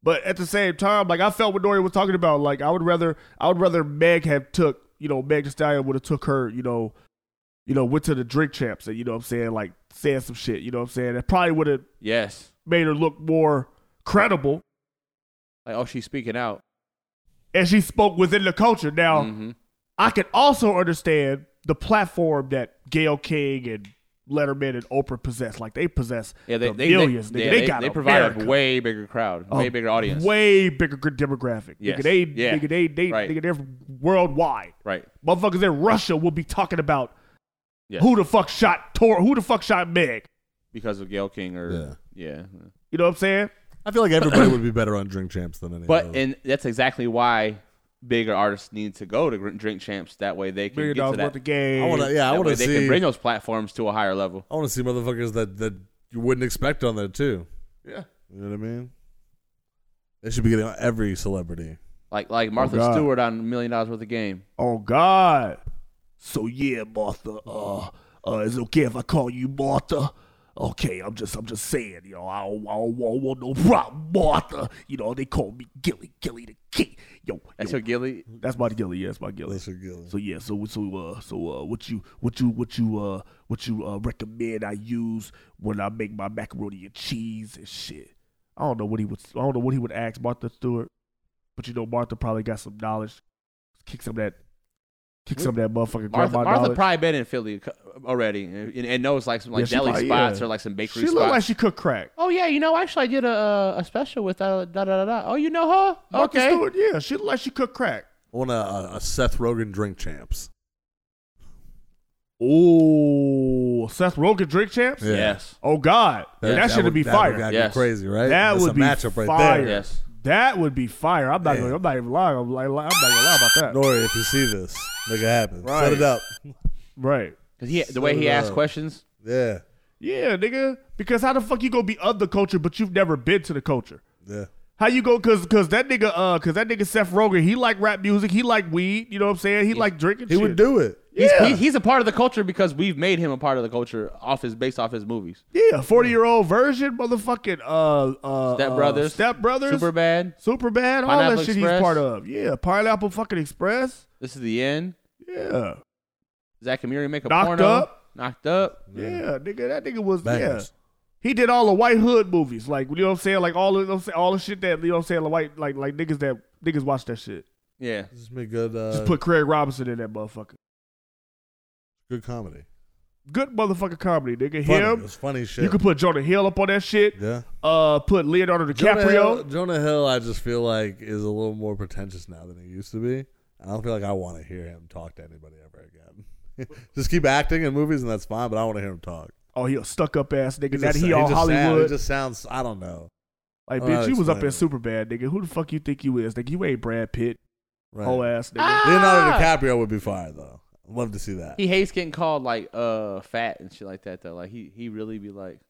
[SPEAKER 2] But at the same time, like I felt what Nori was talking about. Like I would rather I would rather Meg have took you know Meg Thee Stallion would have took her you know you know went to the drink champs and you know what I'm saying like said some shit you know what I'm saying that probably would have
[SPEAKER 5] Yes.
[SPEAKER 2] made her look more credible.
[SPEAKER 5] Like, oh, she's speaking out.
[SPEAKER 2] And she spoke within the culture. Now,
[SPEAKER 5] hmm
[SPEAKER 2] I can also understand the platform that Gail King and Letterman and Oprah possess. Like they possess
[SPEAKER 5] Yeah, they,
[SPEAKER 2] the
[SPEAKER 5] they,
[SPEAKER 2] millions.
[SPEAKER 5] They,
[SPEAKER 2] nigga.
[SPEAKER 5] yeah,
[SPEAKER 2] they,
[SPEAKER 5] they,
[SPEAKER 2] got
[SPEAKER 5] they provide
[SPEAKER 2] America.
[SPEAKER 5] a way bigger crowd,
[SPEAKER 2] A
[SPEAKER 5] way bigger audience.
[SPEAKER 2] way bigger gr- demographic.
[SPEAKER 5] Yes.
[SPEAKER 2] Nigga, they,
[SPEAKER 5] Yeah.
[SPEAKER 2] nigga, they, they,
[SPEAKER 5] Right.
[SPEAKER 2] nigga, they're worldwide.
[SPEAKER 5] right.
[SPEAKER 2] Motherfuckers in Russia will be talking about
[SPEAKER 5] Yes.
[SPEAKER 2] who the fuck shot Tor, who the fuck shot Meg.
[SPEAKER 5] Because of Gail King or. Yeah.
[SPEAKER 2] You know what I'm saying?
[SPEAKER 3] I feel like everybody would be better on Drink Champs than any.
[SPEAKER 5] But,
[SPEAKER 3] other.
[SPEAKER 5] and that's exactly why bigger artists need to go to gr- Drink Champs. That way they can
[SPEAKER 2] Million
[SPEAKER 5] get to
[SPEAKER 2] dollars
[SPEAKER 5] that.
[SPEAKER 2] worth of game.
[SPEAKER 3] I want to, yeah, I
[SPEAKER 5] That
[SPEAKER 3] want
[SPEAKER 5] way
[SPEAKER 3] to
[SPEAKER 5] they
[SPEAKER 3] see.
[SPEAKER 5] can bring those platforms to a higher level.
[SPEAKER 3] I want to see motherfuckers that that you wouldn't expect on there too. Yeah, you know what I mean. They should be getting on every celebrity.
[SPEAKER 5] Like like Martha
[SPEAKER 2] God.
[SPEAKER 5] Stewart on Million Dollars Worth of Game.
[SPEAKER 2] Oh God. So yeah, Martha. Uh, uh, is it okay if I call you Martha? Okay, I'm just, I'm just saying, you know, I don't, I don't, want- want no problem, Martha. You know, they call me Gilly, Gilly the King. Yo,
[SPEAKER 5] That's
[SPEAKER 2] yo,
[SPEAKER 5] her Gilly.
[SPEAKER 2] that's my Gilly. Yeah, that's my Gilly.
[SPEAKER 3] Listen, Gillis.
[SPEAKER 2] So yeah, so so uh, so uh, what you what you what you uh what you uh recommend I use when I make my macaroni and cheese and shit. I don't know what he would I don't know what he would ask Martha Stewart, but you know Martha probably got some knowledge. Kick some of that, kick some of that motherfucking
[SPEAKER 5] Martha,
[SPEAKER 2] grandma
[SPEAKER 5] Martha
[SPEAKER 2] knowledge.
[SPEAKER 5] probably been in Philly co- already and, and knows like some like
[SPEAKER 2] Yeah, she
[SPEAKER 5] deli
[SPEAKER 2] probably-
[SPEAKER 5] spots
[SPEAKER 2] yeah.
[SPEAKER 5] or like some
[SPEAKER 2] she
[SPEAKER 5] bakery
[SPEAKER 2] looked
[SPEAKER 5] spots.
[SPEAKER 2] like she could crack.
[SPEAKER 5] oh yeah, you know actually I did a uh, a special with uh, da da da da. Oh you know her?
[SPEAKER 2] Martha
[SPEAKER 5] okay.
[SPEAKER 2] Stewart, yeah, she looked like she could crack.
[SPEAKER 3] I want a, a Seth Rogen Drink Champs.
[SPEAKER 2] Oh, Seth Rogen drink champs.
[SPEAKER 3] Yeah.
[SPEAKER 5] Yes.
[SPEAKER 2] Oh God,
[SPEAKER 3] That-
[SPEAKER 2] that,
[SPEAKER 3] that
[SPEAKER 2] should
[SPEAKER 3] would-
[SPEAKER 2] be
[SPEAKER 3] that would
[SPEAKER 2] fire.
[SPEAKER 3] gotta
[SPEAKER 5] Yes.
[SPEAKER 3] go crazy, right?
[SPEAKER 2] That
[SPEAKER 3] That's
[SPEAKER 2] would
[SPEAKER 3] a
[SPEAKER 2] be
[SPEAKER 3] matchup right
[SPEAKER 2] fire.
[SPEAKER 3] there.
[SPEAKER 5] Yes.
[SPEAKER 2] That would be fire. I'm not. Gonna, I'm not even lying. I'm like, I'm not gonna lie about that.
[SPEAKER 3] Nori, if you see this, make it happen. Set it up.
[SPEAKER 2] Right.
[SPEAKER 5] Because he, the way he
[SPEAKER 3] Set it
[SPEAKER 5] asks
[SPEAKER 3] up.
[SPEAKER 5] questions,
[SPEAKER 3] Yeah,
[SPEAKER 2] Yeah, nigga. Because how the fuck you gonna be of the culture, but you've never been to the culture?
[SPEAKER 3] yeah.
[SPEAKER 2] How you go? Cause, cause that nigga, uh, cause that nigga Seth Rogen, he like rap music, he like weed. You know what I'm saying? He like drinking.
[SPEAKER 3] He would do it.
[SPEAKER 5] he's,
[SPEAKER 2] Yeah.
[SPEAKER 5] he- he's a part of the culture because we've made him a part of the culture off his based off his movies.
[SPEAKER 2] Yeah, forty year old version, motherfucking uh, uh,
[SPEAKER 5] Step Brothers,
[SPEAKER 2] Step Brothers,
[SPEAKER 5] Super bad.
[SPEAKER 2] Super bad, all that
[SPEAKER 5] Pineapple
[SPEAKER 2] shit he's
[SPEAKER 5] Express.
[SPEAKER 2] part of. Yeah, Pineapple fucking Express.
[SPEAKER 5] This is the end.
[SPEAKER 2] Yeah,
[SPEAKER 5] Zach and Miri make a
[SPEAKER 2] Knocked
[SPEAKER 5] porno.
[SPEAKER 2] Up.
[SPEAKER 5] Knocked up.
[SPEAKER 2] yeah, nigga, that nigga was
[SPEAKER 3] Bangers.
[SPEAKER 2] yeah. He did all the White Hood movies, like you know what I'm saying, like all of those, all the shit that you know what I'm saying, the white like like niggas that niggas watch that shit.
[SPEAKER 5] Yeah.
[SPEAKER 3] Just make good. Uh,
[SPEAKER 2] Just put Craig Robinson in that motherfucker.
[SPEAKER 3] good comedy.
[SPEAKER 2] Good motherfucking comedy, nigga.
[SPEAKER 3] Funny.
[SPEAKER 2] Him,
[SPEAKER 3] It's funny shit.
[SPEAKER 2] you could put Jonah Hill up on that shit.
[SPEAKER 3] yeah.
[SPEAKER 2] Uh, put Leonardo
[SPEAKER 3] Jonah Hill,
[SPEAKER 2] DiCaprio.
[SPEAKER 3] Jonah Hill, I just feel like is a little more pretentious now than he used to be. I don't feel like I want to hear him talk to anybody ever again. just keep acting in movies and that's fine, but I want to hear him talk.
[SPEAKER 2] Oh, he a stuck up ass nigga. That
[SPEAKER 3] just-
[SPEAKER 2] he all
[SPEAKER 3] just sound-
[SPEAKER 2] Hollywood.
[SPEAKER 3] he just sounds. I don't know.
[SPEAKER 2] Like,
[SPEAKER 3] I don't know how
[SPEAKER 2] bitch,
[SPEAKER 3] to
[SPEAKER 2] you was up in
[SPEAKER 3] explain
[SPEAKER 2] Superbad, nigga. Who the fuck you think you is? Nigga, you ain't Brad Pitt,
[SPEAKER 3] Right.
[SPEAKER 2] whole ass nigga.
[SPEAKER 3] Leonardo DiCaprio would be fire though. I'd love to see that.
[SPEAKER 5] He hates getting called like uh fat and shit like that though. Like he he really be like,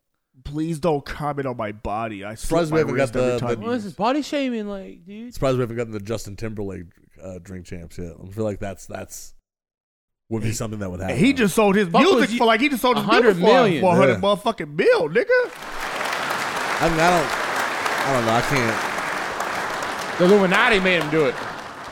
[SPEAKER 2] Please don't comment on my body. I slap
[SPEAKER 3] Surprised we
[SPEAKER 2] my
[SPEAKER 3] haven't got
[SPEAKER 2] wrist every
[SPEAKER 3] the-
[SPEAKER 2] time.
[SPEAKER 3] the-
[SPEAKER 2] you-
[SPEAKER 5] what is this body shaming like, dude?
[SPEAKER 3] surprised we haven't gotten the Justin Timberlake uh, drink champs yet. I feel like that's that's would be something that would happen.
[SPEAKER 2] And he just sold his
[SPEAKER 5] Fuck
[SPEAKER 2] music
[SPEAKER 5] was you-
[SPEAKER 2] for like he just sold his music
[SPEAKER 5] 100
[SPEAKER 2] for
[SPEAKER 5] million.
[SPEAKER 2] one hundred
[SPEAKER 3] Yeah.
[SPEAKER 2] motherfucking bill, nigga.
[SPEAKER 3] I mean, I don't. I don't know. I can't.
[SPEAKER 5] The Illuminati made him do it.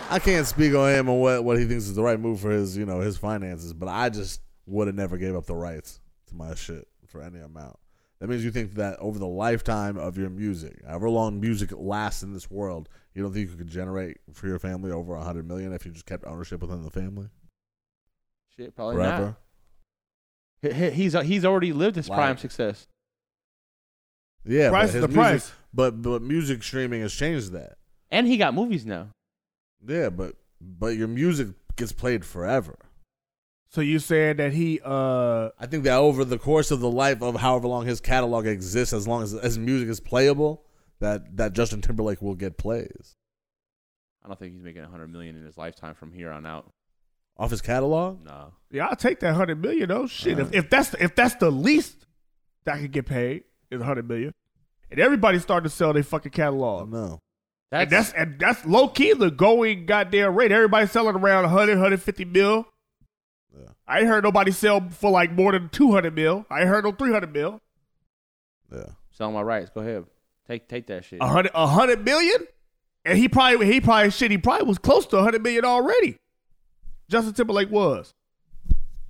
[SPEAKER 3] I can't speak on him and what what he thinks is the right move for his you know his finances. But I just would have never gave up the rights to my shit for any amount. That means you think that over the lifetime of your music, however long music lasts in this world, you don't think you could generate for your family over a hundred million if you just kept ownership within the family
[SPEAKER 5] Shit, probably
[SPEAKER 3] forever.
[SPEAKER 5] not. He- he- He's uh, he's already lived his
[SPEAKER 3] Wow.
[SPEAKER 5] prime success.
[SPEAKER 3] Yeah,
[SPEAKER 2] Price
[SPEAKER 3] but
[SPEAKER 2] is
[SPEAKER 3] his
[SPEAKER 2] the
[SPEAKER 3] music-
[SPEAKER 2] price.
[SPEAKER 3] But but music streaming has changed that.
[SPEAKER 5] And he got movies now.
[SPEAKER 3] Yeah, but but your music gets played forever.
[SPEAKER 2] So you saying that he uh
[SPEAKER 3] I think that over the course of the life of however long his catalog exists, as long as his music is playable, that that Justin Timberlake will get plays
[SPEAKER 5] I don't think he's making 100 million in his lifetime from here on out.
[SPEAKER 3] off his catalog.
[SPEAKER 5] No.
[SPEAKER 2] yeah, I'll take that hundred million though. Shit.
[SPEAKER 3] Alright.
[SPEAKER 2] If, if that's if that's the least that could get paid is hundred million. And everybody's starting to sell their fucking
[SPEAKER 3] Oh
[SPEAKER 2] catalog.
[SPEAKER 3] no,
[SPEAKER 5] That's,
[SPEAKER 2] and that's and that's low key the going goddamn rate. Everybody's selling around 100, 150 mil.
[SPEAKER 3] Yeah.
[SPEAKER 2] I ain't heard nobody sell for like more than 200 mil. I ain't heard no 300 mil.
[SPEAKER 3] yeah,
[SPEAKER 5] selling my rights. Go ahead. Take take that shit.
[SPEAKER 2] A 100, a 100 million? And he probably, he probably, shit, he probably was close to 100 million already. Justin Timberlake was.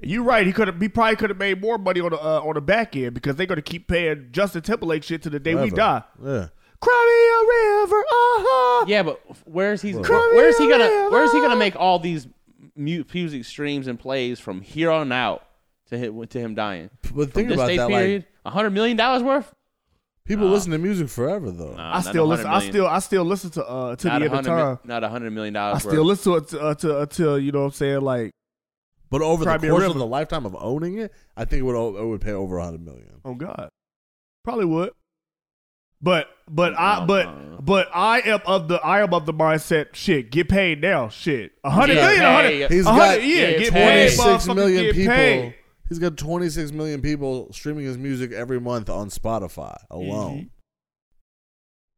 [SPEAKER 2] And You're right. He could have. He probably could have made more money on the uh, on the back end because they're gonna keep paying Justin Timberlake shit to the day we
[SPEAKER 3] Forever.
[SPEAKER 2] die.
[SPEAKER 3] Yeah,
[SPEAKER 2] Cry me a river, uh-huh.
[SPEAKER 5] Yeah, but where's he's
[SPEAKER 3] Whoa.
[SPEAKER 5] where's he gonna where's he gonna make all these mu- music streams and plays from here on out to him, to him dying?
[SPEAKER 3] but
[SPEAKER 5] From
[SPEAKER 3] think
[SPEAKER 5] this
[SPEAKER 3] about
[SPEAKER 5] day
[SPEAKER 3] that.
[SPEAKER 5] period,
[SPEAKER 3] Like
[SPEAKER 5] a 100 million dollars worth?
[SPEAKER 3] people listen to music forever, though.
[SPEAKER 5] No,
[SPEAKER 2] I
[SPEAKER 5] not
[SPEAKER 2] still listen.
[SPEAKER 5] 100
[SPEAKER 2] I
[SPEAKER 5] million.
[SPEAKER 2] still I still listen to uh to
[SPEAKER 5] Not
[SPEAKER 2] the end of
[SPEAKER 5] 100 mi-
[SPEAKER 2] time.
[SPEAKER 5] Not 100 million
[SPEAKER 2] I
[SPEAKER 5] dollars worth.
[SPEAKER 2] still listen to it to, uh, to until you know what I'm saying like
[SPEAKER 3] But over the
[SPEAKER 2] Cry Me a
[SPEAKER 3] course of
[SPEAKER 2] River.
[SPEAKER 3] the lifetime of owning it, I think it would o- it would pay over a hundred million.
[SPEAKER 2] oh god probably would but but I
[SPEAKER 3] Oh,
[SPEAKER 5] No,
[SPEAKER 2] but
[SPEAKER 5] no.
[SPEAKER 2] but I am of the I am of the mindset shit get paid now shit a hundred
[SPEAKER 5] Yeah,
[SPEAKER 2] million a hundred
[SPEAKER 5] pay.
[SPEAKER 3] He's
[SPEAKER 2] a hundred
[SPEAKER 3] got
[SPEAKER 2] yeah
[SPEAKER 5] yeah,
[SPEAKER 2] get
[SPEAKER 5] pay.
[SPEAKER 2] paid
[SPEAKER 3] 26
[SPEAKER 2] motherfucker,
[SPEAKER 3] million
[SPEAKER 2] get
[SPEAKER 3] people.
[SPEAKER 2] paid.
[SPEAKER 3] He's got 26 million people streaming his music every month on Spotify alone.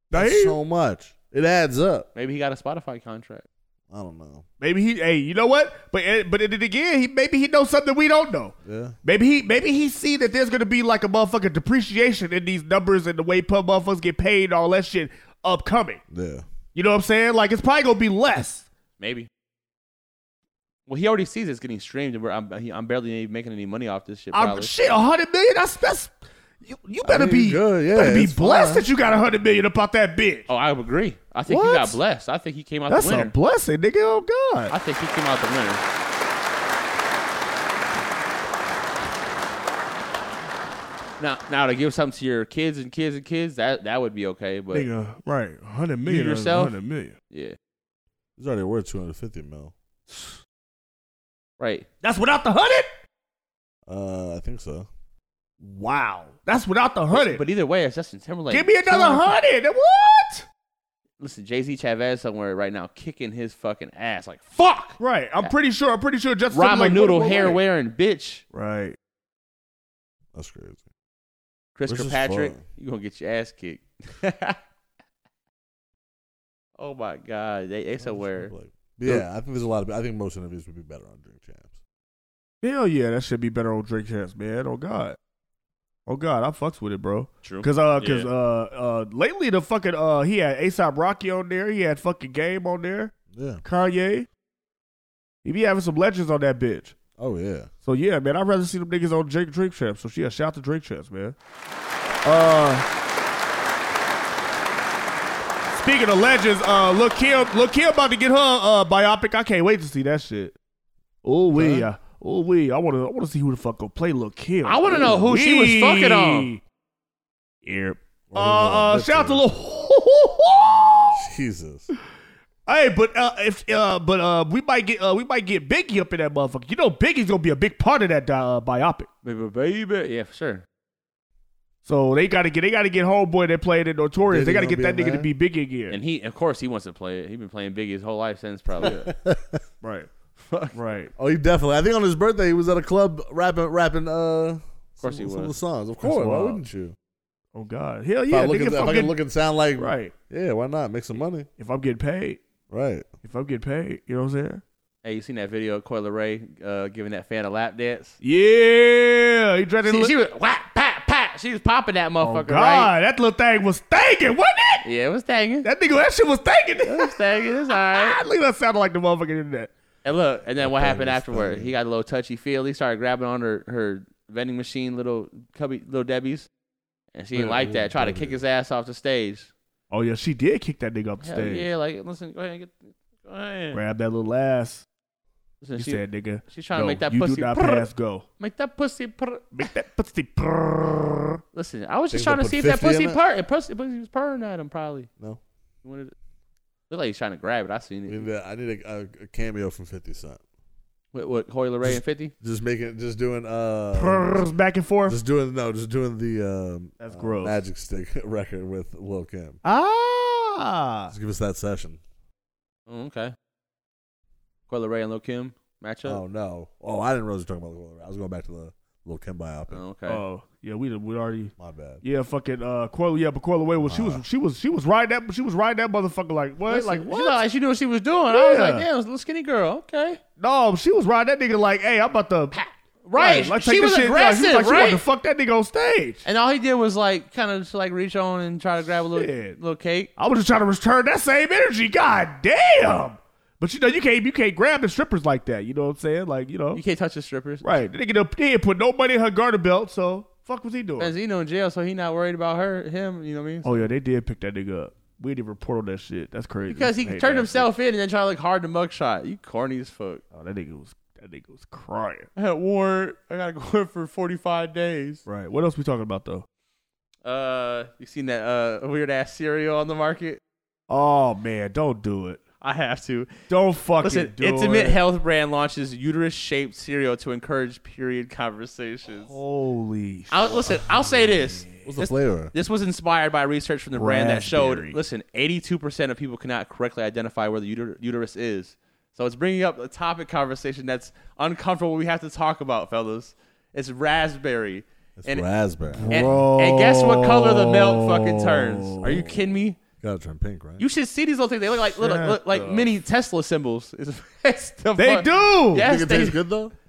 [SPEAKER 3] That's
[SPEAKER 2] Mm-hmm. Damn.
[SPEAKER 3] so much. It adds up.
[SPEAKER 5] Maybe he got a Spotify contract.
[SPEAKER 3] I don't know.
[SPEAKER 2] maybe he hey you know what but eh, but then again he maybe he knows something we don't know
[SPEAKER 3] Yeah.
[SPEAKER 2] Maybe he maybe he see that there's gonna be like a motherfucking depreciation in these numbers and the way pub motherfuckers get paid and all that shit upcoming.
[SPEAKER 3] Yeah.
[SPEAKER 2] You know what I'm saying? Like it's probably gonna be less.
[SPEAKER 5] Maybe. Well, he already sees it's getting streamed, and we're, I'm, he- I'm barely even making any money off this shit.
[SPEAKER 2] I'm,
[SPEAKER 5] probably.
[SPEAKER 2] shit, a hundred million. That's that's you. You better
[SPEAKER 3] mean,
[SPEAKER 2] be
[SPEAKER 3] good, yeah,
[SPEAKER 2] you better be
[SPEAKER 3] it's
[SPEAKER 2] blessed
[SPEAKER 3] fine.
[SPEAKER 2] that you got a hundred million about that bitch.
[SPEAKER 5] Oh, I would agree. I think
[SPEAKER 2] What?
[SPEAKER 5] he got blessed. I think he came out
[SPEAKER 2] that's
[SPEAKER 5] Oh, the
[SPEAKER 2] a
[SPEAKER 5] winner.
[SPEAKER 2] blessing, nigga. Oh
[SPEAKER 5] I
[SPEAKER 2] god.
[SPEAKER 5] think he came out the winner. Now, now to give something to your kids and kids and kids, that that would be okay. But
[SPEAKER 2] nigga, right? a Hundred
[SPEAKER 5] You yourself?
[SPEAKER 2] million.
[SPEAKER 5] yeah,
[SPEAKER 3] He's already worth 250 mil.
[SPEAKER 5] right.
[SPEAKER 2] That's without the hundred.
[SPEAKER 3] Uh, I think so.
[SPEAKER 2] Wow, that's without the hundred.
[SPEAKER 5] But either way, it's Justin Timberlake.
[SPEAKER 2] Give me another
[SPEAKER 5] killing-
[SPEAKER 2] hundred. What?
[SPEAKER 5] Listen, Jay Z Chavez somewhere right now kicking his fucking ass like fuck.
[SPEAKER 2] Right. I'm pretty sure. I'm pretty sure Justin
[SPEAKER 5] Ramen
[SPEAKER 2] Timberlake-
[SPEAKER 5] noodle
[SPEAKER 2] wait, wait,
[SPEAKER 5] hair
[SPEAKER 2] wait.
[SPEAKER 5] wearing bitch.
[SPEAKER 2] Right.
[SPEAKER 3] That's crazy.
[SPEAKER 5] Chris
[SPEAKER 3] This is
[SPEAKER 5] Kirkpatrick,
[SPEAKER 3] fun.
[SPEAKER 5] you gonna get your ass kicked. oh my god, they they somewhere.
[SPEAKER 3] Like, yeah, I think there's a lot of. I think most interviews would be better on Drink Champs.
[SPEAKER 2] Hell yeah, that should be better on Drake Chance, man. Oh god. Oh god, I fucks with it, bro.
[SPEAKER 5] True.
[SPEAKER 2] Cause uh, cause
[SPEAKER 5] Yeah.
[SPEAKER 2] uh, uh, lately the fucking uh, he had ASAP Rocky on there. He had fucking Game on there.
[SPEAKER 3] Yeah.
[SPEAKER 2] Kanye. He be having some legends on that bitch.
[SPEAKER 3] Oh yeah.
[SPEAKER 2] So yeah, man, I'd rather see them niggas on Drake Drink Champs. So yeah, shout to Drake Champs, man. Uh, speaking of legends, uh, look Kim, look Kim about to get her uh biopic. I can't wait to see that shit. Oh we,
[SPEAKER 3] Huh?
[SPEAKER 2] oh we, I wanna, I wanna see who the fuck gonna play Lil Kim.
[SPEAKER 5] I wanna know who she was
[SPEAKER 2] Ooh-wee.
[SPEAKER 5] fucking on.
[SPEAKER 2] Yep. Uh,
[SPEAKER 3] Well, who's on
[SPEAKER 2] uh,
[SPEAKER 3] this
[SPEAKER 2] shout out to
[SPEAKER 3] one?
[SPEAKER 2] Lil.
[SPEAKER 3] Jesus.
[SPEAKER 2] Hey, but uh, if uh, but uh, we might get uh, we might get Biggie up in that motherfucker. You know, Biggie's gonna be a big part of that uh, biopic.
[SPEAKER 5] Baby, baby. Yeah, for sure.
[SPEAKER 2] So they gotta get they gotta get homeboy that played in
[SPEAKER 3] Diddy
[SPEAKER 2] Notorious. They gotta
[SPEAKER 3] gonna
[SPEAKER 2] get
[SPEAKER 3] be
[SPEAKER 2] that
[SPEAKER 3] on
[SPEAKER 2] nigga
[SPEAKER 3] there?
[SPEAKER 2] to be Biggie again.
[SPEAKER 5] And he, of course, he wants to play it. He's been playing Biggie his whole life since probably.
[SPEAKER 2] right, right.
[SPEAKER 3] Oh, he definitely. I think on his birthday he was at a club rapping, rapping. Uh, of
[SPEAKER 5] course
[SPEAKER 3] some,
[SPEAKER 5] he
[SPEAKER 3] some of the
[SPEAKER 5] was.
[SPEAKER 3] songs. Of
[SPEAKER 2] That's
[SPEAKER 3] course. Why
[SPEAKER 2] wild.
[SPEAKER 3] wouldn't you?
[SPEAKER 2] Oh God, hell
[SPEAKER 3] If
[SPEAKER 2] yeah.
[SPEAKER 3] I, look at,
[SPEAKER 2] nigga,
[SPEAKER 3] if I
[SPEAKER 2] getting,
[SPEAKER 3] can look and sound like
[SPEAKER 2] right.
[SPEAKER 3] Yeah, why not make some money?
[SPEAKER 2] If I'm getting paid,
[SPEAKER 3] Right.
[SPEAKER 2] if I'm getting paid, you know what I'm saying?
[SPEAKER 5] Hey, you seen that video of Coil Ray uh, giving that fan a lap dance?
[SPEAKER 2] Yeah, he dreaded.
[SPEAKER 5] She,
[SPEAKER 2] li-
[SPEAKER 5] she was whack, pat, pat. She was popping that
[SPEAKER 2] oh
[SPEAKER 5] motherfucker,
[SPEAKER 2] God,
[SPEAKER 5] right?
[SPEAKER 2] that little thing was thinking, wasn't it?
[SPEAKER 5] Yeah, it was tagging. It
[SPEAKER 2] That nigga, that shit was thinking.
[SPEAKER 5] was tagging. It's all right.
[SPEAKER 2] look at that sounded like the motherfucking internet.
[SPEAKER 5] And look, and then what happened
[SPEAKER 3] was
[SPEAKER 5] afterward?
[SPEAKER 3] funny.
[SPEAKER 5] He got a little touchy feel. He started grabbing on her, her vending machine, little cubby, little Debbie's, and she didn't like that. Tried to kick his ass off the stage.
[SPEAKER 2] Oh yeah, she did kick that nigga up the
[SPEAKER 5] Hell
[SPEAKER 2] stage.
[SPEAKER 5] yeah, like listen, go ahead, and get, go ahead.
[SPEAKER 2] Grab that little ass.
[SPEAKER 5] Listen,
[SPEAKER 2] He
[SPEAKER 5] she,
[SPEAKER 2] said, nigga.
[SPEAKER 5] she's trying to
[SPEAKER 2] no,
[SPEAKER 5] make that
[SPEAKER 2] you
[SPEAKER 5] pussy
[SPEAKER 2] do not
[SPEAKER 5] purr.
[SPEAKER 2] pass go.
[SPEAKER 5] make that pussy. Purr.
[SPEAKER 2] Make that pussy purr.
[SPEAKER 5] Listen, I was just
[SPEAKER 3] Think they'll
[SPEAKER 5] trying to
[SPEAKER 3] put
[SPEAKER 5] see if that
[SPEAKER 3] 50 in
[SPEAKER 5] pussy
[SPEAKER 3] it?
[SPEAKER 5] purr. It pussy, pussy was purring at him probably.
[SPEAKER 3] No.
[SPEAKER 5] He wanted to- Looked like he's trying to grab it. I
[SPEAKER 3] I
[SPEAKER 5] seen it.
[SPEAKER 3] need a, I need a, a cameo from Fifty Cent.
[SPEAKER 5] What, what Hoyle Ray and Fifty?
[SPEAKER 3] Just making, just doing, uh,
[SPEAKER 2] Purrs back and forth.
[SPEAKER 3] just doing no, just doing the um,
[SPEAKER 2] That's
[SPEAKER 3] uh,
[SPEAKER 2] gross.
[SPEAKER 3] Magic Stick record with Lil Kim.
[SPEAKER 2] Ah.
[SPEAKER 3] Just give us that session.
[SPEAKER 5] Oh, okay. Coil Ray and Lil Kim matchup.
[SPEAKER 3] Oh no! Oh, I didn't realize you were talking about Lil. I was going back to the Lil Kim biopic.
[SPEAKER 5] Oh, okay.
[SPEAKER 2] Oh yeah, we we already
[SPEAKER 3] My bad.
[SPEAKER 2] yeah fucking uh Coil yeah but Coil away was she was she was she was riding that she was riding that motherfucker like what
[SPEAKER 5] Listen,
[SPEAKER 2] like
[SPEAKER 5] she
[SPEAKER 2] what
[SPEAKER 5] looked like she knew what she was doing. I was like,
[SPEAKER 2] Yeah.
[SPEAKER 5] damn, it's a little skinny girl. Okay.
[SPEAKER 2] no she was riding that nigga like hey I'm about to
[SPEAKER 5] Right.
[SPEAKER 2] let's
[SPEAKER 5] she
[SPEAKER 2] take this
[SPEAKER 5] was
[SPEAKER 2] shit- yeah,
[SPEAKER 5] aggressive,
[SPEAKER 2] she was like, she wanted
[SPEAKER 5] right?
[SPEAKER 2] to fuck that nigga on stage
[SPEAKER 5] and all he did was like kind of just like reach on and try to grab a little
[SPEAKER 2] Shit.
[SPEAKER 5] little cake.
[SPEAKER 2] I was just trying to return that same energy god damn but you know you can't you can't grab the strippers like that you know what I'm saying like you know
[SPEAKER 5] You can't touch the strippers.
[SPEAKER 2] right the nigga done- he didn't put no money in her garter belt so fuck was he doing
[SPEAKER 5] Benzino in jail, so he not worried about her, him. You know what I mean?
[SPEAKER 2] oh yeah they did pick that nigga up we didn't report on that shit that's crazy
[SPEAKER 5] because he
[SPEAKER 2] Hey,
[SPEAKER 5] turned
[SPEAKER 2] man.
[SPEAKER 5] himself in and then tried to look hard to mugshot. You corny as fuck.
[SPEAKER 2] oh that nigga was that nigga was crying.
[SPEAKER 5] I had warrant. I gotta go in for forty five days.
[SPEAKER 2] Right. What else we talking about though?
[SPEAKER 5] Uh, you seen that uh weird ass cereal on the market?
[SPEAKER 2] Oh man, don't do it.
[SPEAKER 5] I have to.
[SPEAKER 2] Don't fucking
[SPEAKER 5] Listen,
[SPEAKER 2] do
[SPEAKER 5] Intimate
[SPEAKER 2] it.
[SPEAKER 5] Health brand launches uterus shaped cereal to encourage period conversations.
[SPEAKER 2] Holy
[SPEAKER 5] I'll, listen, I'll say this.
[SPEAKER 3] What's the flavor?
[SPEAKER 5] This was inspired by research from the brand that
[SPEAKER 2] Raspberry.
[SPEAKER 5] showed, listen, 82% of people cannot correctly identify where the uter- uterus is. So it's bringing up a topic conversation that's uncomfortable we have to talk about, fellas. It's raspberry.
[SPEAKER 3] It's
[SPEAKER 5] and,
[SPEAKER 3] raspberry.
[SPEAKER 5] and, and guess what color the milk fucking turns? Are you kidding me?
[SPEAKER 3] Gotta turn pink, right?
[SPEAKER 5] You should see these little things. They look like little, look like mini Tesla symbols. It's, it's the
[SPEAKER 2] They
[SPEAKER 5] fuck-
[SPEAKER 2] do.
[SPEAKER 5] Yes,
[SPEAKER 3] think it
[SPEAKER 5] they-
[SPEAKER 3] tastes good though?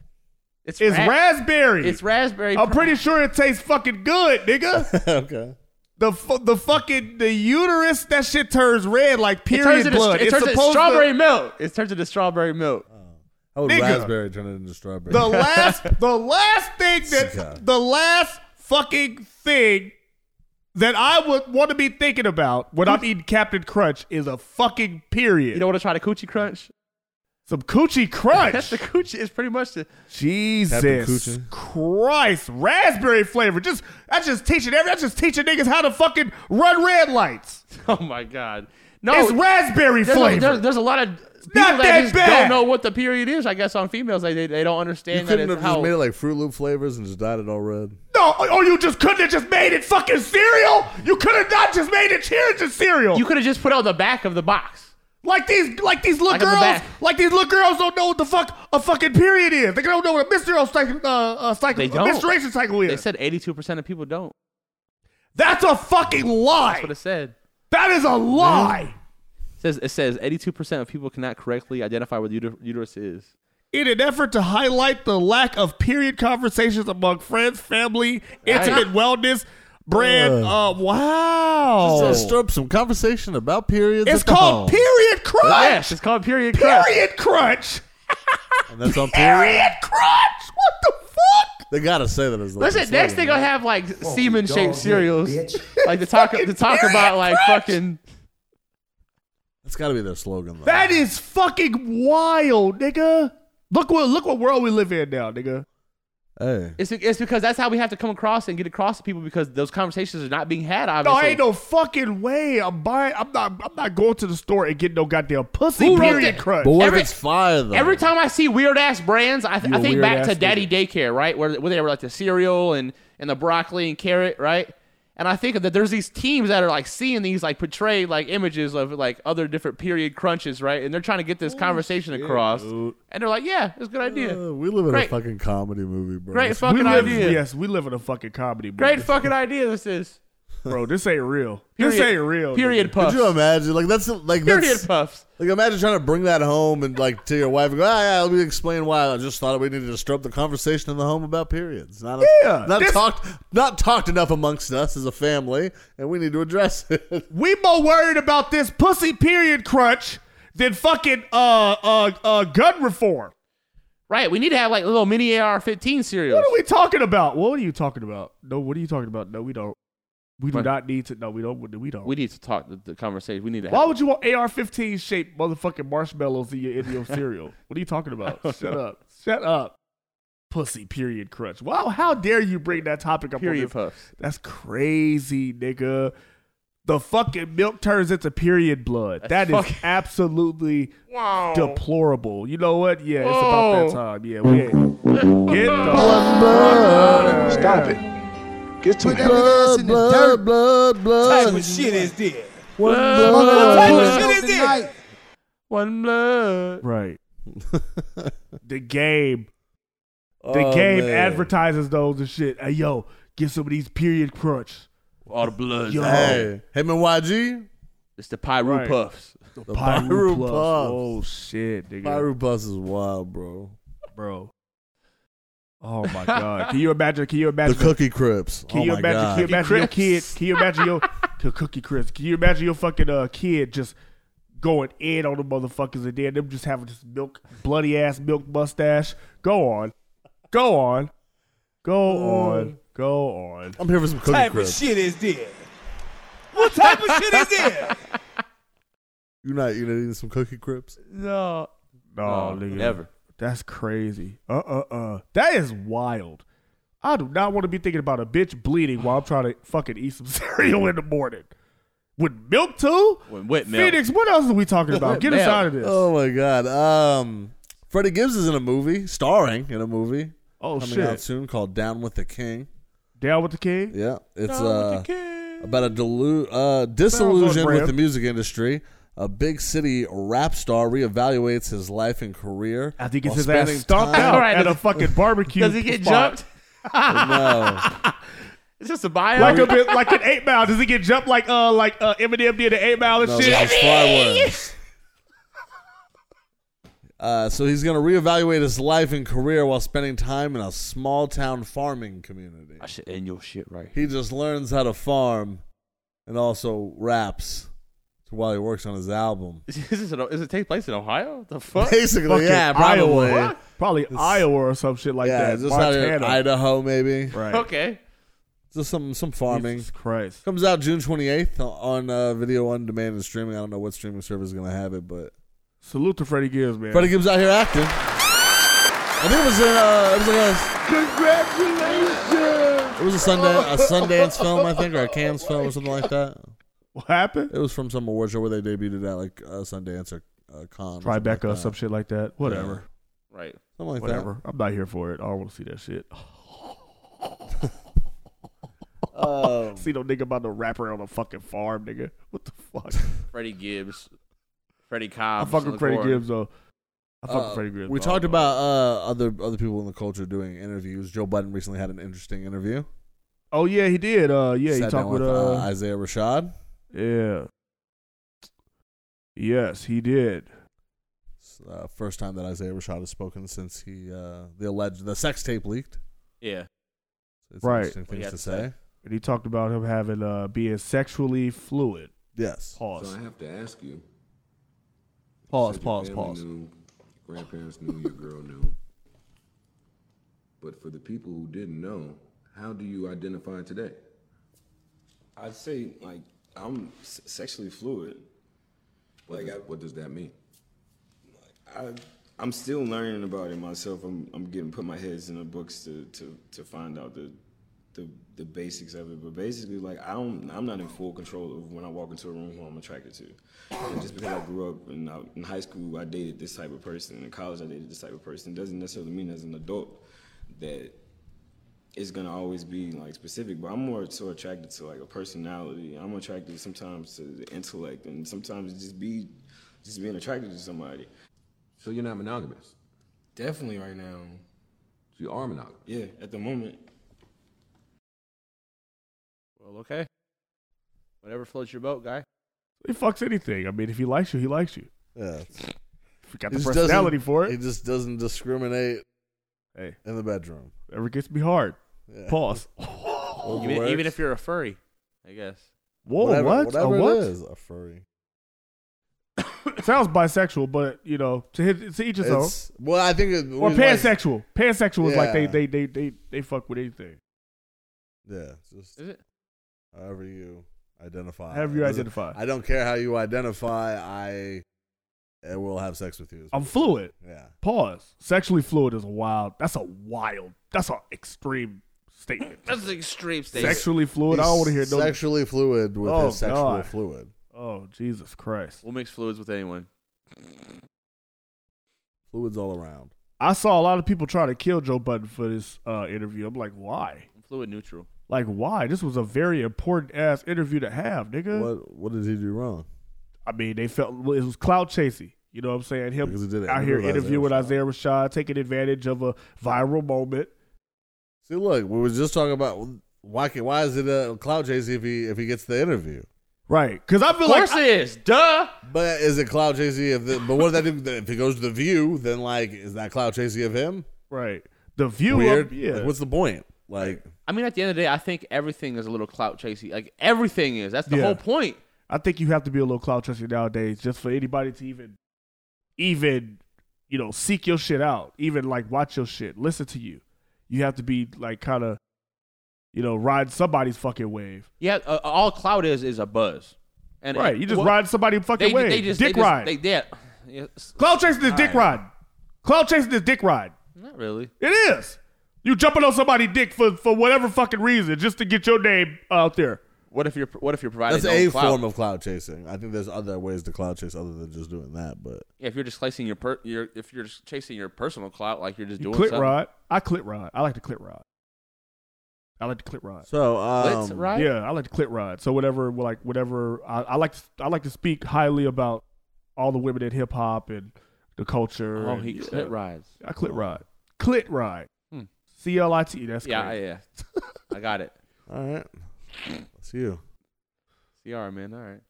[SPEAKER 5] It's,
[SPEAKER 2] It's
[SPEAKER 5] ra-
[SPEAKER 2] raspberry.
[SPEAKER 5] It's raspberry.
[SPEAKER 2] I'm pretty sure it tastes fucking good, nigga.
[SPEAKER 3] okay.
[SPEAKER 2] the fu- the fucking the uterus that shit turns red like
[SPEAKER 5] It
[SPEAKER 2] period
[SPEAKER 5] turns into,
[SPEAKER 2] blood.
[SPEAKER 5] it
[SPEAKER 2] it's
[SPEAKER 5] turns into
[SPEAKER 2] supposed to-
[SPEAKER 5] strawberry milk. It turns into strawberry milk.
[SPEAKER 3] How would
[SPEAKER 2] Nigga.
[SPEAKER 3] raspberry turn it into strawberry?
[SPEAKER 2] the last the last thing
[SPEAKER 3] Okay.
[SPEAKER 2] that the last fucking thing that I would want to be thinking about when I'm eating Captain Crunch is a fucking period.
[SPEAKER 5] You don't want to try the coochie crunch?
[SPEAKER 2] Some coochie
[SPEAKER 5] That's
[SPEAKER 2] crunch.
[SPEAKER 5] the coochie. It's pretty much the.
[SPEAKER 3] Captain
[SPEAKER 2] Jesus
[SPEAKER 3] Coochie.
[SPEAKER 2] Christ, raspberry flavor. Just that's just teaching every. That's just teaching niggas how to fucking run red lights.
[SPEAKER 5] Oh my god. No,
[SPEAKER 2] it's raspberry
[SPEAKER 5] Oh, there's,
[SPEAKER 2] flavor.
[SPEAKER 5] A, there's, there's a lot of
[SPEAKER 2] not
[SPEAKER 5] that
[SPEAKER 2] that
[SPEAKER 5] just don't
[SPEAKER 2] bad.
[SPEAKER 5] know what the period is. I guess on females, like, they they don't understand
[SPEAKER 3] You
[SPEAKER 5] that
[SPEAKER 3] couldn't
[SPEAKER 5] it's
[SPEAKER 3] have
[SPEAKER 5] how.
[SPEAKER 3] just made it like Fruit Loop flavors and just dyed it all red.
[SPEAKER 2] No, or you just couldn't have just made it fucking cereal. You could have not just made it cheers and cereal.
[SPEAKER 5] you could have just put out the back of the box.
[SPEAKER 2] like these, like these little
[SPEAKER 5] Like in the
[SPEAKER 2] girls,
[SPEAKER 5] back.
[SPEAKER 2] like these little girls don't know what the fuck a fucking period is. They don't know what a menstrual cycle, uh, uh, cycle,
[SPEAKER 5] They
[SPEAKER 2] a
[SPEAKER 5] don't.
[SPEAKER 2] menstruation cycle
[SPEAKER 5] They
[SPEAKER 2] is.
[SPEAKER 5] said 82% of people don't.
[SPEAKER 2] That's a fucking lie.
[SPEAKER 5] That's what it said.
[SPEAKER 2] that is a lie.
[SPEAKER 5] It says, it says 82% of people cannot correctly identify what the uter- uterus is.
[SPEAKER 2] In an effort to highlight the lack of period conversations among friends, family, intimate wellness, brand, uh, wow.
[SPEAKER 3] Just stir up some conversation about periods.
[SPEAKER 2] Oh. It's
[SPEAKER 3] at the
[SPEAKER 2] called
[SPEAKER 3] home.
[SPEAKER 2] period crunch.
[SPEAKER 5] Yes, it's called period crust.
[SPEAKER 2] Period crunch.
[SPEAKER 3] And that's on period.
[SPEAKER 2] Period crunch. What the fuck?
[SPEAKER 3] They gotta say that as
[SPEAKER 5] Listen, next thing I'll have like semen shaped cereals.
[SPEAKER 6] bitch.
[SPEAKER 5] Like to talk to talk about like fucking
[SPEAKER 3] That's gotta be their slogan. Though.
[SPEAKER 2] That is fucking wild, nigga. Look what look what world we live in now, nigga.
[SPEAKER 3] hey,
[SPEAKER 5] it's it's because that's how we have to come across and get across to people because those conversations are not being had
[SPEAKER 2] No,
[SPEAKER 5] obviously.
[SPEAKER 2] ain't no fucking way. I'm buying. I'm not. I'm not going to the store and getting no goddamn pussy.
[SPEAKER 5] Who wrote
[SPEAKER 2] period
[SPEAKER 5] that?
[SPEAKER 2] crunch.
[SPEAKER 3] but what
[SPEAKER 5] every-
[SPEAKER 3] if it's fire though? Uh,
[SPEAKER 5] Every time I see weird ass brands, I,
[SPEAKER 2] You
[SPEAKER 5] I
[SPEAKER 2] a
[SPEAKER 5] think
[SPEAKER 2] weird
[SPEAKER 5] back
[SPEAKER 2] ass
[SPEAKER 5] to Daddy Daycare, right? Where, where they were like the cereal and, and the broccoli and carrot, right? And I think that there's these teams that are like seeing these like portrayed like images of like other different period crunches, right? And they're trying to get
[SPEAKER 2] Oh,
[SPEAKER 5] this conversation across, and they're like, "Yeah, it's a good idea,
[SPEAKER 3] Uh, we live in
[SPEAKER 5] Great.
[SPEAKER 3] a fucking comedy movie, bro.
[SPEAKER 5] great
[SPEAKER 3] It's-
[SPEAKER 2] we
[SPEAKER 5] fucking
[SPEAKER 2] live,
[SPEAKER 5] idea,
[SPEAKER 2] Yes, we live in a fucking comedy. Bro.
[SPEAKER 5] great fucking idea." This is
[SPEAKER 2] bro. This ain't real. this
[SPEAKER 5] Period-
[SPEAKER 2] ain't real.
[SPEAKER 5] period
[SPEAKER 2] nigga.
[SPEAKER 5] puffs,
[SPEAKER 3] Could you imagine? Like that's like
[SPEAKER 5] period
[SPEAKER 3] that's
[SPEAKER 5] puffs.
[SPEAKER 3] like imagine trying to bring that home and like to your wife and go, ah, yeah, let me explain why I just thought we needed to disturb the conversation in the home about periods. Not
[SPEAKER 2] Yeah,
[SPEAKER 3] not
[SPEAKER 2] this-
[SPEAKER 3] talked not talked enough amongst us as a family, and we need to address it.
[SPEAKER 2] We more worried about this pussy period crunch than fucking uh uh uh gun reform.
[SPEAKER 5] Right? We need to have like little mini AR-15 cereals.
[SPEAKER 2] What are we talking about? What are you talking about? No, what are you talking about? No, we don't. We do
[SPEAKER 5] Right.
[SPEAKER 2] not need to. No, we don't. We don't.
[SPEAKER 5] We need to talk the, the conversation. We need to. Have,
[SPEAKER 2] Why would you want AR-15 shaped motherfucking marshmallows in your in your cereal? What are you talking about? Shut up. Shut up. Pussy period crunch. Wow, how dare you bring that topic up? on
[SPEAKER 5] period
[SPEAKER 2] this-
[SPEAKER 5] puffs.
[SPEAKER 2] That's crazy, nigga. The fucking milk turns into period blood. That's
[SPEAKER 5] That's fucking-
[SPEAKER 2] absolutely deplorable. You know what? Yeah, it's
[SPEAKER 5] Whoa.
[SPEAKER 2] about that time. Yeah, we ain't. Get the
[SPEAKER 1] Stop it. Get to
[SPEAKER 7] Put that nigga ass in the dirt.
[SPEAKER 3] blood, blood.
[SPEAKER 1] What shit is this?
[SPEAKER 3] One
[SPEAKER 7] Smoking
[SPEAKER 3] blood.
[SPEAKER 7] that shit
[SPEAKER 1] What shit is
[SPEAKER 7] out
[SPEAKER 1] this?
[SPEAKER 7] tonight.
[SPEAKER 5] One blood.
[SPEAKER 2] right. the game. The
[SPEAKER 3] Oh,
[SPEAKER 2] game
[SPEAKER 3] man.
[SPEAKER 2] advertises those and shit. Hey, yo, get some of these period crunch.
[SPEAKER 5] All the blood.
[SPEAKER 2] Yo,
[SPEAKER 3] Hey, hey, man, YG.
[SPEAKER 5] It's the Pyru
[SPEAKER 2] Right.
[SPEAKER 5] Puffs.
[SPEAKER 2] the
[SPEAKER 3] Pyro
[SPEAKER 2] Pyro Puffs.
[SPEAKER 3] Puffs.
[SPEAKER 2] Oh, shit, nigga.
[SPEAKER 3] Pyro Bus is wild, bro.
[SPEAKER 2] Bro. Oh, my God. Can you imagine? Can you
[SPEAKER 3] The
[SPEAKER 2] imagine?
[SPEAKER 3] cookie crips.
[SPEAKER 2] Can
[SPEAKER 3] oh
[SPEAKER 2] you
[SPEAKER 3] my
[SPEAKER 2] imagine? Can you
[SPEAKER 3] God.
[SPEAKER 2] imagine your kid?
[SPEAKER 5] Crisps.
[SPEAKER 2] Can you imagine your c- cookie crisps? Can you imagine your fucking uh, kid just going in on the motherfuckers and then them just having this milk bloody ass milk mustache? Go on, go on, go on, go on.
[SPEAKER 3] I'm here for some cookie
[SPEAKER 1] Oh. What type of
[SPEAKER 3] crips.
[SPEAKER 1] shit is this? What type of shit is this?
[SPEAKER 3] You not you not eating some cookie crips?
[SPEAKER 5] No.
[SPEAKER 2] No,
[SPEAKER 5] No,
[SPEAKER 2] nigga,
[SPEAKER 5] never.
[SPEAKER 2] That's crazy. Uh, uh, uh. That is wild. I do not want to be thinking about a bitch bleeding while I'm trying to fucking eat some cereal in the morning. With milk too?
[SPEAKER 5] With wet milk.
[SPEAKER 2] Phoenix, what else are we talking about?
[SPEAKER 5] Wet
[SPEAKER 2] Get us
[SPEAKER 5] milk. Uh,
[SPEAKER 2] out of this.
[SPEAKER 3] Oh my god. Um Freddie Gibbs is in a movie, starring in a movie
[SPEAKER 2] Oh
[SPEAKER 3] coming
[SPEAKER 2] shit!
[SPEAKER 3] out soon called Down with the King.
[SPEAKER 2] Down with the king.
[SPEAKER 3] Yeah. It's uh about a delu- uh disillusion with
[SPEAKER 2] brand.
[SPEAKER 3] the music industry. A big city rap star reevaluates his life and career.
[SPEAKER 2] I think it's
[SPEAKER 3] while
[SPEAKER 2] his ass
[SPEAKER 3] spending
[SPEAKER 2] stomped
[SPEAKER 3] time-
[SPEAKER 2] out
[SPEAKER 5] Right,
[SPEAKER 2] at
[SPEAKER 5] does-
[SPEAKER 2] a fucking barbecue.
[SPEAKER 5] Does he get
[SPEAKER 2] spot.
[SPEAKER 5] jumped?
[SPEAKER 3] No.
[SPEAKER 5] It's just a bio.
[SPEAKER 2] Like a bit, like an eight mile. Does he get jumped like uh like uh Eminem did the eight mile and
[SPEAKER 3] No,
[SPEAKER 2] shit?
[SPEAKER 3] this is far worse. Uh, so he's going to reevaluate his life and career while spending time in a small town farming community.
[SPEAKER 5] I should end your shit right here.
[SPEAKER 3] He just learns how to farm and also raps while he works on his album.
[SPEAKER 5] Is this in, does it take place in Ohio? The fuck?
[SPEAKER 3] Basically,
[SPEAKER 2] Fucking
[SPEAKER 3] yeah, probably.
[SPEAKER 2] Iowa. Probably Iowa or some shit like
[SPEAKER 3] Yeah,
[SPEAKER 2] that.
[SPEAKER 3] just out here in
[SPEAKER 2] Montana.
[SPEAKER 3] Idaho, maybe.
[SPEAKER 2] right.
[SPEAKER 5] Okay.
[SPEAKER 3] Just some some farming.
[SPEAKER 2] Jesus Christ.
[SPEAKER 3] Comes out June 28th on uh, video on demand and streaming. I don't know what streaming service is going to have it, but
[SPEAKER 2] Salute to Freddie Gibbs, man.
[SPEAKER 3] Freddie Gibbs out here acting. I think it was in, uh, it was like a
[SPEAKER 1] Congratulations.
[SPEAKER 3] It was a Sundan a Sundance film, I think, or a Cannes film, or something like that.
[SPEAKER 2] what happened?
[SPEAKER 3] It was from some award show where they debuted it at like uh, Sundance or uh, con. or something like
[SPEAKER 2] Tribeca,
[SPEAKER 3] that.
[SPEAKER 2] some shit like that. Whatever.
[SPEAKER 5] Right.
[SPEAKER 3] Something like
[SPEAKER 2] Whatever. I'm not here for it. I don't want to see that shit.
[SPEAKER 3] that. Um,
[SPEAKER 2] See no nigga about to wrap around a fucking farm, nigga. What the fuck?
[SPEAKER 5] Freddie Gibbs, Freddie Cobb.
[SPEAKER 2] I fuck with Freddie Gibbs though. I fuck
[SPEAKER 3] uh,
[SPEAKER 2] with Freddie Gibbs.
[SPEAKER 3] we
[SPEAKER 2] though.
[SPEAKER 3] talked about uh, other other people in the culture doing interviews. Joe Budden recently had an interesting interview.
[SPEAKER 2] Oh yeah, he did. Uh, yeah, he
[SPEAKER 3] Sat
[SPEAKER 2] talked
[SPEAKER 3] down
[SPEAKER 2] with
[SPEAKER 3] uh,
[SPEAKER 2] uh,
[SPEAKER 3] Isaiah Rashad.
[SPEAKER 2] yeah. Yes, he did.
[SPEAKER 3] It's, uh, first time that Isaiah Rashad has spoken since he uh, the alleged the sex tape leaked.
[SPEAKER 5] Yeah.
[SPEAKER 3] It's
[SPEAKER 2] Right.
[SPEAKER 3] Interesting
[SPEAKER 5] he
[SPEAKER 3] things
[SPEAKER 5] had
[SPEAKER 3] to
[SPEAKER 5] to say.
[SPEAKER 3] say.
[SPEAKER 2] And he talked about him having uh being sexually fluid.
[SPEAKER 3] Yes.
[SPEAKER 2] Pause.
[SPEAKER 10] So I have to ask you.
[SPEAKER 2] Pause.
[SPEAKER 10] said your
[SPEAKER 2] Pause.
[SPEAKER 10] family
[SPEAKER 2] Pause.
[SPEAKER 10] Knew, your grandparents knew, your girl knew. But for the people who didn't know, how do you identify today?
[SPEAKER 11] I'd say like I'm s- sexually fluid. Like I,
[SPEAKER 10] What does that mean?
[SPEAKER 11] I, I'm still learning about it myself. I'm, I'm getting put my heads in the books to, to, to find out the, the the basics of it. But basically, like I don't, I'm not in full control of when I walk into a room who I'm attracted to. And just because I grew up and I, in high school I dated this type of person, in college I dated this type of person, doesn't necessarily mean as an adult that it's gonna always be like specific, but I'm more so attracted to like a personality. I'm attracted sometimes to the intellect, and sometimes it just be just being attracted to somebody.
[SPEAKER 10] So you're not monogamous.
[SPEAKER 11] Definitely right now,
[SPEAKER 10] You are monogamous.
[SPEAKER 11] yeah. At the moment,
[SPEAKER 5] Well, okay. Whatever floats your boat, guy.
[SPEAKER 2] He fucks anything. I mean, if he likes you, he likes you.
[SPEAKER 3] Yeah.
[SPEAKER 2] If you got
[SPEAKER 3] He
[SPEAKER 2] the
[SPEAKER 3] just
[SPEAKER 2] personality
[SPEAKER 3] doesn't-
[SPEAKER 2] for it,
[SPEAKER 3] He just doesn't discriminate
[SPEAKER 2] Hey.
[SPEAKER 3] in the bedroom.
[SPEAKER 2] ever gets me hard.
[SPEAKER 3] Yeah.
[SPEAKER 2] Pause.
[SPEAKER 3] Those
[SPEAKER 5] Even,
[SPEAKER 3] words.
[SPEAKER 5] even if you're a furry, I guess.
[SPEAKER 2] Whoa,
[SPEAKER 3] whatever,
[SPEAKER 2] what? A
[SPEAKER 3] Whatever
[SPEAKER 2] what?
[SPEAKER 3] it is, a furry.
[SPEAKER 2] Sounds bisexual, but you know, to, his, to each his own.
[SPEAKER 3] It's, well, I think it,
[SPEAKER 2] Or
[SPEAKER 3] we like-
[SPEAKER 2] pansexual. pansexual is like they,
[SPEAKER 3] Yeah.
[SPEAKER 2] they they they they fuck with anything.
[SPEAKER 3] Yeah, just
[SPEAKER 5] Is it?
[SPEAKER 3] however you identify.
[SPEAKER 2] However
[SPEAKER 3] It
[SPEAKER 2] you
[SPEAKER 3] doesn't-
[SPEAKER 2] identify.
[SPEAKER 3] I don't care how you identify. I, I will have sex with you. is
[SPEAKER 2] I'm
[SPEAKER 3] what-
[SPEAKER 2] fluid.
[SPEAKER 3] Yeah.
[SPEAKER 2] Pause. Sexually fluid is wild. That's a wild. That's an extreme statement.
[SPEAKER 5] That's an extreme statement.
[SPEAKER 2] Sexually fluid. I don't want to hear no.
[SPEAKER 3] Sexually fluid with
[SPEAKER 2] Oh,
[SPEAKER 3] his sexual
[SPEAKER 2] God.
[SPEAKER 3] fluid.
[SPEAKER 2] oh Jesus Christ!
[SPEAKER 5] We'll mix fluids with anyone.
[SPEAKER 3] Fluids all around.
[SPEAKER 2] I saw a lot of people try to kill Joe Budden for this uh, interview. I'm like, why?
[SPEAKER 5] I'm fluid neutral.
[SPEAKER 2] Like, why? This was a very important ass interview to have, nigga.
[SPEAKER 3] What What did he do wrong?
[SPEAKER 2] I mean, they felt it was cloud chasing. You know what I'm saying? Him
[SPEAKER 3] Because he did an
[SPEAKER 2] out
[SPEAKER 3] interview
[SPEAKER 2] here
[SPEAKER 3] with Isaiah Rashad.
[SPEAKER 2] interviewing Isaiah Rashad, taking advantage of a viral moment.
[SPEAKER 3] See, look, we were just talking about why. Can, why is it a cloud chasing if he if he gets the interview?
[SPEAKER 2] Right. Because I feel
[SPEAKER 5] Of course
[SPEAKER 2] like.
[SPEAKER 5] it is. Duh.
[SPEAKER 3] But is it cloud chasing? If the, but what if that do? If he goes to the view, then like is that cloud chasing of him?
[SPEAKER 2] right. The view
[SPEAKER 3] Weird.
[SPEAKER 2] of. uh, Yeah.
[SPEAKER 3] Like, what's the point? Like
[SPEAKER 5] I mean, at the end of the day, I think everything is a little clout chasey. Like everything is. That's the
[SPEAKER 2] Yeah.
[SPEAKER 5] whole point.
[SPEAKER 2] I think you have to be a little cloud chasing nowadays just for anybody to even, even, you know, seek your shit out, even like watch your shit, listen to you. You have to be like kind of, you know, ride somebody's fucking wave.
[SPEAKER 5] Yeah. Uh, all clout is is a buzz. And
[SPEAKER 2] right. You just
[SPEAKER 5] what-
[SPEAKER 2] ride somebody fucking
[SPEAKER 5] They,
[SPEAKER 2] wave.
[SPEAKER 5] they just
[SPEAKER 2] dick
[SPEAKER 5] they just-
[SPEAKER 2] ride.
[SPEAKER 5] they yeah. Yes.
[SPEAKER 2] cloud chasing is dick
[SPEAKER 5] Alright.
[SPEAKER 2] ride. Cloud chasing is dick ride.
[SPEAKER 5] Not really.
[SPEAKER 2] It is. You jumping on somebody's dick for, for whatever fucking reason, just to get your name out there.
[SPEAKER 5] What if you're What if you're providing?
[SPEAKER 3] that's
[SPEAKER 5] no
[SPEAKER 3] a
[SPEAKER 5] clout?
[SPEAKER 3] form of cloud chasing. I think there's other ways to cloud chase other than just doing that. But
[SPEAKER 5] Yeah, if you're just chasing your per, your if you're just chasing your personal clout, like you're just
[SPEAKER 2] You
[SPEAKER 5] doing
[SPEAKER 2] clit
[SPEAKER 5] something.
[SPEAKER 2] rod. I clit rod. I like to clit rod. I like to clit rod.
[SPEAKER 3] so
[SPEAKER 5] Blitz,
[SPEAKER 3] um,
[SPEAKER 5] right?
[SPEAKER 2] Yeah, I like to clit rod. So whatever, like whatever, I, I like to, I like to speak highly about all the women in hip hop and the culture.
[SPEAKER 5] Oh,
[SPEAKER 2] and-
[SPEAKER 5] he
[SPEAKER 2] yeah.
[SPEAKER 5] clit rides.
[SPEAKER 2] I clit rod. Clit rod.
[SPEAKER 5] Hmm.
[SPEAKER 2] C L I T. E, That's
[SPEAKER 5] Yeah,
[SPEAKER 2] crazy.
[SPEAKER 5] yeah. I got it.
[SPEAKER 3] all right, that's you.
[SPEAKER 5] CR man. All right.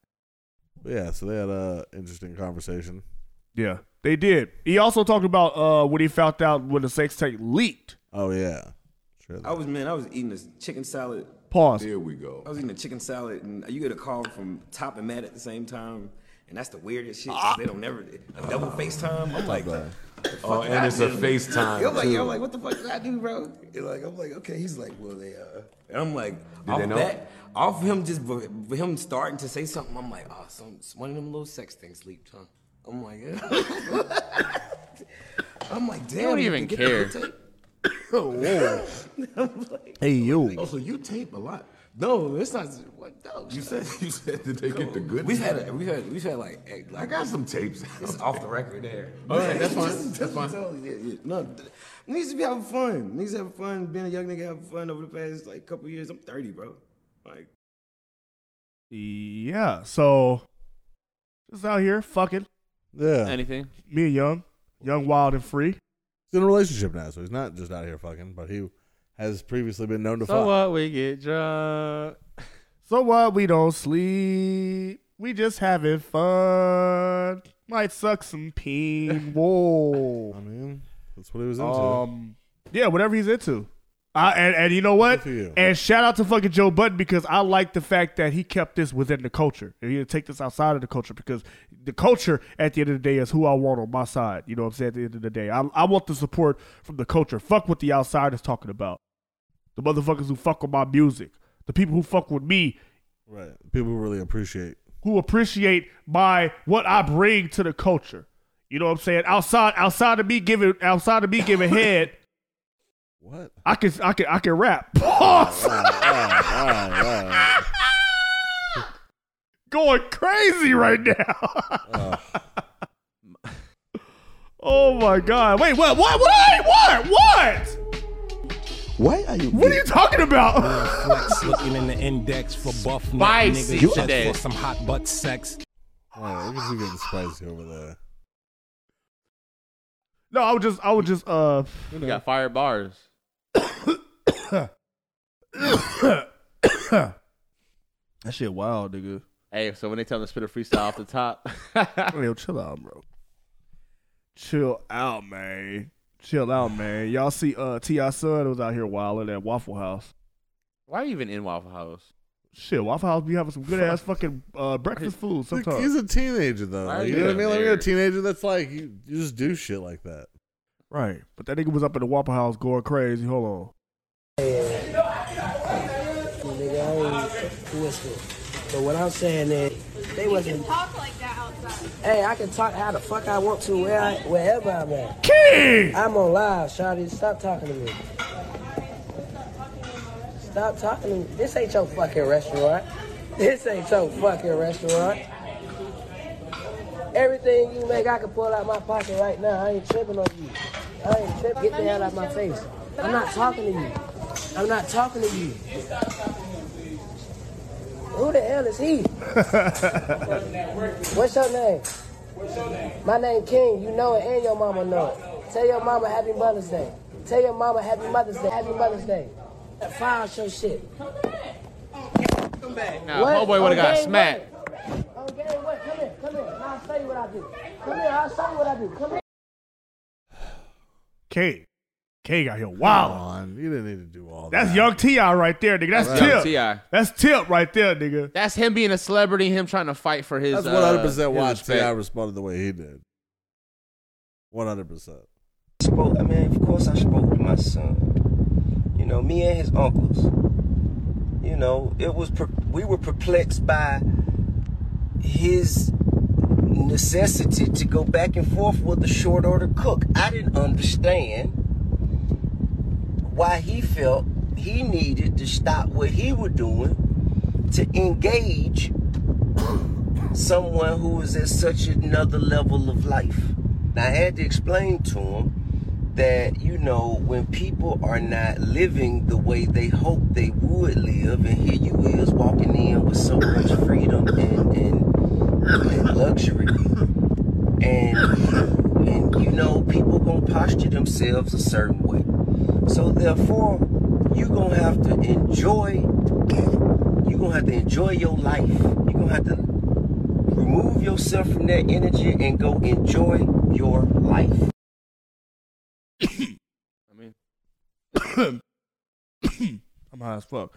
[SPEAKER 3] But yeah, so they had a interesting conversation.
[SPEAKER 2] yeah. They did. He also talked about uh, when he found out when the sex tape leaked.
[SPEAKER 3] Oh yeah, sure.
[SPEAKER 11] I was man, I was eating this chicken salad.
[SPEAKER 2] Pause.
[SPEAKER 10] Here we go.
[SPEAKER 11] I was eating a chicken salad, and you get a call from Top and Matt at the same time, and that's the weirdest shit. 'cause They don't never a double FaceTime. I'm like,
[SPEAKER 10] Oh, and it's a
[SPEAKER 11] I'm
[SPEAKER 10] FaceTime
[SPEAKER 11] like,
[SPEAKER 10] too.
[SPEAKER 11] yo, I'm like, what the fuck did I do, bro? And like, I'm like, okay. He's like, well, they, uh, and I'm like, off
[SPEAKER 10] they know?
[SPEAKER 11] that, off him just b- b- him starting to say something. I'm like, oh, some one of them little sex things leaked, huh? I'm like, yeah. I'm like, damn.
[SPEAKER 5] don't
[SPEAKER 11] you
[SPEAKER 5] even
[SPEAKER 11] can get the
[SPEAKER 5] care.
[SPEAKER 11] whole tape.
[SPEAKER 2] Hey yo.
[SPEAKER 10] Oh, so you tape a lot.
[SPEAKER 12] No, it's not. What no,
[SPEAKER 10] You said you said did they get the good?
[SPEAKER 12] We've
[SPEAKER 10] stuff?
[SPEAKER 12] had a, we've had we've had like, eh, like
[SPEAKER 10] I got some tapes.
[SPEAKER 12] It's off the record there.
[SPEAKER 10] All right, that's fine.
[SPEAKER 12] Just-
[SPEAKER 10] That's fine.
[SPEAKER 12] just- yeah, yeah. No, th- niggas just be having fun. Niggas having fun. Being a young nigga having fun over the past like couple years. I'm 30, bro. Like
[SPEAKER 2] Yeah, so just out here fucking.
[SPEAKER 3] Yeah.
[SPEAKER 5] Anything.
[SPEAKER 2] Me and Young, Young Wild and Free.
[SPEAKER 3] He's in a relationship now, so he's not just out here fucking, but he has previously been known to fuck.
[SPEAKER 5] So what? we get drunk.
[SPEAKER 2] So what? We don't sleep. We just having fun. Might suck some peen. Whoa. I
[SPEAKER 3] mean, that's what he was into.
[SPEAKER 2] uh, Um, yeah, whatever he's into. I, and, and you know what? And shout out to fucking Joe Budden because I like the fact that he kept this within the culture. And he didn't take this outside of the culture because the culture at the end of the day is who I want on my side. You know what I'm saying? At the end of the day, I, I want the support from the culture. Fuck what the outsiders talking about. The motherfuckers who fuck with my music. The people who fuck with me.
[SPEAKER 3] Right. People who really appreciate.
[SPEAKER 2] Who appreciate my what I bring to the culture. You know what I'm saying? Outside outside of me giving outside of me giving head.
[SPEAKER 3] What?
[SPEAKER 2] I can I can I can rap. Pause. Going crazy right now. oh my god. Wait, what what what what what?
[SPEAKER 13] Why are you?
[SPEAKER 2] What are you talking about?
[SPEAKER 14] Flex looking in the index for buff neck
[SPEAKER 2] Spicy
[SPEAKER 14] niggas
[SPEAKER 2] You-
[SPEAKER 14] just
[SPEAKER 2] today.
[SPEAKER 14] for some hot butt sex.
[SPEAKER 3] Oh, look at you getting spicy over there.
[SPEAKER 2] No, I would just I would just uh
[SPEAKER 5] You got fire bars.
[SPEAKER 2] That shit wild, nigga.
[SPEAKER 5] Hey, so when they tell them to spit a freestyle off the top,
[SPEAKER 2] Yo, chill out, bro. Chill out, man. Chill out, man. Y'all see uh T.I. Son was out here wilding at Waffle House.
[SPEAKER 5] why are you even in Waffle House?
[SPEAKER 2] Shit, Waffle House be having some good ass fucking uh, breakfast food sometimes.
[SPEAKER 3] He's a teenager though.
[SPEAKER 2] Why
[SPEAKER 3] Like,
[SPEAKER 2] are
[SPEAKER 3] you
[SPEAKER 2] you
[SPEAKER 3] know what I mean? Like, you're a
[SPEAKER 2] there?
[SPEAKER 3] teenager that's like you, you just do shit like that.
[SPEAKER 2] Right. But that nigga was up in the Waffle House going crazy. Hold on.
[SPEAKER 15] But what I'm saying is, they wasn't.
[SPEAKER 16] talk like that outside.
[SPEAKER 15] Hey, I can talk how the fuck I want to where I, wherever I'm at.
[SPEAKER 2] King!
[SPEAKER 15] I'm on live, Shawty. Stop talking to me. Stop talking to me. This ain't your fucking restaurant. This ain't your fucking restaurant. Everything you make, I can pull out my pocket right now. I ain't tripping on you. I ain't tripping. Get the hell out of my face. I'm not talking to you. I'm not talking to you. Who the hell is he? What's your name? My name King. You know it, and your mama know it. Tell your mama Happy Mother's Day. Tell your mama Happy Mother's Day. Happy Mother's Day. File your shit.
[SPEAKER 5] Nah,
[SPEAKER 15] What?
[SPEAKER 5] homeboy would have got
[SPEAKER 15] Okay,
[SPEAKER 5] smacked.
[SPEAKER 15] Okay, what? Come here, come here. I'll show you what I do. Come here, I'll show you what I do. Come here.
[SPEAKER 2] K. K got here wild.
[SPEAKER 3] on. You didn't need to do all
[SPEAKER 2] That's young T.I. right there, nigga. That's
[SPEAKER 5] That's young
[SPEAKER 2] Tip.
[SPEAKER 5] T.I..
[SPEAKER 2] That's Tip right there, nigga.
[SPEAKER 5] That's him being a celebrity, him trying to fight for his.
[SPEAKER 3] That's one hundred
[SPEAKER 5] uh,
[SPEAKER 3] percent
[SPEAKER 5] his
[SPEAKER 3] why
[SPEAKER 5] respect.
[SPEAKER 3] T.I. responded the way he did. One hundred percent.
[SPEAKER 15] spoke, I mean, of course I spoke to my son. You know, me and his uncles. You know, it was per- we were perplexed by his necessity to go back and forth with the short order cook. I didn't understand why he felt he needed to stop what he was doing to engage someone who was at such another level of life. And I had to explain to him that, you know, when people are not living the way they hope they would live, and here you is walking in with so much freedom and, and, and luxury. And, and, you know, people gonna posture themselves a certain way. So therefore, you gonna have to enjoy, you gonna have to enjoy your life. you gonna have to remove yourself from that energy and go enjoy your life.
[SPEAKER 2] I'm high as fuck.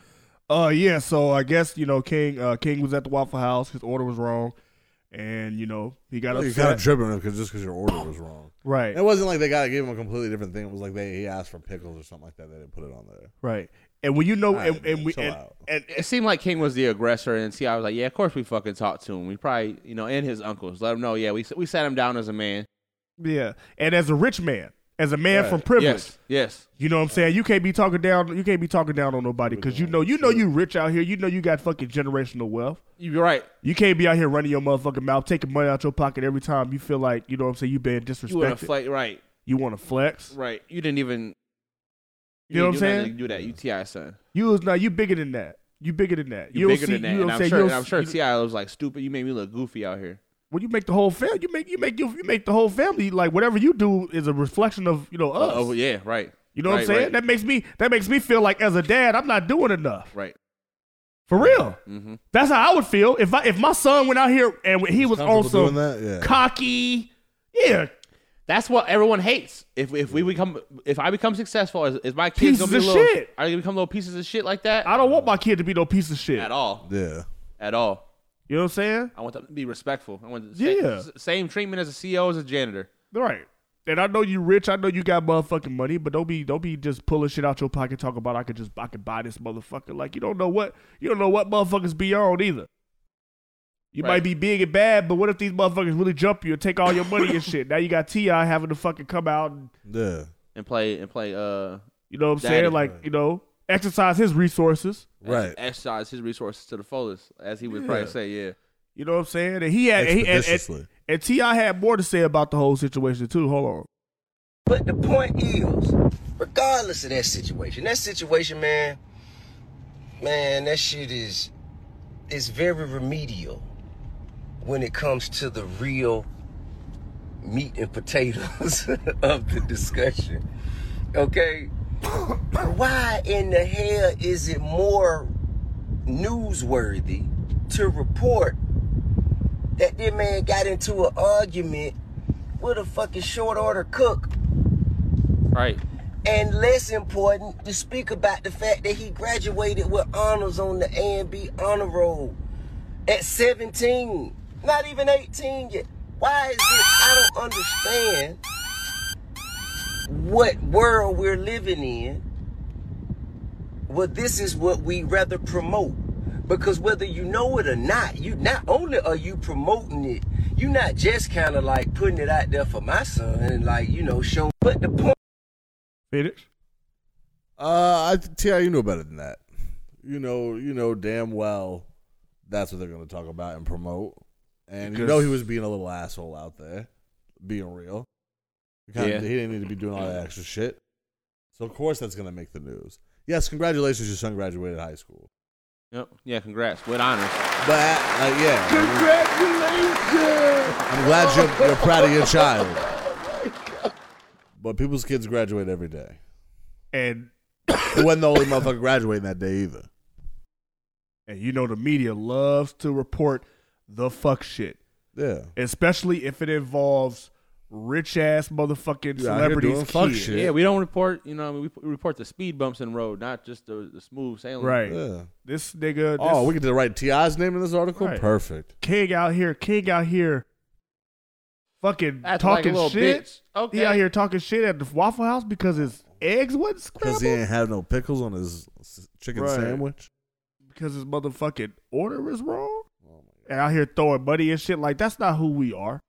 [SPEAKER 2] Uh, yeah. So I guess you know King. Uh, King was at the Waffle House. His order was wrong, and you know he got
[SPEAKER 3] you
[SPEAKER 2] upset.
[SPEAKER 3] kind of tripping him 'cause- just because your order was wrong.
[SPEAKER 2] Right.
[SPEAKER 3] It wasn't like they got to give him a completely different thing. It was like they he asked for pickles or something like that. They didn't put it on there.
[SPEAKER 2] Right. And when you know,
[SPEAKER 3] All right,
[SPEAKER 2] and, and
[SPEAKER 3] man,
[SPEAKER 2] we,
[SPEAKER 3] chill
[SPEAKER 2] and,
[SPEAKER 3] out.
[SPEAKER 5] And it seemed like King was the aggressor, and T.I. was like, "Yeah, of course we fucking talked to him. We probably, you know, and his uncles let him know. Yeah, we we sat him down as a man.
[SPEAKER 2] yeah, and as a rich man, as a man
[SPEAKER 5] Right.
[SPEAKER 2] from privilege.
[SPEAKER 5] Yes, yes.
[SPEAKER 2] You know what I'm saying? You can't be talking down. You can't be talking down on nobody because you know you know you rich out here. You know you got fucking generational wealth.
[SPEAKER 5] You're right.
[SPEAKER 2] You can't be out here running your motherfucking mouth, taking money out your pocket every time you feel like you know what I'm saying. You being disrespected.
[SPEAKER 5] You want to flex, right?
[SPEAKER 2] You want to flex.
[SPEAKER 5] Right. You didn't even.
[SPEAKER 2] You know what I'm
[SPEAKER 5] didn't do nothing to Do
[SPEAKER 2] saying?
[SPEAKER 5] that, you Ti son.
[SPEAKER 2] You was not. You bigger than that. You bigger than that.
[SPEAKER 5] You bigger
[SPEAKER 2] see-
[SPEAKER 5] than that.
[SPEAKER 2] you know
[SPEAKER 5] And
[SPEAKER 2] what
[SPEAKER 5] I'm
[SPEAKER 2] saying?
[SPEAKER 5] sure,
[SPEAKER 2] You'll
[SPEAKER 5] and I'm
[SPEAKER 2] see-
[SPEAKER 5] sure Ti was like, "Stupid, you made me look goofy out here."
[SPEAKER 2] when you make the whole family, you make you make you, you make the whole family like whatever you do is a reflection of you know us.
[SPEAKER 5] Oh yeah, right.
[SPEAKER 2] You know what I'm
[SPEAKER 5] Right,
[SPEAKER 2] saying?
[SPEAKER 5] right.
[SPEAKER 2] That makes me that makes me feel like as a dad, I'm not doing enough.
[SPEAKER 5] Right.
[SPEAKER 2] For real.
[SPEAKER 5] Mm-hmm.
[SPEAKER 2] That's how I would feel if I if my son went out here and he was
[SPEAKER 5] comfortable
[SPEAKER 2] also
[SPEAKER 5] doing that? Yeah.
[SPEAKER 2] cocky. Yeah.
[SPEAKER 5] That's what everyone hates. If if we become if I become successful, is, is my kids
[SPEAKER 2] Pieces
[SPEAKER 5] gonna be
[SPEAKER 2] of
[SPEAKER 5] little?
[SPEAKER 2] shit.
[SPEAKER 5] Are they gonna become little pieces of shit like that?
[SPEAKER 2] I don't want my kid to be no piece of shit.
[SPEAKER 5] at all.
[SPEAKER 3] Yeah.
[SPEAKER 5] At all.
[SPEAKER 2] You know what I'm saying?
[SPEAKER 5] I want them to be respectful. I want the
[SPEAKER 2] Yeah.
[SPEAKER 5] same, same treatment as a CEO as a janitor.
[SPEAKER 2] Right. And I know you rich, I know you got motherfucking money, but don't be don't be just pulling shit out your pocket talking about I could just I could buy this motherfucker. Like you don't know what you don't know what motherfuckers be on either. You
[SPEAKER 5] Right.
[SPEAKER 2] might be big and bad, but what if these motherfuckers really jump you and take all your money and shit? Now you got Ti having to fucking come out and
[SPEAKER 3] Yeah.
[SPEAKER 5] And play and play. Uh,
[SPEAKER 2] you know what I'm saying? Like you know, exercise his resources.
[SPEAKER 5] right. Exercise his resources to the fullest, as he would probably
[SPEAKER 2] Yeah.
[SPEAKER 5] say. Yeah.
[SPEAKER 2] You know what I'm saying? And he had and, he- and, and,
[SPEAKER 5] Expeditiously.
[SPEAKER 2] and Ti had more to say about the whole situation too. Hold on.
[SPEAKER 15] But the point is, regardless of that situation, that situation, man, man, that shit is is very remedial when it comes to the real meat and potatoes of the discussion. Okay? Why in the hell is it more newsworthy to report that this man got into an argument with a fucking short order cook
[SPEAKER 5] Right.
[SPEAKER 15] and less important, to speak about the fact that he graduated with honors on the A and B honor roll at 17, not even 18 yet. Why is it? I don't understand what world we're living in. Well, this is what we rather promote. Because whether you know it or not, you not only are you promoting it, you not just kind of like putting it out there for my son and like, you know, showing. But the point.
[SPEAKER 2] Finish.
[SPEAKER 3] Uh, I, Ti, you know better than that. You know, you know damn well that's what they're going to talk about and promote. And you
[SPEAKER 2] Because-
[SPEAKER 3] know he was being a little asshole out there, being real. He kinda-
[SPEAKER 5] Yeah.
[SPEAKER 3] He didn't need to be doing all that extra shit. So of course that's going to make the news. Yes, congratulations, your son graduated high school.
[SPEAKER 5] Yep. Yeah. Congrats. With honors.
[SPEAKER 3] But uh, yeah,
[SPEAKER 8] Congratulations!
[SPEAKER 3] uh, I'm glad you're, you're proud
[SPEAKER 5] Oh
[SPEAKER 3] of your child. But people's kids graduate every day.
[SPEAKER 2] And
[SPEAKER 3] it wasn't the only motherfucker graduating that day either.
[SPEAKER 2] And you know the media loves to report the fuck shit.
[SPEAKER 3] Yeah.
[SPEAKER 2] Especially if it involves rich ass motherfucking
[SPEAKER 3] You out here
[SPEAKER 2] celebrities.
[SPEAKER 3] doing fuck
[SPEAKER 2] kids.
[SPEAKER 3] shit.
[SPEAKER 5] Yeah, we don't report. You know, we we report the speed bumps in the road, not just the, the smooth sailing.
[SPEAKER 2] Right.
[SPEAKER 3] Yeah.
[SPEAKER 2] This nigga. This
[SPEAKER 3] Oh, we get to write Ti's name in this article.
[SPEAKER 2] Right.
[SPEAKER 3] Perfect.
[SPEAKER 2] king out here, king out here, fucking
[SPEAKER 5] Acting like a
[SPEAKER 2] talking
[SPEAKER 5] little
[SPEAKER 2] shit.
[SPEAKER 5] bitch. Okay.
[SPEAKER 2] He out here talking shit at the Waffle House because his eggs wasn't
[SPEAKER 3] Because
[SPEAKER 2] scrambled.
[SPEAKER 3] he ain't have no pickles on his s- chicken
[SPEAKER 2] Right.
[SPEAKER 3] sandwich.
[SPEAKER 2] because his motherfucking order is wrong.
[SPEAKER 3] Oh
[SPEAKER 2] And out here throwing money and shit like that's not who we are.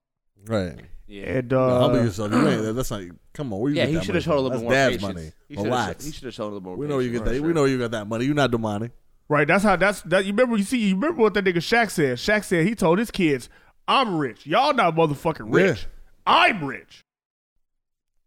[SPEAKER 3] Right.
[SPEAKER 5] Yeah.
[SPEAKER 2] And
[SPEAKER 3] No,
[SPEAKER 2] uh,
[SPEAKER 3] humble yourself. You ain't, that's not. Come on. Where you
[SPEAKER 5] Yeah,
[SPEAKER 3] get
[SPEAKER 5] he
[SPEAKER 3] that
[SPEAKER 5] should
[SPEAKER 3] money
[SPEAKER 5] have showed a
[SPEAKER 3] from?
[SPEAKER 5] little
[SPEAKER 3] That's
[SPEAKER 5] bit more
[SPEAKER 3] dad's
[SPEAKER 5] patience.
[SPEAKER 3] money.
[SPEAKER 5] He should have showed-
[SPEAKER 3] Relax.
[SPEAKER 5] he should have showed a little more
[SPEAKER 3] We know you
[SPEAKER 5] patience,
[SPEAKER 3] get that.
[SPEAKER 5] for
[SPEAKER 3] We
[SPEAKER 5] sure.
[SPEAKER 3] know you got that money. You not the money.
[SPEAKER 2] Right, that's how that's that you remember you see you remember what that nigga Shaq said. Shaq said he told his kids, I'm rich. Y'all not motherfucking rich. I'm rich.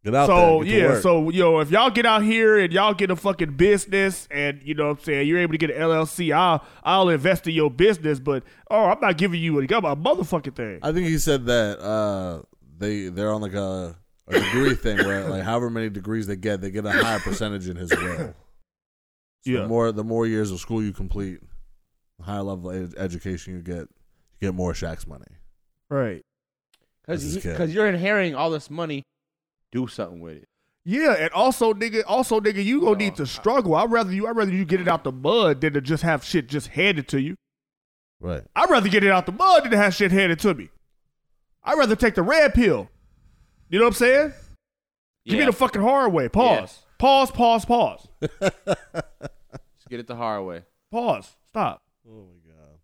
[SPEAKER 3] Get out
[SPEAKER 2] so
[SPEAKER 3] there. Get to
[SPEAKER 2] yeah,
[SPEAKER 3] work.
[SPEAKER 2] so yo, if y'all get out here and y'all get a fucking business and you know what I'm saying, you're able to get an LLC, I'll I'll invest in your business, but oh I'm not giving you a got my motherfucking thing.
[SPEAKER 3] I think he said that uh, they they're on like a, a degree thing where like however many degrees they get, they get a higher percentage in his will. So
[SPEAKER 2] Yeah.
[SPEAKER 3] The more the more years of school you complete, the higher level of ed- education you get, you get more Shaq's money.
[SPEAKER 2] Right.
[SPEAKER 3] This is good.
[SPEAKER 5] because you're inheriting all this money. Do something with it.
[SPEAKER 2] Yeah, and also nigga also nigga, you gonna need to struggle. I'd rather you I'd rather you get it out the mud than to just have shit just handed to you.
[SPEAKER 3] Right.
[SPEAKER 2] I'd rather get it out the mud than to have shit handed to me. I'd rather take the red pill. You know what I'm saying? Give me the fucking hard way. Pause.
[SPEAKER 5] Yes.
[SPEAKER 2] Pause, pause, pause.
[SPEAKER 5] Just get it the hard way.
[SPEAKER 2] Pause. Stop. Oh my god.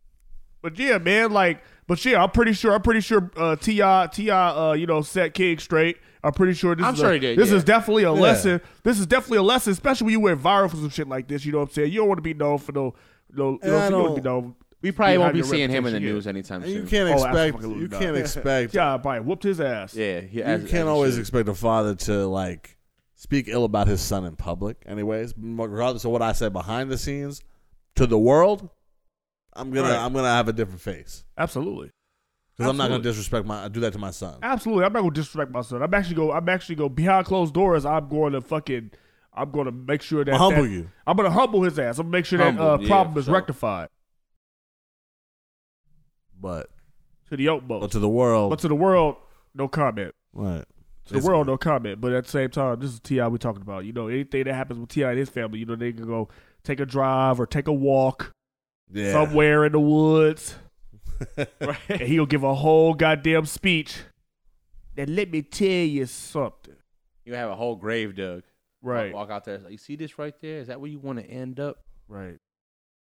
[SPEAKER 2] But yeah, man, like But yeah, I'm pretty sure. I'm pretty sure uh, Ti Ti uh, you know set King straight. I'm pretty sure this.
[SPEAKER 5] I'm
[SPEAKER 2] is
[SPEAKER 5] sure
[SPEAKER 2] a,
[SPEAKER 5] he did,
[SPEAKER 2] This
[SPEAKER 5] yeah.
[SPEAKER 2] is definitely a
[SPEAKER 5] Yeah.
[SPEAKER 2] lesson. This is definitely a lesson, especially when you went viral for some shit like this. You know what I'm saying? You don't want to be known for no no. You,
[SPEAKER 3] And I
[SPEAKER 2] know, you don't want to
[SPEAKER 3] don't-
[SPEAKER 2] be known.
[SPEAKER 5] We probably won't
[SPEAKER 2] behind
[SPEAKER 5] be
[SPEAKER 2] your
[SPEAKER 5] seeing him in the
[SPEAKER 2] reputation, yeah.
[SPEAKER 5] news anytime
[SPEAKER 3] And you
[SPEAKER 5] soon.
[SPEAKER 3] can't
[SPEAKER 2] Oh,
[SPEAKER 3] expect.
[SPEAKER 2] absolutely
[SPEAKER 3] You
[SPEAKER 2] not.
[SPEAKER 3] can't expect.
[SPEAKER 2] Yeah, Brian whooped his ass.
[SPEAKER 5] Yeah, he-
[SPEAKER 3] you
[SPEAKER 5] as- as
[SPEAKER 3] can't
[SPEAKER 5] he
[SPEAKER 3] always
[SPEAKER 5] should.
[SPEAKER 3] expect a father to like speak ill about his son in public. Anyways, regardless of what I said behind the scenes to the world, I'm gonna
[SPEAKER 2] Right.
[SPEAKER 3] I'm gonna have a different face
[SPEAKER 2] Absolutely.
[SPEAKER 3] because I'm not gonna
[SPEAKER 2] Absolutely.
[SPEAKER 3] disrespect my do that to my son.
[SPEAKER 2] Absolutely, I'm not gonna disrespect my son. I'm actually go. I'm actually go behind closed doors. I'm going to fucking. I'm going to make sure that
[SPEAKER 3] Humble
[SPEAKER 2] that-
[SPEAKER 3] you.
[SPEAKER 2] I'm going to humble his ass. I'm going to make sure that uh,
[SPEAKER 3] Humble, yeah,
[SPEAKER 2] problem
[SPEAKER 3] for
[SPEAKER 2] is
[SPEAKER 3] sure.
[SPEAKER 2] rectified
[SPEAKER 3] But
[SPEAKER 2] to the utmost.
[SPEAKER 3] But to the world-
[SPEAKER 2] But to the world, no comment.
[SPEAKER 3] right,
[SPEAKER 2] To the world, no comment. But at the same time, this is Ti we talking about. You know, anything that happens with Ti and his family, you know, they can go take a drive or take a walk
[SPEAKER 3] Yeah.
[SPEAKER 2] somewhere in the woods. right. And he'll give a whole goddamn speech. And let me tell you something.
[SPEAKER 5] You have a whole grave dug.
[SPEAKER 2] Right.
[SPEAKER 5] Walk out there. it's like, you see this right there? Is that where you want to end up?
[SPEAKER 2] Right.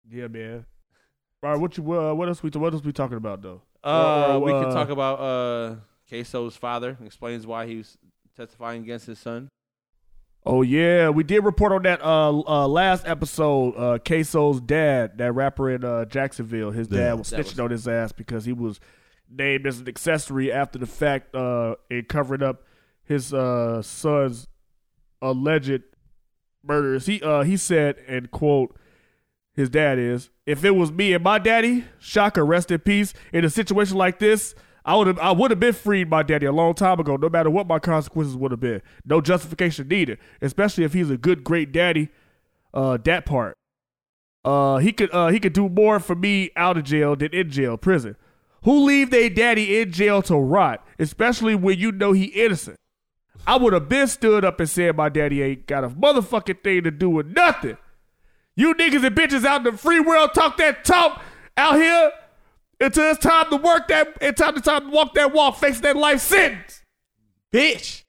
[SPEAKER 2] Yeah, man. All right, what you uh, what else we what else we talking about though?
[SPEAKER 5] Uh,
[SPEAKER 2] Or- or,
[SPEAKER 5] we can
[SPEAKER 2] uh,
[SPEAKER 5] talk about uh, Queso's father explains why he was testifying against his son.
[SPEAKER 2] Oh yeah, we did report on that uh, uh last episode. Uh, Queso's dad, that rapper in uh, Jacksonville, his
[SPEAKER 3] Yeah.
[SPEAKER 2] dad was
[SPEAKER 3] That
[SPEAKER 2] snitching on his ass because he was named as an accessory after the fact uh, in covering up his uh, son's alleged murders. He uh, he said, and quote, his dad is, if it was me and my daddy, shocker, rest in peace. In a situation like this, I would have I would have been freed my daddy a long time ago, no matter what my consequences would have been. No justification needed, especially if he's a good, great daddy. Uh, that part. Uh, he could uh he could do more for me out of jail than in jail prison. Who leave their daddy in jail to rot, especially when you know he innocent? I would have been stood up and said my daddy ain't got a motherfucking thing to do with nothing. You niggas and bitches out in the free world talk that talk out here until it's time to work that it's time to time to walk that walk, face that life sentence. Bitch.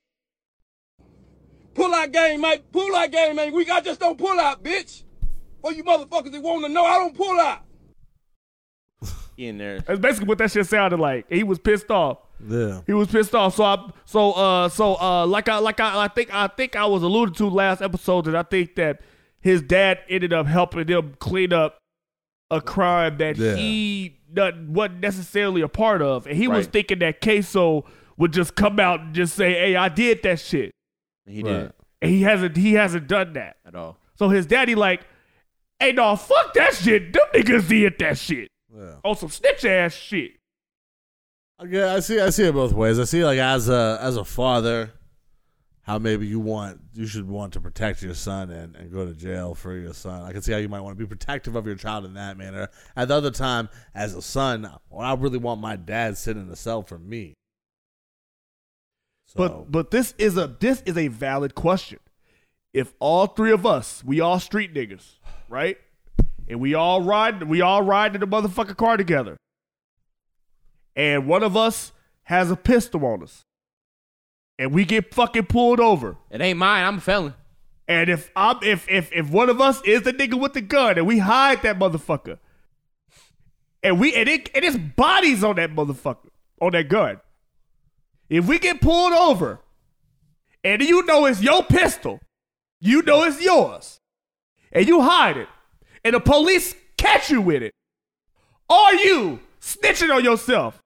[SPEAKER 4] Pull out game, mate. Pull out game, man. We I just don't pull out, bitch. For you motherfuckers that want to know, I don't pull out.
[SPEAKER 5] He in there.
[SPEAKER 2] That's basically what that shit sounded like. He was pissed off.
[SPEAKER 3] Yeah.
[SPEAKER 2] He was pissed off. So I so uh so uh like I like I, I think I think I was alluded to last episode that I think that his dad ended up helping them clean up a crime that
[SPEAKER 3] Yeah.
[SPEAKER 2] he not, wasn't necessarily a part of. And he was
[SPEAKER 5] Right.
[SPEAKER 2] thinking that Queso would just come out and just say, Hey, I did that shit.
[SPEAKER 5] He did.
[SPEAKER 2] And he hasn't he hasn't done that.
[SPEAKER 5] At all.
[SPEAKER 2] So his daddy like, hey no, fuck that shit. Them niggas did that shit. On some snitch ass shit.
[SPEAKER 3] Yeah, I see. I see it both ways. I see, like as a as a father, how maybe you want you should want to protect your son and, and go to jail for your son. I can see how you might want to be protective of your child in that manner. At the other time, as a son, well, I really want my dad sitting in a cell for me.
[SPEAKER 2] But but this is a this is a valid question. If all three of us, we all street niggas, right? And we all ride we all ride in the motherfucking car together. And one of us has a pistol on us. And we get fucking pulled over.
[SPEAKER 5] It ain't mine. I'm a felon.
[SPEAKER 2] And if I'm if if if one of us is the nigga with the gun and we hide that motherfucker. And we and it and it's bodies on that motherfucker, on that gun. If we get pulled over and you know it's your pistol, you know it's yours, and you hide it, and the police catch you with it, are you snitching on yourself?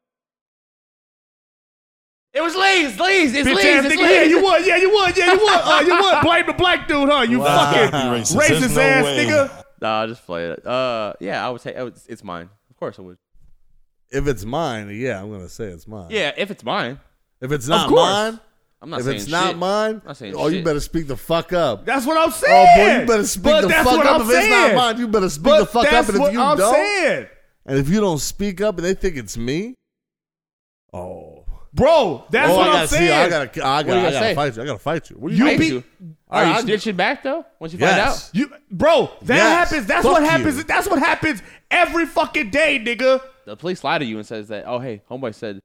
[SPEAKER 5] It was Lee's. Lee's. It's
[SPEAKER 2] Bitch
[SPEAKER 5] Lee's.
[SPEAKER 2] ass
[SPEAKER 5] It's
[SPEAKER 2] nigga, yeah,
[SPEAKER 5] Lee's.
[SPEAKER 2] you would, yeah, you would, yeah, you would, uh, you would blame the black dude, huh? You
[SPEAKER 5] Wow.
[SPEAKER 2] fucking
[SPEAKER 5] That's
[SPEAKER 2] racist,
[SPEAKER 5] gotta be racist. There's no
[SPEAKER 2] ass
[SPEAKER 5] way.
[SPEAKER 2] nigga.
[SPEAKER 5] Nah, just play it. Uh, yeah, I would say oh, it's, it's mine. Of course I would.
[SPEAKER 3] If it's mine, yeah, I'm gonna say it's mine.
[SPEAKER 5] Yeah, if it's mine.
[SPEAKER 3] If it's
[SPEAKER 5] Of
[SPEAKER 3] not
[SPEAKER 5] course.
[SPEAKER 3] mine,
[SPEAKER 5] I'm not
[SPEAKER 3] if
[SPEAKER 5] saying
[SPEAKER 3] it's not
[SPEAKER 5] shit.
[SPEAKER 3] mine,
[SPEAKER 5] I'm not saying
[SPEAKER 3] oh, you
[SPEAKER 5] shit.
[SPEAKER 3] better speak the fuck up.
[SPEAKER 2] That's what I'm
[SPEAKER 3] Oh
[SPEAKER 2] saying.
[SPEAKER 3] boy, you better speak
[SPEAKER 2] But
[SPEAKER 3] the
[SPEAKER 2] that's
[SPEAKER 3] fuck
[SPEAKER 2] what
[SPEAKER 3] up.
[SPEAKER 2] I'm
[SPEAKER 3] if it's not
[SPEAKER 2] saying.
[SPEAKER 3] mine, you better speak
[SPEAKER 2] But
[SPEAKER 3] the fuck up.
[SPEAKER 2] that's
[SPEAKER 3] And if
[SPEAKER 2] what
[SPEAKER 3] you
[SPEAKER 2] I'm
[SPEAKER 3] don't,
[SPEAKER 2] saying.
[SPEAKER 3] and if you don't speak up and they think it's me, oh,
[SPEAKER 2] bro, that's
[SPEAKER 3] oh,
[SPEAKER 2] what
[SPEAKER 3] I
[SPEAKER 2] I'm
[SPEAKER 3] gotta See,
[SPEAKER 2] saying.
[SPEAKER 3] I gotta, I
[SPEAKER 5] What do you
[SPEAKER 3] gotta, I
[SPEAKER 5] gotta
[SPEAKER 3] gotta
[SPEAKER 5] say?
[SPEAKER 3] fight you. I gotta fight you. What do
[SPEAKER 2] You
[SPEAKER 3] you
[SPEAKER 2] be-
[SPEAKER 5] Are
[SPEAKER 2] I-
[SPEAKER 5] you snitching back though? Once you
[SPEAKER 3] Yes.
[SPEAKER 5] find out,
[SPEAKER 2] You, bro, that
[SPEAKER 5] Yes.
[SPEAKER 2] happens. That's
[SPEAKER 5] Fuck
[SPEAKER 2] what
[SPEAKER 5] you.
[SPEAKER 2] happens. That's what happens every fucking day, nigga.
[SPEAKER 5] the police lie to you and says that. Oh, hey, homeboy said.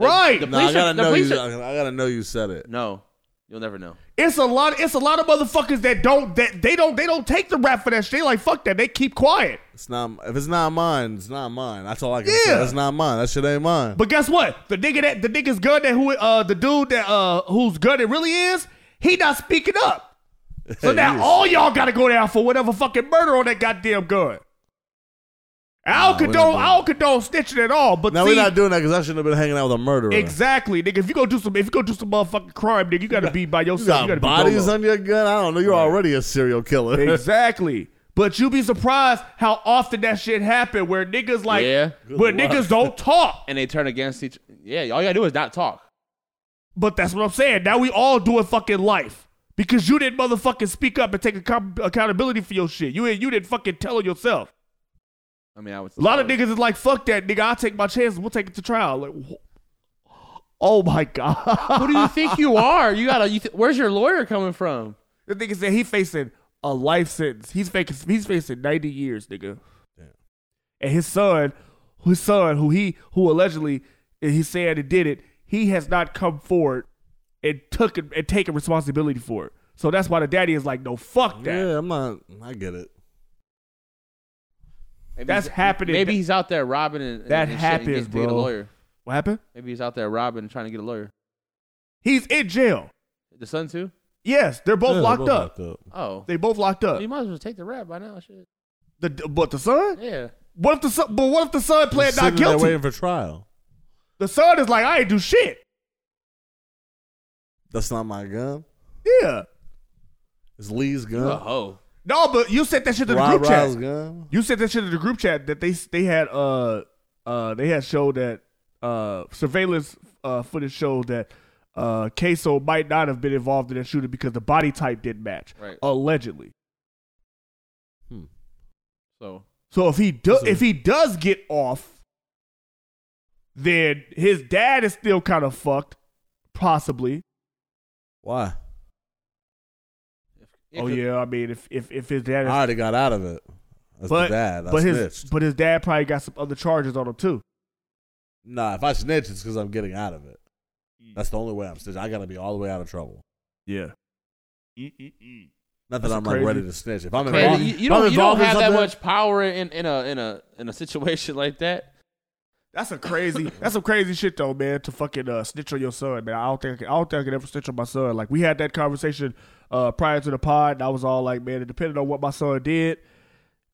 [SPEAKER 2] Right.
[SPEAKER 5] The
[SPEAKER 3] No, I
[SPEAKER 5] police.
[SPEAKER 3] gotta
[SPEAKER 5] are, the
[SPEAKER 3] know
[SPEAKER 5] police
[SPEAKER 3] you. uh,
[SPEAKER 5] are,
[SPEAKER 3] I gotta know you said it.
[SPEAKER 5] no. You'll never know.
[SPEAKER 2] It's a lot. It's a lot of motherfuckers that don't that they don't they don't take the rap for that shit. They like fuck that. They keep quiet.
[SPEAKER 3] It's not if it's not mine, it's not mine. That's all I can say. It's not mine. That shit ain't mine.
[SPEAKER 2] But guess what? The nigga that the nigga's gun that who uh the dude that uh whose gun it really is, he not speaking up. So now
[SPEAKER 3] Yes.
[SPEAKER 2] all y'all gotta go down for whatever fucking murder on that goddamn gun. I don't
[SPEAKER 3] Nah, we
[SPEAKER 2] condone
[SPEAKER 3] not
[SPEAKER 2] I don't condone snitching at all, but
[SPEAKER 3] Now
[SPEAKER 2] see,
[SPEAKER 3] we're not doing that because I shouldn't have been hanging out with a murderer.
[SPEAKER 2] Exactly, nigga. If you go do some, if you go do some motherfucking crime, nigga, you gotta be by yourself.
[SPEAKER 3] You got
[SPEAKER 2] gotta be
[SPEAKER 3] bodies
[SPEAKER 2] dolo.
[SPEAKER 3] on your gun. I don't know. You're already a serial killer.
[SPEAKER 2] Exactly. But you be surprised how often that shit happen where niggas like,
[SPEAKER 5] Yeah.
[SPEAKER 2] but niggas don't talk.
[SPEAKER 5] And they turn against each. Yeah, all you gotta do is not talk.
[SPEAKER 2] But that's what I'm saying. Now we all doing fucking life because you didn't motherfucking speak up and take account- accountability for your shit. You ain't- you didn't fucking tell on yourself.
[SPEAKER 5] I mean, I would.
[SPEAKER 2] A lot of niggas is like, fuck that, nigga. I'll take my chances. We'll take it to trial. Like, wh- oh my god. Who
[SPEAKER 5] do you think you are? You gotta. You th- where's your lawyer coming from?
[SPEAKER 2] The nigga said he facing a life sentence. He's facing he's facing ninety years, nigga. And his son, his son, who he who allegedly eh, he said he did it, he has not come forward and took it and taken responsibility for it. So that's why the daddy is like, no, fuck that.
[SPEAKER 3] Yeah, I'm not. I get it.
[SPEAKER 5] That's
[SPEAKER 2] happening.
[SPEAKER 5] Maybe he's out there robbing. And, and-
[SPEAKER 2] That
[SPEAKER 5] and shit and
[SPEAKER 2] happens,
[SPEAKER 5] get- to
[SPEAKER 2] bro.
[SPEAKER 5] Get a lawyer.
[SPEAKER 2] What happened?
[SPEAKER 5] Maybe he's out there robbing and trying to get a lawyer.
[SPEAKER 2] He's in jail.
[SPEAKER 5] The son too.
[SPEAKER 2] Yes, they're both,
[SPEAKER 5] Yeah, they're
[SPEAKER 2] locked,
[SPEAKER 5] both
[SPEAKER 2] up.
[SPEAKER 5] locked up. Oh.
[SPEAKER 2] they both locked up.
[SPEAKER 5] You might as well take the rap by now. Shit.
[SPEAKER 2] The but the son?
[SPEAKER 5] Yeah.
[SPEAKER 2] What if the son? But what if the son pled
[SPEAKER 3] Sitting
[SPEAKER 2] not
[SPEAKER 3] there
[SPEAKER 2] guilty?
[SPEAKER 3] waiting for trial.
[SPEAKER 2] the son is like, I ain't do shit.
[SPEAKER 3] That's not my gun.
[SPEAKER 2] Yeah.
[SPEAKER 3] It's Lee's gun.
[SPEAKER 5] You a hoe.
[SPEAKER 2] No, but you sent that shit to the
[SPEAKER 3] Ra
[SPEAKER 2] group
[SPEAKER 3] Ra's
[SPEAKER 2] chat.
[SPEAKER 3] gun?
[SPEAKER 2] You sent that shit to the group chat that they they had uh uh they had showed that uh surveillance uh footage showed that uh Queso might not have been involved in that shooting because the body type didn't match.
[SPEAKER 5] Right.
[SPEAKER 2] Allegedly.
[SPEAKER 5] So
[SPEAKER 2] So if he does
[SPEAKER 5] So-
[SPEAKER 2] if he does get off, then his dad is still kind of fucked, possibly.
[SPEAKER 3] Why?
[SPEAKER 2] oh yeah, I mean if if if his dad
[SPEAKER 3] I
[SPEAKER 2] is
[SPEAKER 3] already got out of it. That's
[SPEAKER 2] but,
[SPEAKER 3] the dad. I
[SPEAKER 2] but his
[SPEAKER 3] snitched.
[SPEAKER 2] but his dad probably got some other charges on him too.
[SPEAKER 3] Nah, if I snitch, it's because I'm getting out of it.
[SPEAKER 2] Hmm.
[SPEAKER 3] That's the only way I'm snitching. I got to be all the way out of trouble.
[SPEAKER 2] Yeah.
[SPEAKER 3] Not that
[SPEAKER 2] That's
[SPEAKER 3] I'm like
[SPEAKER 2] crazy-
[SPEAKER 3] ready to snitch. If I'm
[SPEAKER 5] Crazy.
[SPEAKER 3] involved,
[SPEAKER 5] you, you
[SPEAKER 3] if I'm
[SPEAKER 5] don't, you don't
[SPEAKER 3] involved in
[SPEAKER 5] have that
[SPEAKER 3] something-
[SPEAKER 5] much power in, in a in a in a situation like that.
[SPEAKER 2] That's a crazy. that's some crazy shit though, man. To fucking uh, snitch on your son, man. I don't think I don't think I could ever snitch on my son. Like we had that conversation uh, prior to the pod, and I was all like, man, it depended on what my son did.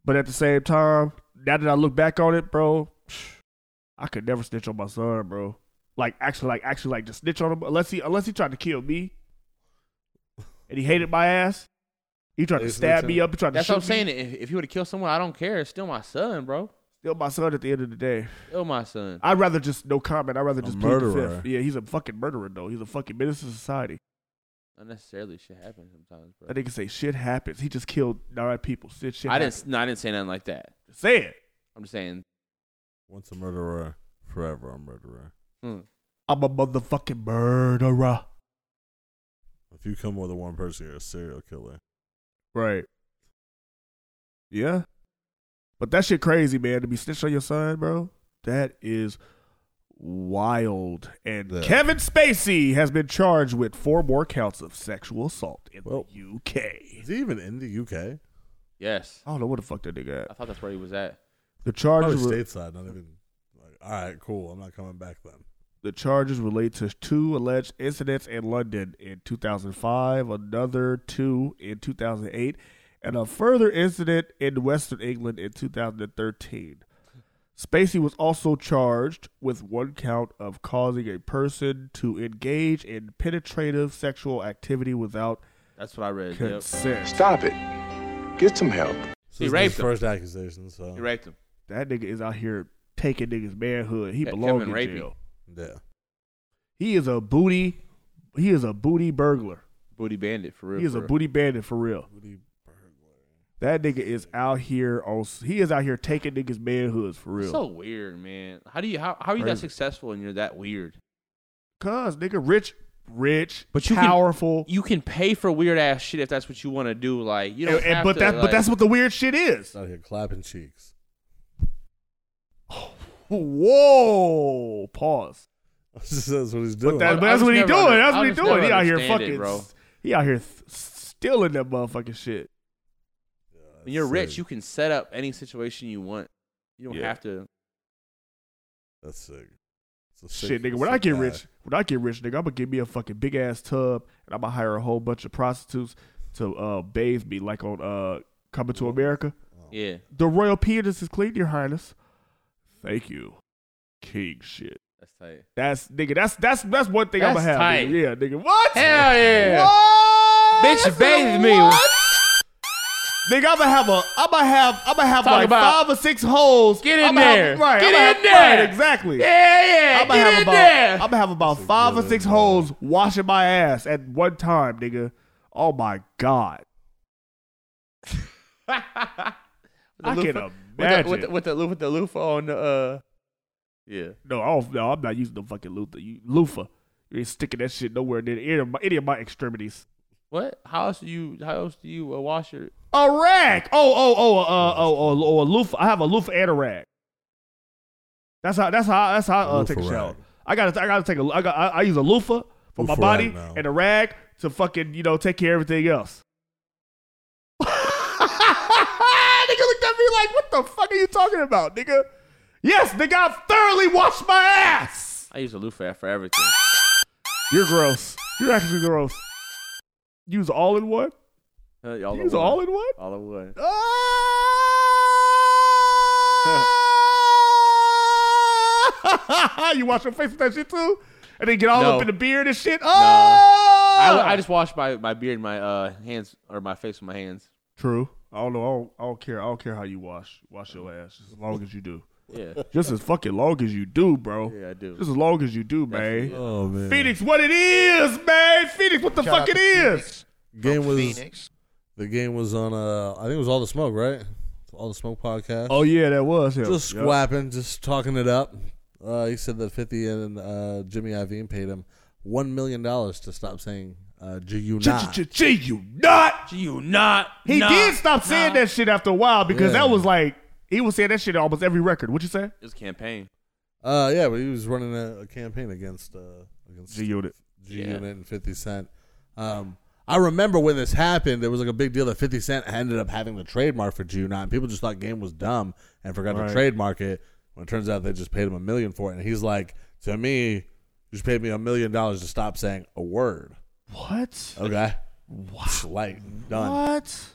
[SPEAKER 2] But at the same time, now that I look back on it, bro, I could never snitch on my son, bro. Like actually, like actually, like just snitch on him unless he unless he tried to kill me, and he hated my ass. He tried to stab me up. He tried to
[SPEAKER 5] That's
[SPEAKER 2] shoot
[SPEAKER 5] what I'm saying.
[SPEAKER 2] me.
[SPEAKER 5] If, if he would have killed someone, I don't care. It's still my son, bro.
[SPEAKER 2] Still my son at the end of the day.
[SPEAKER 5] Still my son.
[SPEAKER 2] I'd rather just no comment. I'd rather just plead the
[SPEAKER 3] murderer.
[SPEAKER 2] fifth. Yeah, he's a fucking murderer though. He's a fucking menace to society.
[SPEAKER 5] Unnecessarily shit happens sometimes, bro.
[SPEAKER 2] That nigga say shit happens. He just killed nine people. Shit, shit.
[SPEAKER 5] I
[SPEAKER 2] happens.
[SPEAKER 5] didn't. No, I didn't say nothing like that.
[SPEAKER 2] say it.
[SPEAKER 5] I'm just saying.
[SPEAKER 3] Once a murderer, forever a murderer.
[SPEAKER 5] hmm.
[SPEAKER 2] I'm a motherfucking murderer.
[SPEAKER 3] If you kill more than one person, you're a serial killer.
[SPEAKER 2] Right. Yeah. But that shit crazy, man. To be snitched on your son, bro. That is wild. And
[SPEAKER 3] Yeah.
[SPEAKER 2] Kevin Spacey has been charged with four more counts of sexual assault in the UK.
[SPEAKER 3] Is he even in the UK?
[SPEAKER 5] Yes.
[SPEAKER 2] I don't know what the fuck that nigga at.
[SPEAKER 5] I thought that's where he was at.
[SPEAKER 2] The charges were-
[SPEAKER 3] Probably stateside. Not even. Like, all right, cool. I'm not coming back then.
[SPEAKER 2] The charges relate to two alleged incidents in London in 2005, another two in 2008, and a further incident in Western England in 2013. Spacey was also charged with one count of causing a person to engage in penetrative sexual activity without
[SPEAKER 5] That's what I read. yep.
[SPEAKER 2] consent.
[SPEAKER 13] Stop it. Get some help.
[SPEAKER 5] He raped him.
[SPEAKER 3] First accusation. So
[SPEAKER 5] He raped him.
[SPEAKER 2] That nigga is out here taking niggas' manhood. He
[SPEAKER 5] That
[SPEAKER 2] belongs
[SPEAKER 5] Kevin
[SPEAKER 2] in
[SPEAKER 5] Rapey.
[SPEAKER 2] jail.
[SPEAKER 3] yeah.
[SPEAKER 2] He is a booty. He is a booty burglar.
[SPEAKER 5] Booty bandit for real.
[SPEAKER 2] He is
[SPEAKER 5] for
[SPEAKER 2] a
[SPEAKER 5] real.
[SPEAKER 2] booty bandit for real. That nigga is out here on. He is out here taking niggas' manhoods for real.
[SPEAKER 5] So weird, man. How do you how how are you that
[SPEAKER 2] Crazy.
[SPEAKER 5] successful and you're that weird?
[SPEAKER 2] Cause nigga rich, rich,
[SPEAKER 5] But you
[SPEAKER 2] power.
[SPEAKER 5] powerful. you can pay for weird ass shit if that's what you want to do. Like you don't.
[SPEAKER 2] and, and-
[SPEAKER 5] have
[SPEAKER 2] but
[SPEAKER 5] to,
[SPEAKER 2] that but
[SPEAKER 5] like-
[SPEAKER 2] that's what the weird shit is.
[SPEAKER 3] Out here clapping cheeks.
[SPEAKER 2] Whoa, pause.
[SPEAKER 3] that's what he's
[SPEAKER 2] But
[SPEAKER 3] doing.
[SPEAKER 2] that- but that's what he doing. That's
[SPEAKER 5] I'll
[SPEAKER 2] what he
[SPEAKER 5] just
[SPEAKER 2] doing.
[SPEAKER 5] never
[SPEAKER 2] He out here
[SPEAKER 5] understand it,
[SPEAKER 2] fucking.
[SPEAKER 5] bro.
[SPEAKER 2] He out here th- stealing that motherfucking shit.
[SPEAKER 5] When you're rich, you can set up any situation you want. You don't
[SPEAKER 2] Yeah.
[SPEAKER 5] have to.
[SPEAKER 3] That's sick.
[SPEAKER 2] Shit, nigga. When I get rich, when I get rich, nigga, I'm gonna give me a fucking big ass tub, and I'm gonna hire a whole bunch of prostitutes to uh, bathe me, like on uh, Coming to America.
[SPEAKER 5] Yeah.
[SPEAKER 2] The royal penis is clean, your highness. Thank you, king shit.
[SPEAKER 5] That's tight.
[SPEAKER 2] That's nigga. That's that's that's one thing I'm
[SPEAKER 5] That's
[SPEAKER 2] gonna have.
[SPEAKER 5] tight.
[SPEAKER 2] nigga. Yeah, nigga. What?
[SPEAKER 5] Hell yeah.
[SPEAKER 2] What?
[SPEAKER 5] Bitch, bathe me.
[SPEAKER 2] Nigga, I'ma have a, I'ma have, I'ma have
[SPEAKER 5] Talk
[SPEAKER 2] like
[SPEAKER 5] about-
[SPEAKER 2] five or six holes.
[SPEAKER 5] Get in
[SPEAKER 2] I'ma
[SPEAKER 5] there.
[SPEAKER 2] Have, right,
[SPEAKER 5] Get
[SPEAKER 2] I'ma
[SPEAKER 5] in
[SPEAKER 2] have,
[SPEAKER 5] there.
[SPEAKER 2] Right, exactly.
[SPEAKER 5] Yeah, yeah,
[SPEAKER 2] I'ma
[SPEAKER 5] get
[SPEAKER 2] have
[SPEAKER 5] in
[SPEAKER 2] about,
[SPEAKER 5] there.
[SPEAKER 2] I'ma have about five or six holes washing my ass at one time, nigga. Oh my god.
[SPEAKER 5] The
[SPEAKER 2] I can
[SPEAKER 5] loofah-
[SPEAKER 2] imagine.
[SPEAKER 5] With the, with the, with the, with the loofah on the. Uh, yeah.
[SPEAKER 2] No, I don't, no, I'm not using the fucking loofah. You, loofah. You ain't sticking that shit nowhere near any of my, any of my extremities.
[SPEAKER 5] What? How else do you? How else do you uh, wash your?
[SPEAKER 2] A rag. Oh, oh, oh, uh, oh, oh, oh, a loofah. I have a loofah and a rag. That's how. That's how. That's how I uh,
[SPEAKER 3] Loofah
[SPEAKER 2] take a shower.
[SPEAKER 3] rag.
[SPEAKER 2] I gotta. I gotta take a. I got. I, I use a loofah for my
[SPEAKER 3] Loofah
[SPEAKER 2] body
[SPEAKER 3] rag now.
[SPEAKER 2] and a rag to fucking you know take care of everything else. nigga looked at me like, what the fuck are you talking about, nigga? Yes, nigga, I've thoroughly washed my ass.
[SPEAKER 5] I use a loofah for everything.
[SPEAKER 2] You're gross. You're actually gross. Use all in one.
[SPEAKER 5] Uh, all
[SPEAKER 2] Use all in one?
[SPEAKER 5] All in one.
[SPEAKER 2] Ah! you wash your face with that shit too, and then get all
[SPEAKER 5] No.
[SPEAKER 2] up in the beard and shit.
[SPEAKER 5] Nah.
[SPEAKER 2] Oh,
[SPEAKER 5] I, I just wash my, my beard, and my uh hands, or my face with my hands.
[SPEAKER 2] true. I don't know. I don't, I don't care. I don't care how you wash. Wash your ass as long as you do.
[SPEAKER 5] Yeah.
[SPEAKER 2] Just as fucking long as you do, bro.
[SPEAKER 5] Yeah, I do.
[SPEAKER 2] Just as long as you do, man.
[SPEAKER 3] Oh man.
[SPEAKER 2] Phoenix, what it is, man? Phoenix, what the
[SPEAKER 3] Shout
[SPEAKER 2] fuck
[SPEAKER 3] out
[SPEAKER 2] it
[SPEAKER 3] to
[SPEAKER 2] is?
[SPEAKER 3] game was
[SPEAKER 2] Phoenix.
[SPEAKER 3] the game was on uh I think it was all the smoke right all the smoke podcast
[SPEAKER 2] Oh yeah, that was him.
[SPEAKER 3] just
[SPEAKER 2] Yep.
[SPEAKER 3] squapping just talking it up uh, he said that 50 and uh, Jimmy Iovine paid him one million dollars to stop saying uh, G you not
[SPEAKER 2] G you not.
[SPEAKER 5] G you not.
[SPEAKER 2] He
[SPEAKER 5] Nah.
[SPEAKER 2] did stop saying that shit after a while because
[SPEAKER 3] Yeah.
[SPEAKER 2] that was like he was saying that shit on almost every record. What you say?
[SPEAKER 5] It's campaign.
[SPEAKER 3] uh yeah but he was running a, a campaign against uh against G
[SPEAKER 2] Unit
[SPEAKER 3] G Unit and 50 Cent um I remember when this happened there was like a big deal that 50 Cent ended up having the trademark for G you not and people just thought game was dumb and forgot
[SPEAKER 2] Right.
[SPEAKER 3] to trademark it when it turns out they just paid him a million for it and he's like to me you just paid me a million dollars to stop saying a word
[SPEAKER 2] What?
[SPEAKER 3] Okay. What? Like done.
[SPEAKER 2] What?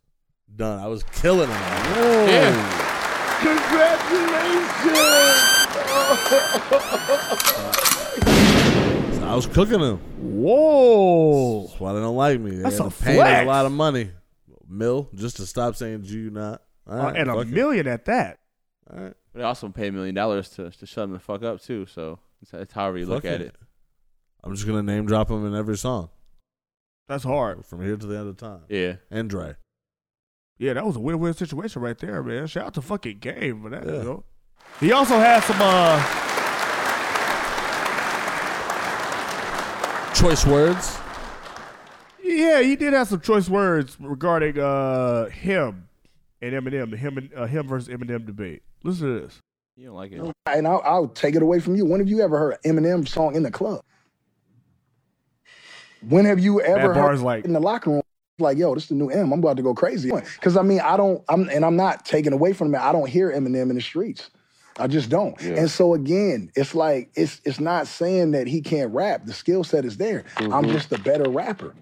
[SPEAKER 3] Done. I was killing him.
[SPEAKER 8] Congratulations!
[SPEAKER 3] So I was cooking him.
[SPEAKER 2] Whoa.
[SPEAKER 3] That's why they don't like me. They
[SPEAKER 2] That's
[SPEAKER 3] had
[SPEAKER 2] a
[SPEAKER 3] to pay me
[SPEAKER 2] flex.
[SPEAKER 3] a lot of money. Mill just to stop saying G you not. All
[SPEAKER 2] Uh,
[SPEAKER 3] right,
[SPEAKER 2] and a
[SPEAKER 3] fuck it.
[SPEAKER 2] million at that.
[SPEAKER 3] All right.
[SPEAKER 5] But they also pay a million dollars to to shut him the fuck up too. So it's, it's however you look
[SPEAKER 3] Fuck
[SPEAKER 5] at
[SPEAKER 3] it.
[SPEAKER 5] it.
[SPEAKER 3] I'm just gonna name drop him in every song
[SPEAKER 2] That's hard.
[SPEAKER 3] from here to the end of time.
[SPEAKER 5] Yeah.
[SPEAKER 3] And Dre.
[SPEAKER 2] Yeah, that was a win-win situation right there, man. Shout out to fucking Game for that.
[SPEAKER 3] Yeah.
[SPEAKER 2] You know? He also had some uh
[SPEAKER 3] Choice words.
[SPEAKER 2] yeah, he did have some choice words regarding uh him and Eminem, the him and uh, him versus Eminem debate. Listen to this.
[SPEAKER 5] You don't like it.
[SPEAKER 16] And I'll, I'll take it away from you. When have you ever heard an Eminem song in the club? When have you ever
[SPEAKER 2] bar's
[SPEAKER 16] heard
[SPEAKER 2] like-
[SPEAKER 16] in the locker room? Like, yo, this is the new M. I'm about to go crazy. Because I mean, I don't. I'm and I'm not taking away from him. I don't hear Eminem in the streets. I just don't. And so again, it's like it's it's not saying that he can't rap. The skill set is there. I'm
[SPEAKER 13] Mm-hmm.
[SPEAKER 17] Mhm.
[SPEAKER 16] just a better rapper.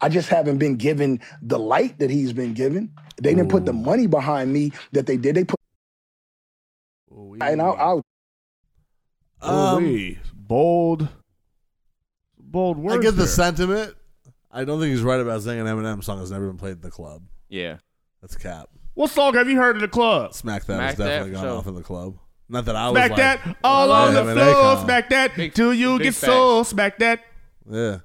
[SPEAKER 16] I just haven't been given the light that he's been given. They didn't put the money behind me that they did. They put. and I'll, I'll
[SPEAKER 3] Um,
[SPEAKER 2] Ooh-wee. bold, bold words.
[SPEAKER 3] I get the
[SPEAKER 2] there.
[SPEAKER 3] sentiment. I don't think he's right about saying an Eminem song has never been played in the club.
[SPEAKER 5] Yeah.
[SPEAKER 3] That's cap.
[SPEAKER 2] What song have you heard in the club?
[SPEAKER 3] Smack that
[SPEAKER 2] Smack
[SPEAKER 3] was definitely
[SPEAKER 2] that,
[SPEAKER 3] gone
[SPEAKER 2] so-
[SPEAKER 3] off in the club. Not that I
[SPEAKER 2] Smack
[SPEAKER 3] was like,
[SPEAKER 2] that all on the
[SPEAKER 3] Eminem
[SPEAKER 2] floor.
[SPEAKER 3] come.
[SPEAKER 2] Smack that till you
[SPEAKER 3] big
[SPEAKER 2] get soul. Smack that.
[SPEAKER 3] Yeah.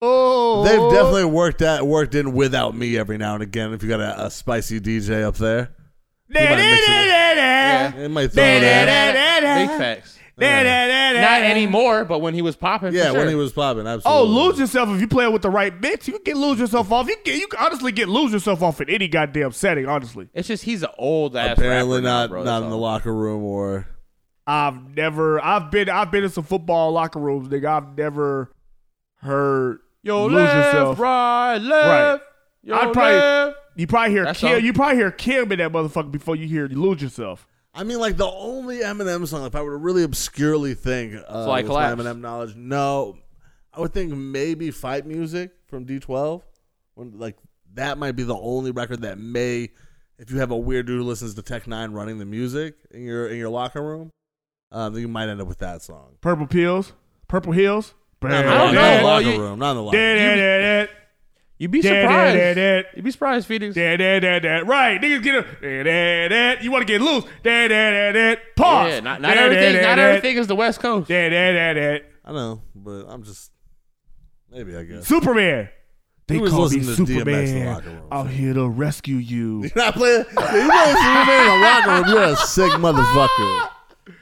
[SPEAKER 2] Oh,
[SPEAKER 3] They've definitely worked that worked in without me every now and again. If you got a, a spicy DJ up there,
[SPEAKER 2] Da, da, da, da, da.
[SPEAKER 3] They might throw
[SPEAKER 2] Da, da,
[SPEAKER 3] that.
[SPEAKER 2] da, da, da.
[SPEAKER 5] Big facts.
[SPEAKER 2] Da, da, da, da,
[SPEAKER 5] Not
[SPEAKER 2] da.
[SPEAKER 5] anymore, but when he was popping. for
[SPEAKER 3] yeah,
[SPEAKER 5] sure.
[SPEAKER 3] when he was popping,
[SPEAKER 2] Oh,
[SPEAKER 3] absolutely.
[SPEAKER 2] lose yourself if you play with the right bitch. You can get lose yourself off. You can, you can honestly get lose yourself off in any goddamn setting. Honestly,
[SPEAKER 5] It's just he's an old ass
[SPEAKER 3] apparently
[SPEAKER 5] rapper now,
[SPEAKER 3] not
[SPEAKER 5] bro,
[SPEAKER 3] not
[SPEAKER 5] that's
[SPEAKER 3] in the
[SPEAKER 5] all.
[SPEAKER 3] locker room or
[SPEAKER 2] I've never I've been I've been in some football locker rooms, nigga. I've never heard
[SPEAKER 5] Yo,
[SPEAKER 2] lose
[SPEAKER 5] left,
[SPEAKER 2] yourself.
[SPEAKER 5] right, left. Yo,
[SPEAKER 2] I'd probably
[SPEAKER 5] left.
[SPEAKER 2] you probably hear
[SPEAKER 3] That's
[SPEAKER 2] Kim
[SPEAKER 3] all.
[SPEAKER 2] you probably hear Kim in that motherfucker before you hear you lose yourself.
[SPEAKER 3] I mean, like the only Eminem song, if I were to really obscurely think uh,
[SPEAKER 2] Fly
[SPEAKER 3] with my
[SPEAKER 2] Collapse.
[SPEAKER 3] Eminem knowledge, no, I would think maybe fight music from D12. When, like that might be the only record that may, if you have a weird dude who listens to Tech Nine running the music in your in your locker room, um, then you might end up with that song.
[SPEAKER 2] Purple pills, purple heels.
[SPEAKER 3] Not in the locker- not in the locker room. Not in the locker room.
[SPEAKER 5] You'd be surprised. You'd be surprised, Phoenix.
[SPEAKER 2] Right, niggas get up. Da, da, da. You want to get loose? Da, da, da, da. Pause.
[SPEAKER 5] Yeah, not- not everything- not everything is the West Coast.
[SPEAKER 2] Da, da, da, da.
[SPEAKER 3] I know, but I'm just maybe I guess
[SPEAKER 2] Superman. They
[SPEAKER 3] Who was
[SPEAKER 2] call me
[SPEAKER 3] listening to DMX in the
[SPEAKER 2] Superman.
[SPEAKER 3] locker room?
[SPEAKER 2] I'm here to rescue you.
[SPEAKER 3] You're not playing. You know, Superman in the locker room. You're a sick motherfucker.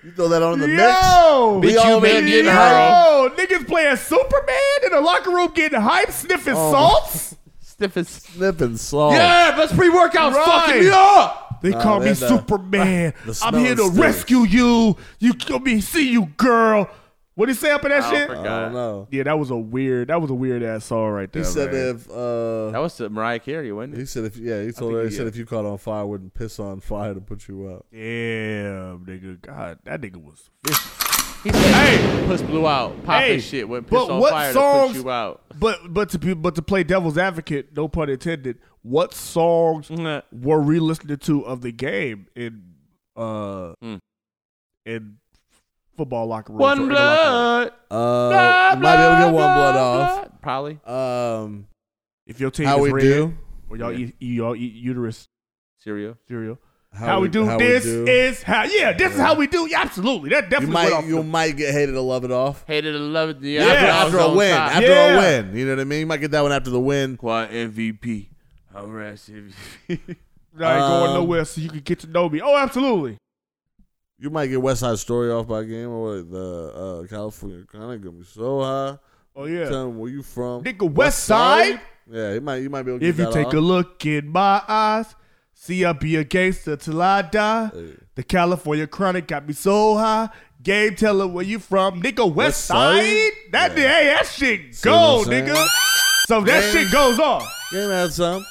[SPEAKER 3] You throw that on the
[SPEAKER 2] Yo,
[SPEAKER 3] mix. we all been getting hype.
[SPEAKER 2] Yo, niggas playing Superman in the locker room, getting hype, sniffing
[SPEAKER 3] Oh.
[SPEAKER 2] salts.
[SPEAKER 5] Sniffing,
[SPEAKER 3] sniffing salt.
[SPEAKER 5] Yeah, let's pre-workout
[SPEAKER 2] Right.
[SPEAKER 5] fucking me up.
[SPEAKER 2] They
[SPEAKER 3] Nah,
[SPEAKER 2] call me
[SPEAKER 3] man, the-
[SPEAKER 2] Superman.
[SPEAKER 3] the
[SPEAKER 2] I'm here
[SPEAKER 3] smelling
[SPEAKER 2] to
[SPEAKER 3] stinks.
[SPEAKER 2] rescue you. You kill me. See you, girl. What did he say up in that
[SPEAKER 5] I
[SPEAKER 2] shit?
[SPEAKER 5] forgot. I don't
[SPEAKER 3] know.
[SPEAKER 2] Yeah, that was a weird. That was a weird ass song right
[SPEAKER 3] He
[SPEAKER 2] there.
[SPEAKER 3] said
[SPEAKER 2] man.
[SPEAKER 3] if uh,
[SPEAKER 5] that was the Mariah Carey, wasn't it?
[SPEAKER 3] He said if yeah, he
[SPEAKER 5] think
[SPEAKER 3] told her he
[SPEAKER 5] he-
[SPEAKER 3] said if you caught on fire, I wouldn't piss on fire to put you out.
[SPEAKER 2] Damn, nigga. God, that nigga was.
[SPEAKER 5] He said, "Hey, puss blew out, pop
[SPEAKER 2] Hey,
[SPEAKER 5] this shit, went piss
[SPEAKER 2] but
[SPEAKER 5] on
[SPEAKER 2] what
[SPEAKER 5] fire
[SPEAKER 2] songs-
[SPEAKER 5] to put you out."
[SPEAKER 2] But but to be, but to play devil's advocate, no pun intended. What songs
[SPEAKER 5] Mm-hmm.
[SPEAKER 2] were we listening to of the game in uh in football locker rooms? or
[SPEAKER 5] Mm. One
[SPEAKER 2] in the locker room?
[SPEAKER 5] blood.
[SPEAKER 3] Uh, you might be able to get one blood off.
[SPEAKER 5] Probably.
[SPEAKER 3] Um,
[SPEAKER 2] if your team
[SPEAKER 3] how
[SPEAKER 2] is
[SPEAKER 3] we
[SPEAKER 2] red,
[SPEAKER 3] do?
[SPEAKER 2] or y'all
[SPEAKER 5] Yeah.
[SPEAKER 2] eat y'all eat uterus
[SPEAKER 5] cereal
[SPEAKER 2] cereal.
[SPEAKER 3] How
[SPEAKER 2] How,
[SPEAKER 3] we-
[SPEAKER 2] we do
[SPEAKER 3] how we
[SPEAKER 2] this
[SPEAKER 3] do.
[SPEAKER 2] is how yeah this is
[SPEAKER 3] Yeah.
[SPEAKER 2] how we do yeah, absolutely that
[SPEAKER 3] You
[SPEAKER 2] definitely went
[SPEAKER 3] might
[SPEAKER 2] off
[SPEAKER 3] you
[SPEAKER 2] the-
[SPEAKER 3] might get hated to love it off.
[SPEAKER 5] Hated to love it. Yeah,
[SPEAKER 3] after,
[SPEAKER 5] I was
[SPEAKER 3] after a
[SPEAKER 5] on
[SPEAKER 3] win,
[SPEAKER 5] top.
[SPEAKER 3] after
[SPEAKER 5] Yeah.
[SPEAKER 3] a win, you know what I mean. You might get that one after the win.
[SPEAKER 5] Quad MVP. I'm rest MVP.
[SPEAKER 2] I ain't going
[SPEAKER 3] Um,
[SPEAKER 2] nowhere so you can get to know me oh absolutely
[SPEAKER 3] You might get West Side Story off by game or what, the uh, California kind of gonna be so high.
[SPEAKER 2] Oh yeah.
[SPEAKER 3] tell him where you from,
[SPEAKER 2] Nigga, West Side?
[SPEAKER 3] Yeah, you might you might be able to
[SPEAKER 2] if
[SPEAKER 3] get
[SPEAKER 2] you
[SPEAKER 3] that
[SPEAKER 2] take
[SPEAKER 3] off.
[SPEAKER 2] a look in my eyes see I be a gangster till I die the California chronic got me so high game tell her where you from nigga West,
[SPEAKER 3] West
[SPEAKER 2] Side
[SPEAKER 3] Side?
[SPEAKER 2] that hey that shit
[SPEAKER 3] See what I'm
[SPEAKER 2] go
[SPEAKER 3] saying?
[SPEAKER 2] nigga so that
[SPEAKER 3] Game-
[SPEAKER 2] shit goes off.
[SPEAKER 3] Game had some.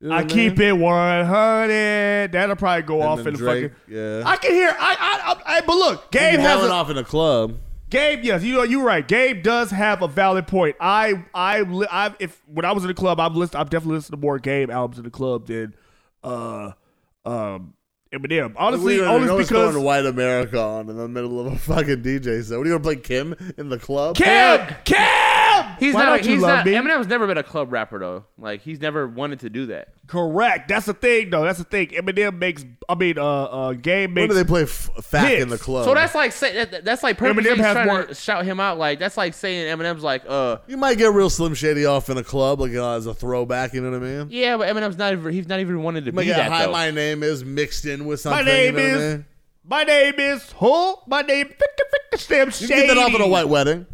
[SPEAKER 3] You know
[SPEAKER 2] I
[SPEAKER 3] what
[SPEAKER 2] keep
[SPEAKER 3] mean?
[SPEAKER 2] it 100. That'll probably go
[SPEAKER 3] And
[SPEAKER 2] off
[SPEAKER 3] then
[SPEAKER 2] in the
[SPEAKER 3] Drake,
[SPEAKER 2] fucking.
[SPEAKER 3] yeah.
[SPEAKER 2] I can hear. I, I, I, I but look,
[SPEAKER 3] You
[SPEAKER 2] Gabe
[SPEAKER 3] get
[SPEAKER 2] has
[SPEAKER 3] that
[SPEAKER 2] a,
[SPEAKER 3] one off in a club.
[SPEAKER 2] Gabe, yes, you are. You're right. Gabe does have a valid point. I, I, li- I, if when I was in the club, I'm list, I'm definitely listening to more Gabe albums in the club than, uh, um, Eminem. Honestly,
[SPEAKER 3] We
[SPEAKER 2] only
[SPEAKER 3] no one's
[SPEAKER 2] because
[SPEAKER 3] throwing white America on in the middle of a fucking DJ set. What are you gonna play Kim in the club?
[SPEAKER 2] Kim, Kim.
[SPEAKER 5] He's
[SPEAKER 2] Why
[SPEAKER 5] not.
[SPEAKER 2] don't you
[SPEAKER 5] he's
[SPEAKER 2] love
[SPEAKER 5] not.
[SPEAKER 2] me?
[SPEAKER 5] Eminem's never been a club rapper though. Like he's never wanted to do that.
[SPEAKER 2] Correct. That's the thing, though. That's the thing. Eminem makes. I mean, uh, uh, Gabe
[SPEAKER 3] When
[SPEAKER 2] makes.
[SPEAKER 3] do they play f- Fact in
[SPEAKER 2] hits.
[SPEAKER 3] the club?
[SPEAKER 5] So that's like say, that, that's like purposely
[SPEAKER 2] Eminem has
[SPEAKER 5] trying
[SPEAKER 2] more-
[SPEAKER 5] to shout him out. Like that's like saying Eminem's like, uh,
[SPEAKER 3] you might get real Slim Shady off in a club, like uh, as a throwback. You know what I mean?
[SPEAKER 5] yeah, but Eminem's not. Even, he's not even wanted to
[SPEAKER 3] You might
[SPEAKER 5] be
[SPEAKER 3] get
[SPEAKER 5] that
[SPEAKER 3] Hi,
[SPEAKER 5] though.
[SPEAKER 3] my name is mixed in with
[SPEAKER 2] My
[SPEAKER 3] something.
[SPEAKER 2] name
[SPEAKER 3] you know what I
[SPEAKER 2] is.
[SPEAKER 3] mean?
[SPEAKER 2] My name is who? My name. Sam
[SPEAKER 3] You can get that off at a white wedding.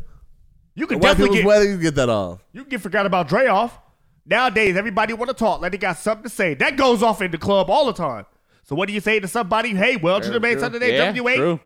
[SPEAKER 2] You
[SPEAKER 3] A
[SPEAKER 2] can
[SPEAKER 3] white
[SPEAKER 2] definitely
[SPEAKER 3] people's
[SPEAKER 2] get.
[SPEAKER 3] wedding, you can get that off.
[SPEAKER 2] You can get forgot about Dre off. Nowadays, everybody want to talk like they got something to say. That goes off in the club all the time. So what do you say to somebody? Hey, well, to the main Sunday day,
[SPEAKER 5] Yeah,
[SPEAKER 2] W8.
[SPEAKER 5] true.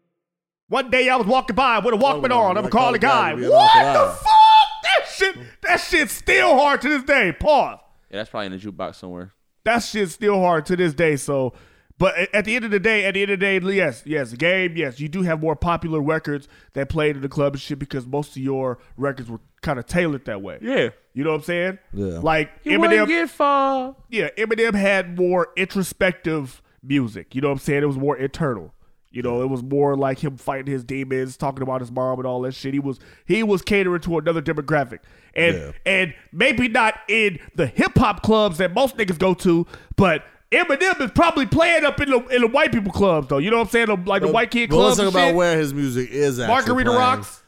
[SPEAKER 2] One day I was walking by with a Walkman on. I'm
[SPEAKER 3] like,
[SPEAKER 2] calling a
[SPEAKER 3] oh, God,
[SPEAKER 2] guy.
[SPEAKER 3] we get
[SPEAKER 2] What
[SPEAKER 3] off
[SPEAKER 2] the
[SPEAKER 3] loud.
[SPEAKER 2] fuck? That shit. That shit's still hard to this day. Pause.
[SPEAKER 5] Yeah, that's probably in a jukebox somewhere.
[SPEAKER 2] That shit's still hard to this day. So, but a- at the end of the day, at the end of the day, yes, yes, game, yes, you do have more popular records that played in the club and shit because most of your records were kind of tailored that way.
[SPEAKER 5] Yeah.
[SPEAKER 2] You know what I'm saying?
[SPEAKER 3] Yeah.
[SPEAKER 2] Like
[SPEAKER 5] You
[SPEAKER 2] Eminem,
[SPEAKER 5] wouldn't get far.
[SPEAKER 2] yeah, Eminem had more introspective music. You know what I'm saying? It was more internal. You know, it was more like him fighting his demons, talking about his mom and all that shit. He was he was catering to another demographic. And
[SPEAKER 3] Yeah.
[SPEAKER 2] and maybe not in the hip hop clubs that most niggas go to, but Eminem is probably playing up in the in the white people clubs though. You know what I'm saying? The- Like the white kid
[SPEAKER 3] But
[SPEAKER 2] clubs.
[SPEAKER 3] Let's talk
[SPEAKER 2] and
[SPEAKER 3] about
[SPEAKER 2] shit.
[SPEAKER 3] where his music is. Actually
[SPEAKER 2] Margarita
[SPEAKER 3] playing.
[SPEAKER 2] Rocks.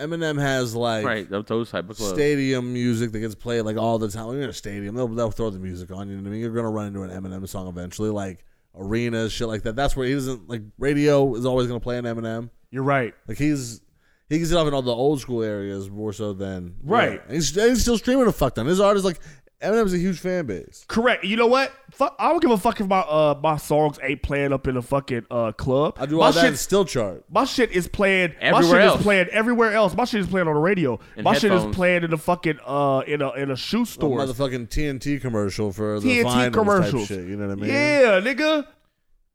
[SPEAKER 3] Eminem has like
[SPEAKER 5] Right, those- those type of clubs.
[SPEAKER 3] stadium music that gets played like all the time. When you're in a stadium, they'll, they'll throw the music on. You know what I mean? You're gonna run into an Eminem song eventually, like arenas, shit like that. That's where he doesn't like radio is always gonna play an Eminem.
[SPEAKER 2] You're right.
[SPEAKER 3] Like he's he gets it off in all the old school areas more so than
[SPEAKER 2] Right.
[SPEAKER 3] Yeah. And he's, and he's still streaming a fuck ton. His art is like Eminem's a huge fan base.
[SPEAKER 2] Correct. You know what? Fuck, I don't give a fuck if my uh my songs ain't playing up in a fucking uh club.
[SPEAKER 3] I do
[SPEAKER 2] my
[SPEAKER 3] all that
[SPEAKER 2] shit's-
[SPEAKER 3] and still chart.
[SPEAKER 2] My shit is playing. my
[SPEAKER 3] Everywhere
[SPEAKER 2] shit
[SPEAKER 3] else.
[SPEAKER 2] is playing everywhere else. My shit is playing on the radio.
[SPEAKER 3] And
[SPEAKER 2] my shit
[SPEAKER 3] headphones.
[SPEAKER 2] is playing in the fucking uh in a in a shoe store.
[SPEAKER 3] Motherfucking TNT commercial for the
[SPEAKER 2] TNT
[SPEAKER 3] vinyls
[SPEAKER 2] commercials.
[SPEAKER 3] Type shit, you know what I mean?
[SPEAKER 2] Yeah, nigga.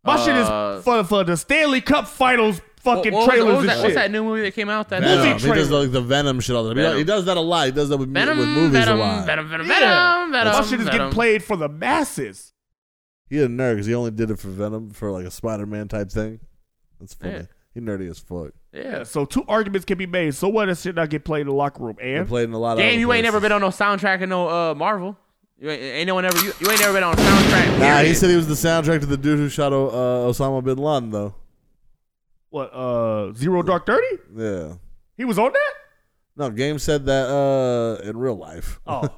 [SPEAKER 2] My shit
[SPEAKER 5] Uh,
[SPEAKER 2] is for for the Stanley Cup Finals fucking
[SPEAKER 5] What- what was-
[SPEAKER 2] trailers
[SPEAKER 5] what was
[SPEAKER 2] and
[SPEAKER 5] that-
[SPEAKER 2] shit.
[SPEAKER 5] What's that new movie that came out? That
[SPEAKER 3] Venom.
[SPEAKER 5] movie
[SPEAKER 3] He does
[SPEAKER 5] trailer.
[SPEAKER 3] like the Venom shit all the time. He does- He does that a lot. He does that with, mu-
[SPEAKER 5] Venom,
[SPEAKER 3] with movies
[SPEAKER 5] Venom,
[SPEAKER 3] a lot.
[SPEAKER 5] Venom, Venom,
[SPEAKER 2] Yeah.
[SPEAKER 5] Venom, Venom.
[SPEAKER 2] My shit is
[SPEAKER 5] Venom.
[SPEAKER 2] getting played for the masses.
[SPEAKER 3] He a nerd because he only did it for Venom for like a Spider Man type thing. That's funny.
[SPEAKER 2] Yeah.
[SPEAKER 3] He nerdy as fuck.
[SPEAKER 2] Yeah. So two arguments can be made. So what if shit not get played in the locker room?
[SPEAKER 3] He
[SPEAKER 2] And
[SPEAKER 3] played in a lot of.
[SPEAKER 5] Damn,
[SPEAKER 3] other
[SPEAKER 5] you ain't never
[SPEAKER 3] places.
[SPEAKER 5] been on no soundtrack of no uh, Marvel. You ain't, ain't no one ever. You, you ain't never been on a soundtrack.
[SPEAKER 3] Nah, he
[SPEAKER 5] period.
[SPEAKER 3] said he was the soundtrack to the dude who shot O- uh, Osama bin Laden though.
[SPEAKER 2] what? Uh, Zero Dark Thirty.
[SPEAKER 3] Yeah.
[SPEAKER 2] He was on that.
[SPEAKER 3] No, Game said that uh, in real life.
[SPEAKER 2] Oh.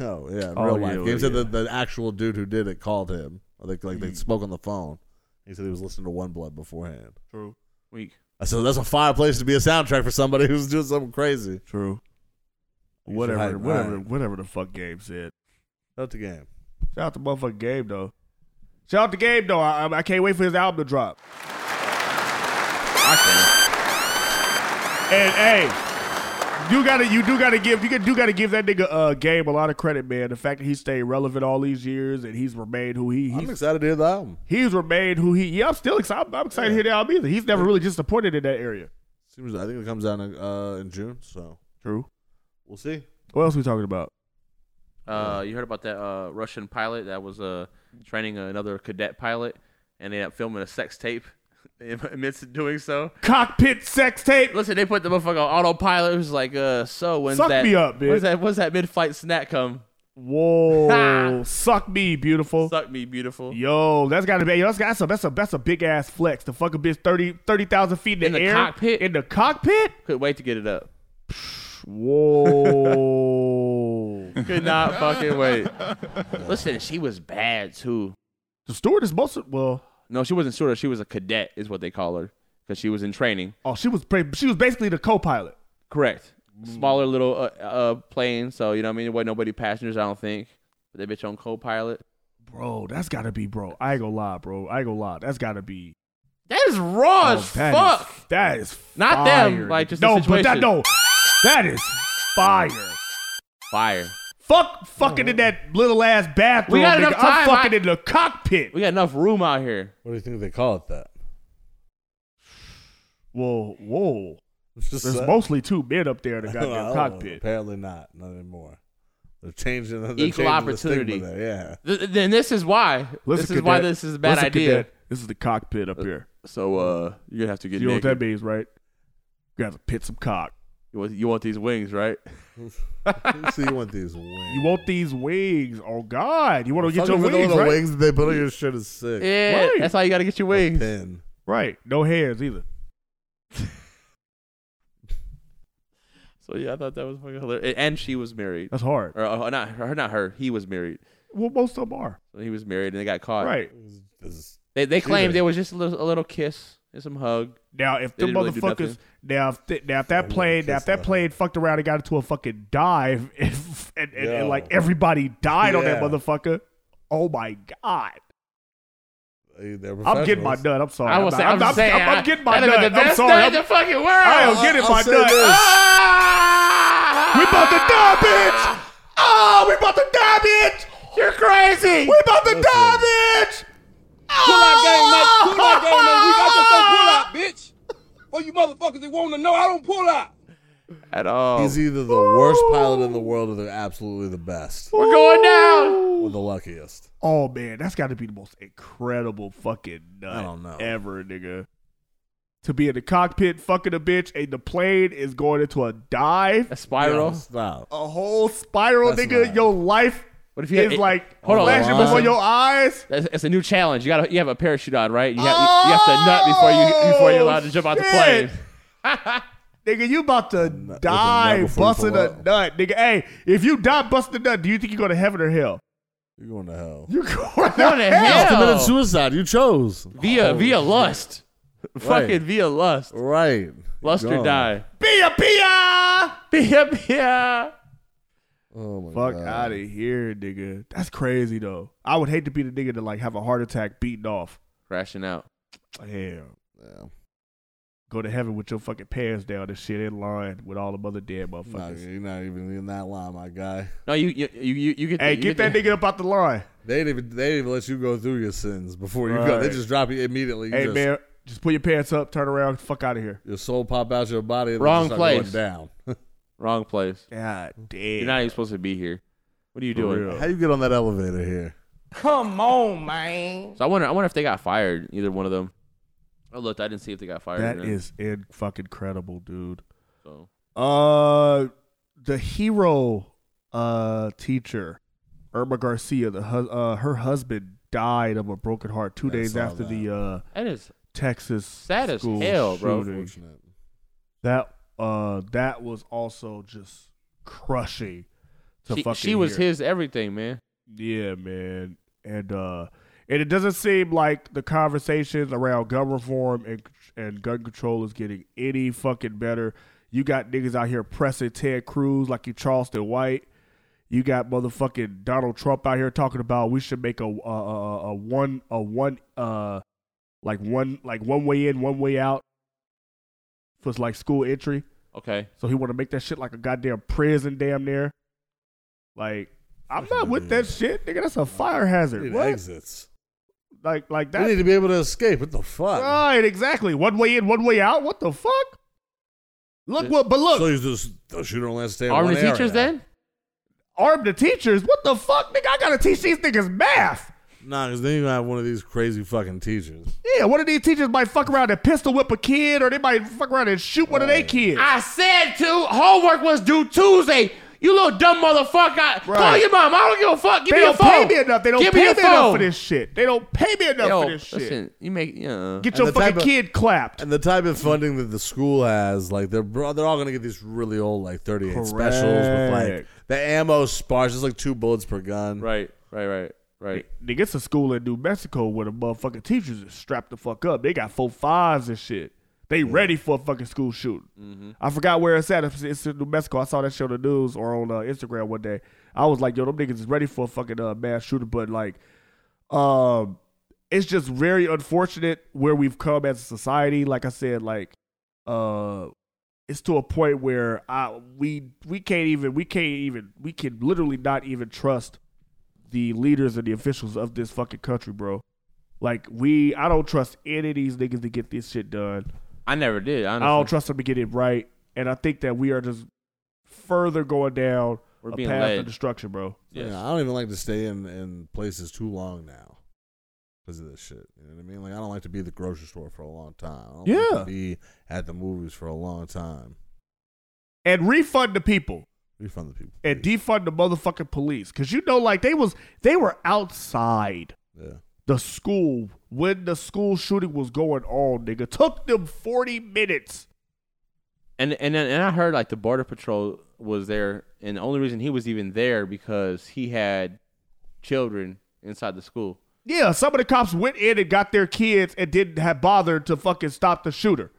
[SPEAKER 3] oh yeah, in
[SPEAKER 2] Oh,
[SPEAKER 3] real
[SPEAKER 2] yeah,
[SPEAKER 3] life. Game
[SPEAKER 2] well,
[SPEAKER 3] said that the actual dude who did it called him. I think like
[SPEAKER 5] Mm.
[SPEAKER 3] they spoke on the phone. He said he was listening to One Blood beforehand.
[SPEAKER 2] True.
[SPEAKER 5] Weak.
[SPEAKER 3] I said that's a fireplace to be a soundtrack for somebody who's doing something crazy.
[SPEAKER 2] True.
[SPEAKER 3] You
[SPEAKER 2] Whatever,
[SPEAKER 3] should hide mine.
[SPEAKER 2] whatever, whatever the fuck game said.
[SPEAKER 3] Shout out to game.
[SPEAKER 2] Shout out to motherfucking game though. Shout out to game though. I, I can't wait for his album to drop. And hey, you gotta, you do gotta give, you do gotta give that nigga uh, game a lot of credit, man. The fact that he stayed relevant all these years and he's remained who he. He's,
[SPEAKER 3] I'm excited to hear the album.
[SPEAKER 2] He's remained who he. Yeah, I'm still excited. I'm, I'm excited to hear the album either. He's never really disappointed in that area.
[SPEAKER 3] Seems I think it comes out in, uh, in June, so
[SPEAKER 2] True.
[SPEAKER 3] we'll see.
[SPEAKER 2] What else we talking about?
[SPEAKER 5] Uh, you heard about that uh, Russian pilot that was uh, training another cadet pilot, and they ended up filming a sex tape amidst doing so.
[SPEAKER 2] Cockpit sex tape.
[SPEAKER 5] Listen, they put the motherfucker on autopilot. It was like, uh, so when's
[SPEAKER 2] Suck
[SPEAKER 5] that?
[SPEAKER 2] me up, bitch.
[SPEAKER 5] When's that? When's that mid-flight snack come?
[SPEAKER 2] Whoa, suck me, beautiful.
[SPEAKER 5] Suck me, beautiful.
[SPEAKER 2] Yo, that's gotta be yo, that's, that's a that's a that's a big ass flex. The fucking bitch 30 30,000 feet in the,
[SPEAKER 5] In the
[SPEAKER 2] air
[SPEAKER 5] cockpit?
[SPEAKER 2] in the cockpit.
[SPEAKER 5] Couldn't wait to get it up.
[SPEAKER 2] Whoa,
[SPEAKER 5] Could not fucking wait. Listen, she was bad too.
[SPEAKER 2] The stewardess most of, well,
[SPEAKER 5] No, she wasn't stewardess. She was a cadet, is what they call her, because she was in training.
[SPEAKER 2] oh, she was pretty, she was basically the co-pilot.
[SPEAKER 5] Correct.
[SPEAKER 2] Mm.
[SPEAKER 5] Smaller little uh, uh, plane, so you know what I mean. There wasn't nobody passengers, I don't think. But that bitch on co-pilot.
[SPEAKER 2] Bro, that's gotta be bro. I ain't gonna lie, bro. I ain't gonna lie. That's gotta be
[SPEAKER 5] That is raw
[SPEAKER 2] Oh,
[SPEAKER 5] as
[SPEAKER 2] that
[SPEAKER 5] fuck.
[SPEAKER 2] is- that is
[SPEAKER 5] Not
[SPEAKER 2] fire.
[SPEAKER 5] them, like, just the
[SPEAKER 2] no, but that
[SPEAKER 5] situation.
[SPEAKER 2] no, that is fire.
[SPEAKER 5] Fire.
[SPEAKER 2] Fuck, fucking in that little ass bathroom.
[SPEAKER 5] Oh. We got
[SPEAKER 2] nigga.
[SPEAKER 5] enough time.
[SPEAKER 2] I'm fucking
[SPEAKER 5] I-
[SPEAKER 2] in the cockpit.
[SPEAKER 5] We got enough room out here.
[SPEAKER 3] What do you think they call it that?
[SPEAKER 2] Whoa, whoa.
[SPEAKER 3] Just
[SPEAKER 2] There's
[SPEAKER 3] that-
[SPEAKER 2] mostly two men up there in the
[SPEAKER 3] Well,
[SPEAKER 2] goddamn cockpit.
[SPEAKER 3] Apparently not, not anymore. They're changing. They're
[SPEAKER 5] Equal
[SPEAKER 3] changing
[SPEAKER 5] opportunity.
[SPEAKER 3] The stigma there, yeah.
[SPEAKER 5] Th- then this is why. this is why
[SPEAKER 2] cadet.
[SPEAKER 5] this is a bad
[SPEAKER 2] Listen,
[SPEAKER 5] idea.
[SPEAKER 2] cadet. This is the cockpit up here.
[SPEAKER 5] So uh, you're gonna have to get
[SPEAKER 2] You know what
[SPEAKER 5] naked.
[SPEAKER 2] that means, right? You have to pit some cock.
[SPEAKER 5] You want, you want these wings, right?
[SPEAKER 3] so you want these wings?
[SPEAKER 2] You want these wings? Oh God! You want to get your
[SPEAKER 3] Fucking with the
[SPEAKER 2] wings,
[SPEAKER 3] little
[SPEAKER 2] right?
[SPEAKER 3] wings that they put on your shit is sick.
[SPEAKER 5] Yeah,
[SPEAKER 2] Right.
[SPEAKER 5] that's how you gotta get your wings.
[SPEAKER 3] Pin.
[SPEAKER 2] Right. No hands either.
[SPEAKER 5] So yeah, I thought that was fucking hilarious. And she was married.
[SPEAKER 2] That's hard.
[SPEAKER 5] Or uh, not her, not her. He was married.
[SPEAKER 2] Well, most of them are.
[SPEAKER 5] So he was married, and they got caught.
[SPEAKER 2] Right.
[SPEAKER 5] They they
[SPEAKER 2] See
[SPEAKER 5] claimed
[SPEAKER 2] that.
[SPEAKER 5] there was just a little, a little kiss and some hug.
[SPEAKER 2] Now, if
[SPEAKER 5] They
[SPEAKER 2] the
[SPEAKER 5] didn't really do
[SPEAKER 2] motherfuckers,
[SPEAKER 5] nothing.
[SPEAKER 2] now if th- now if that plane, now if that plane fucked around and got into a fucking dive, and and, and,
[SPEAKER 3] Yo.
[SPEAKER 2] and like everybody died on that
[SPEAKER 3] Yeah.
[SPEAKER 2] motherfucker. Oh my God!
[SPEAKER 3] They- they're
[SPEAKER 2] I'm getting my
[SPEAKER 3] professionals.
[SPEAKER 2] nut. I'm sorry.
[SPEAKER 5] I
[SPEAKER 2] I'm
[SPEAKER 5] was
[SPEAKER 2] not-
[SPEAKER 5] saying,
[SPEAKER 2] I'm,
[SPEAKER 5] I'm
[SPEAKER 2] I'm,
[SPEAKER 5] saying,
[SPEAKER 2] I'm,
[SPEAKER 5] I-
[SPEAKER 2] I'm getting my
[SPEAKER 5] that'd be
[SPEAKER 2] nut.
[SPEAKER 5] the
[SPEAKER 2] I'm
[SPEAKER 5] best
[SPEAKER 2] sorry.
[SPEAKER 5] thing
[SPEAKER 2] I'm-
[SPEAKER 5] in the fucking world.
[SPEAKER 2] I am getting
[SPEAKER 3] I'll
[SPEAKER 2] my
[SPEAKER 3] say
[SPEAKER 2] nut.
[SPEAKER 3] this.
[SPEAKER 2] We
[SPEAKER 5] Ah!
[SPEAKER 2] about to die, bitch. Oh, we about to die, bitch.
[SPEAKER 5] You're crazy.
[SPEAKER 2] We about to die, bitch.
[SPEAKER 4] Pull out game night. Pull out game night. We got your fuck pull out, bitch. For you motherfuckers that want to know, I don't pull out.
[SPEAKER 5] At all.
[SPEAKER 3] He's either the worst pilot in the world or they're absolutely the best.
[SPEAKER 5] We're going down.
[SPEAKER 3] Or the luckiest.
[SPEAKER 2] Oh man, that's got to be the most incredible fucking nut
[SPEAKER 3] I don't know.
[SPEAKER 2] ever, nigga. To be in the cockpit fucking a bitch, and the plane is going into a dive,
[SPEAKER 5] A spiral.
[SPEAKER 3] Yo, stop.
[SPEAKER 2] a whole spiral,
[SPEAKER 3] That's
[SPEAKER 2] nigga.
[SPEAKER 3] not-
[SPEAKER 2] Your life
[SPEAKER 5] What if you
[SPEAKER 2] is
[SPEAKER 5] had- it-
[SPEAKER 2] like
[SPEAKER 5] hold on,
[SPEAKER 2] flashing
[SPEAKER 5] listen.
[SPEAKER 2] before your eyes.
[SPEAKER 5] That's, it's a new challenge. You got you have a parachute on, right? You have you, you have to nut before you before you're allowed to jump out the plane.
[SPEAKER 2] Oh, Shit. Nigga, you about to die
[SPEAKER 3] before you
[SPEAKER 2] busting
[SPEAKER 3] pull
[SPEAKER 2] a
[SPEAKER 3] out.
[SPEAKER 2] nut, nigga. Hey, if you die busting a nut, do you think you go to heaven or hell?
[SPEAKER 3] You're going to hell.
[SPEAKER 2] You're going to
[SPEAKER 5] Going to
[SPEAKER 2] hell.
[SPEAKER 5] hell.
[SPEAKER 3] You committed suicide. You chose.
[SPEAKER 5] Via via lust.
[SPEAKER 3] Right.
[SPEAKER 5] Fucking via lust.
[SPEAKER 3] Right.
[SPEAKER 5] Lust or
[SPEAKER 3] Gone.
[SPEAKER 5] die.
[SPEAKER 2] Pia, pia.
[SPEAKER 5] Pia pia.
[SPEAKER 3] Oh my
[SPEAKER 2] Fuck
[SPEAKER 3] God.
[SPEAKER 2] out of here, nigga. That's crazy though. I would hate to be the nigga to like have a heart attack beaten off.
[SPEAKER 5] Crashing out.
[SPEAKER 2] Damn. Go to heaven with your fucking pants down and shit in line with all the other dead
[SPEAKER 3] Nah,
[SPEAKER 2] motherfuckers.
[SPEAKER 3] you're not even in that line, my guy.
[SPEAKER 5] No, you you you you, you get.
[SPEAKER 2] Hey,
[SPEAKER 5] you
[SPEAKER 2] get that nigga up out the line.
[SPEAKER 3] They didn't even they didn't even let you go through your sins before you go. They
[SPEAKER 2] Right.
[SPEAKER 3] just drop you immediately. You
[SPEAKER 2] Hey
[SPEAKER 3] just-
[SPEAKER 2] man, just put your pants up, turn around, fuck out of here.
[SPEAKER 3] your soul pop out your body. And then
[SPEAKER 5] Wrong
[SPEAKER 3] just start
[SPEAKER 5] place.
[SPEAKER 3] Going down.
[SPEAKER 5] Wrong place.
[SPEAKER 2] God damn.
[SPEAKER 5] You're not even supposed to be here. What are you
[SPEAKER 3] For
[SPEAKER 5] doing?
[SPEAKER 3] real. How you get on that elevator here?
[SPEAKER 5] Come on, man. So I wonder. I wonder if they got fired. Either one of them. Oh look, I didn't see if they got fired.
[SPEAKER 2] That
[SPEAKER 5] or
[SPEAKER 2] is
[SPEAKER 5] not.
[SPEAKER 2] in fucking credible, dude.
[SPEAKER 5] So.
[SPEAKER 2] Uh, the hero, uh, teacher, Irma Garcia. The hus- uh, her husband died of a broken heart two
[SPEAKER 5] I
[SPEAKER 2] days
[SPEAKER 5] saw
[SPEAKER 2] after the uh
[SPEAKER 5] That is
[SPEAKER 2] Texas
[SPEAKER 5] sad as
[SPEAKER 2] school
[SPEAKER 5] hell, bro.
[SPEAKER 2] shooting. That uh, that was also just crushing. To
[SPEAKER 5] She,
[SPEAKER 2] fucking
[SPEAKER 5] she was
[SPEAKER 2] hear.
[SPEAKER 5] his everything, man.
[SPEAKER 2] Yeah, man. And uh and it doesn't seem like the conversations around gun reform and and gun control is getting any fucking better. You got niggas out here pressing Ted Cruz like you Charleston White. You got motherfucking Donald Trump out here talking about we should make a a, a, a one a one uh like one like one way in, one way out for like school entry.
[SPEAKER 5] Okay.
[SPEAKER 2] So he want to make that shit like a goddamn prison damn near. Like I'm not with that shit, nigga. That's a fire hazard.
[SPEAKER 3] Need
[SPEAKER 2] What?
[SPEAKER 3] exits.
[SPEAKER 2] Like like
[SPEAKER 3] We need
[SPEAKER 2] that.
[SPEAKER 3] to be able to escape. What the fuck?
[SPEAKER 2] Right, exactly. One way in, one way out. What the fuck? Look what, but look.
[SPEAKER 3] So you just the shooter only has to stay in
[SPEAKER 2] Arm
[SPEAKER 3] one
[SPEAKER 2] the teachers
[SPEAKER 3] area.
[SPEAKER 2] then? Arm the teachers. What the fuck, nigga? I gotta teach these niggas math.
[SPEAKER 3] Nah, because then you gonna have one of these crazy fucking teachers.
[SPEAKER 2] Yeah, one of these teachers might fuck around and pistol whip a kid, or they might fuck around and shoot one of their kids.
[SPEAKER 3] Ah,
[SPEAKER 5] I said to homework was due Tuesday. You little dumb motherfucker. I- Call
[SPEAKER 2] Right.
[SPEAKER 5] your mom. I don't give a fuck. Give
[SPEAKER 2] they
[SPEAKER 5] me
[SPEAKER 2] don't
[SPEAKER 5] a phone.
[SPEAKER 2] pay me enough. They don't
[SPEAKER 5] give
[SPEAKER 2] pay
[SPEAKER 5] me,
[SPEAKER 2] me,
[SPEAKER 5] a phone.
[SPEAKER 2] enough for this shit. They don't pay me enough
[SPEAKER 5] Yo,
[SPEAKER 2] for this shit.
[SPEAKER 5] listen, you make yeah.
[SPEAKER 2] Get your
[SPEAKER 3] And the type
[SPEAKER 2] fucking
[SPEAKER 3] of-
[SPEAKER 2] kid clapped.
[SPEAKER 3] And the type of funding that the school has, like they're bro- they're all gonna get these really old like thirty eight specials with like
[SPEAKER 2] Correct.
[SPEAKER 3] the ammo sparse. It's like two bullets per gun.
[SPEAKER 5] Right, right, right, right.
[SPEAKER 2] Nigga, it's a school in New Mexico where the motherfucking teachers is strapped the fuck up. They got four fives and shit. They ready for a fucking school shooting. I forgot where it's at. It's- It's in New Mexico. I saw that shit on the news or on uh, Instagram one day. I was like, yo, them niggas is ready for a fucking uh, mass shooter. But like, um, it's just very unfortunate where we've come as a society. Like I said, like, uh, it's to a point where I we we can't even we can't even we can literally not even trust the leaders and the officials of this fucking country, bro. Like we, I don't trust any of these niggas to get this shit done.
[SPEAKER 5] I never did. Honestly.
[SPEAKER 2] I don't trust them to get it right, and I think that we are just further going down
[SPEAKER 5] We're
[SPEAKER 2] a
[SPEAKER 5] being
[SPEAKER 2] path
[SPEAKER 5] led.
[SPEAKER 2] of destruction, bro.
[SPEAKER 5] Yes.
[SPEAKER 3] Yeah, I don't even like to stay in, in places too long now because of this shit. You know what I mean? Like, I don't like to be at the grocery store for a long time. I don't like
[SPEAKER 2] Yeah.
[SPEAKER 3] to be at the movies for a long time.
[SPEAKER 2] And refund the people
[SPEAKER 3] Refund the people.
[SPEAKER 2] and defund the motherfucking police, cause you know, like they was they were outside
[SPEAKER 3] Yeah.
[SPEAKER 2] the school when the school shooting was going on, nigga. Took them forty minutes.
[SPEAKER 5] And and then- and I heard like the border patrol was there, and the only reason he was even there because he had children inside the school.
[SPEAKER 2] Yeah, some of the cops went in and got their kids and didn't have bothered to fucking stop the shooter.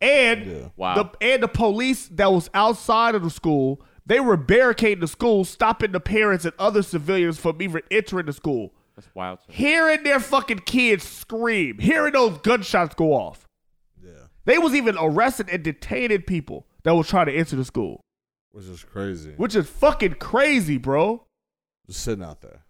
[SPEAKER 2] And
[SPEAKER 5] Wow.
[SPEAKER 2] the and the police that was outside of the school, they were barricading the school, stopping the parents and other civilians from even entering the school.
[SPEAKER 5] That's wild.
[SPEAKER 2] Hearing their fucking kids scream, hearing those gunshots go off. Yeah. They was even arresting and detaining people that was trying to enter the school.
[SPEAKER 3] Which is crazy.
[SPEAKER 2] Which is fucking crazy, bro.
[SPEAKER 3] Just sitting out there.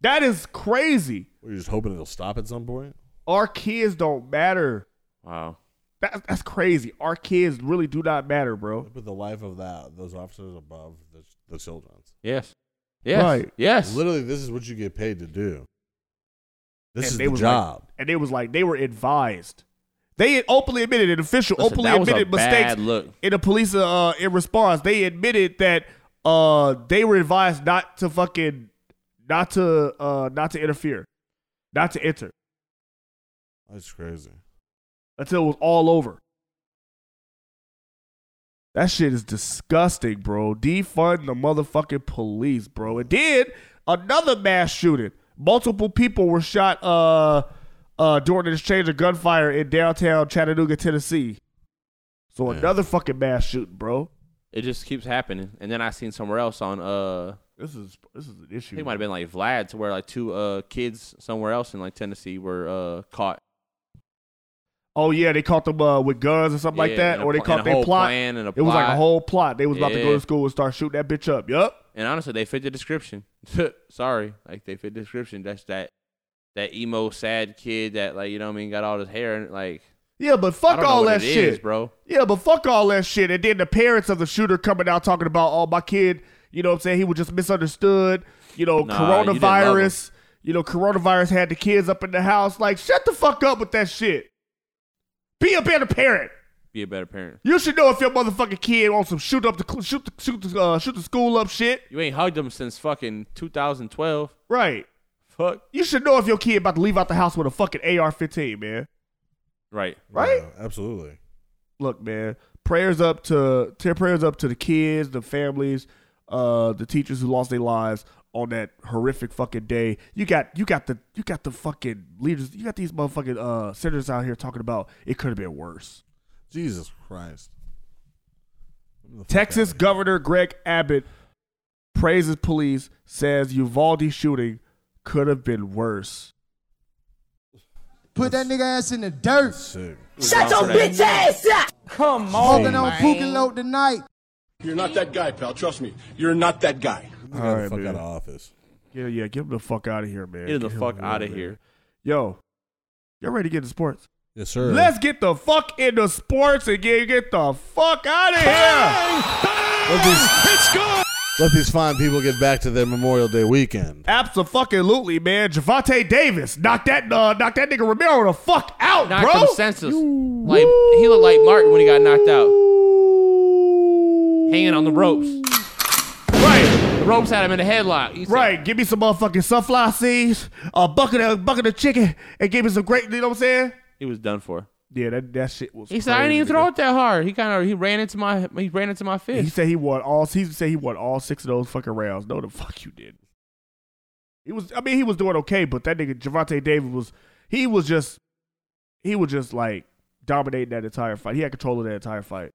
[SPEAKER 2] That is crazy.
[SPEAKER 3] We're just hoping it'll stop at some point.
[SPEAKER 2] Our kids don't matter.
[SPEAKER 5] Wow.
[SPEAKER 2] That, that's crazy. Our kids really do not matter, bro.
[SPEAKER 3] Put the life of that those officers above the, the children's.
[SPEAKER 5] Yes. Yes.
[SPEAKER 2] Right.
[SPEAKER 5] Yes.
[SPEAKER 3] Literally, this is what you get paid to do. This
[SPEAKER 2] And
[SPEAKER 3] is
[SPEAKER 2] they
[SPEAKER 3] the
[SPEAKER 2] was
[SPEAKER 3] job.
[SPEAKER 2] Like, and it was like they were advised. They had openly admitted an official
[SPEAKER 5] Listen,
[SPEAKER 2] openly
[SPEAKER 5] that was a
[SPEAKER 2] admitted mistakes
[SPEAKER 5] bad look.
[SPEAKER 2] in the police uh, in response. They admitted that uh, they were advised not to fucking not to uh, not to interfere, not to enter
[SPEAKER 3] That's crazy.
[SPEAKER 2] until it was all over. That shit is disgusting, bro. Defund the motherfucking police, bro. And then another mass shooting. Multiple people were shot uh uh during an exchange of gunfire in downtown Chattanooga, Tennessee. So another fucking mass shooting, bro.
[SPEAKER 5] It just keeps happening. And then I seen somewhere else on uh
[SPEAKER 2] This is this is an issue.
[SPEAKER 5] I think it might have been like Vlad, to where like two uh kids somewhere else in like Tennessee were uh caught.
[SPEAKER 2] Oh yeah, they caught them uh, with guns or something like
[SPEAKER 5] Yeah,
[SPEAKER 2] that,
[SPEAKER 5] and a
[SPEAKER 2] or they
[SPEAKER 5] pl-
[SPEAKER 2] caught
[SPEAKER 5] and a
[SPEAKER 2] their
[SPEAKER 5] whole
[SPEAKER 2] plot.
[SPEAKER 5] plan and a
[SPEAKER 2] it was like a
[SPEAKER 5] plot.
[SPEAKER 2] whole plot. They was about to go
[SPEAKER 5] Yeah.
[SPEAKER 2] to school and start shooting that bitch up. Yup.
[SPEAKER 5] And honestly, they fit the description. Sorry, like they fit the description. That's that that emo sad kid that like you know what I mean got all his hair and like
[SPEAKER 2] Yeah, but
[SPEAKER 5] I
[SPEAKER 2] fuck
[SPEAKER 5] don't know
[SPEAKER 2] all
[SPEAKER 5] what
[SPEAKER 2] that
[SPEAKER 5] it
[SPEAKER 2] shit,
[SPEAKER 5] is, bro.
[SPEAKER 2] Yeah, but fuck all that shit. And then the parents of the shooter coming out talking about, oh, my kid, you know what I'm saying? He was just misunderstood. You
[SPEAKER 5] Nah,
[SPEAKER 2] know,
[SPEAKER 5] you didn't love him.
[SPEAKER 2] coronavirus. You, know, coronavirus had the kids up in the house. Like, shut the fuck up with that shit. Be a better parent.
[SPEAKER 5] be a better parent.
[SPEAKER 2] You should know if your motherfucking kid wants some shoot up the cl- shoot the shoot the uh, shoot the school up shit.
[SPEAKER 5] You ain't hugged them since fucking 2012.
[SPEAKER 2] Right.
[SPEAKER 5] Fuck.
[SPEAKER 2] You should know if your kid about to leave out the house with a fucking AR-15, man.
[SPEAKER 5] Right.
[SPEAKER 2] Right.
[SPEAKER 3] absolutely.
[SPEAKER 2] look, man, prayers up to, to prayers up to the kids, the families, uh, the teachers who lost their lives on that horrific fucking day. You got you got the you got the fucking leaders. You got these motherfucking uh senators out here talking about it could have been worse.
[SPEAKER 3] Jesus Christ.
[SPEAKER 2] Texas Governor Greg Abbott praises police, says Uvalde shooting could have been worse.
[SPEAKER 7] Put that nigga ass in the dirt.
[SPEAKER 8] Shut your bitch ass
[SPEAKER 7] up. Come
[SPEAKER 8] on,
[SPEAKER 7] Smoking on
[SPEAKER 8] man.
[SPEAKER 7] Pookie Load tonight.
[SPEAKER 8] You're not that guy, pal. Trust me. You're not that guy.
[SPEAKER 2] All right,
[SPEAKER 3] fuck
[SPEAKER 2] man.
[SPEAKER 3] out of office.
[SPEAKER 2] Yeah, yeah, get him the fuck out of here, man.
[SPEAKER 5] Get him the
[SPEAKER 2] him
[SPEAKER 5] fuck outta
[SPEAKER 2] man.
[SPEAKER 5] here.
[SPEAKER 2] Yo, y'all ready to get to sports?
[SPEAKER 3] Yes, sir.
[SPEAKER 2] Let's get the fuck into sports and get, get the fuck out of here.
[SPEAKER 3] Let these, Let these fine people get back to their Memorial Day weekend.
[SPEAKER 2] Absolutely, man. Javante Davis knock that uh, knock that nigga Romero the fuck out,
[SPEAKER 5] Knocked
[SPEAKER 2] bro.
[SPEAKER 5] him senseless. Like he looked like Martin when he got knocked out, hanging on the ropes.
[SPEAKER 2] Right.
[SPEAKER 5] The ropes had him in a headlock. He said,
[SPEAKER 2] Right, give me some motherfucking sunflower seeds, a bucket of bucket of chicken, and give me some great. You know what I'm saying?
[SPEAKER 5] He was done for.
[SPEAKER 2] Yeah, that that shit was.
[SPEAKER 5] He said, "I didn't
[SPEAKER 2] crazy,
[SPEAKER 5] even
[SPEAKER 2] nigga.
[SPEAKER 5] throw it that hard. He kind of he ran into my he ran into my
[SPEAKER 2] He
[SPEAKER 5] fist.
[SPEAKER 2] said he won all. He said he won all six of those fucking rounds. No, the fuck you did. He was. I mean, he was doing okay, but that nigga Javante Davis was. He was just. He was just like dominating that entire fight. He had control of that entire fight.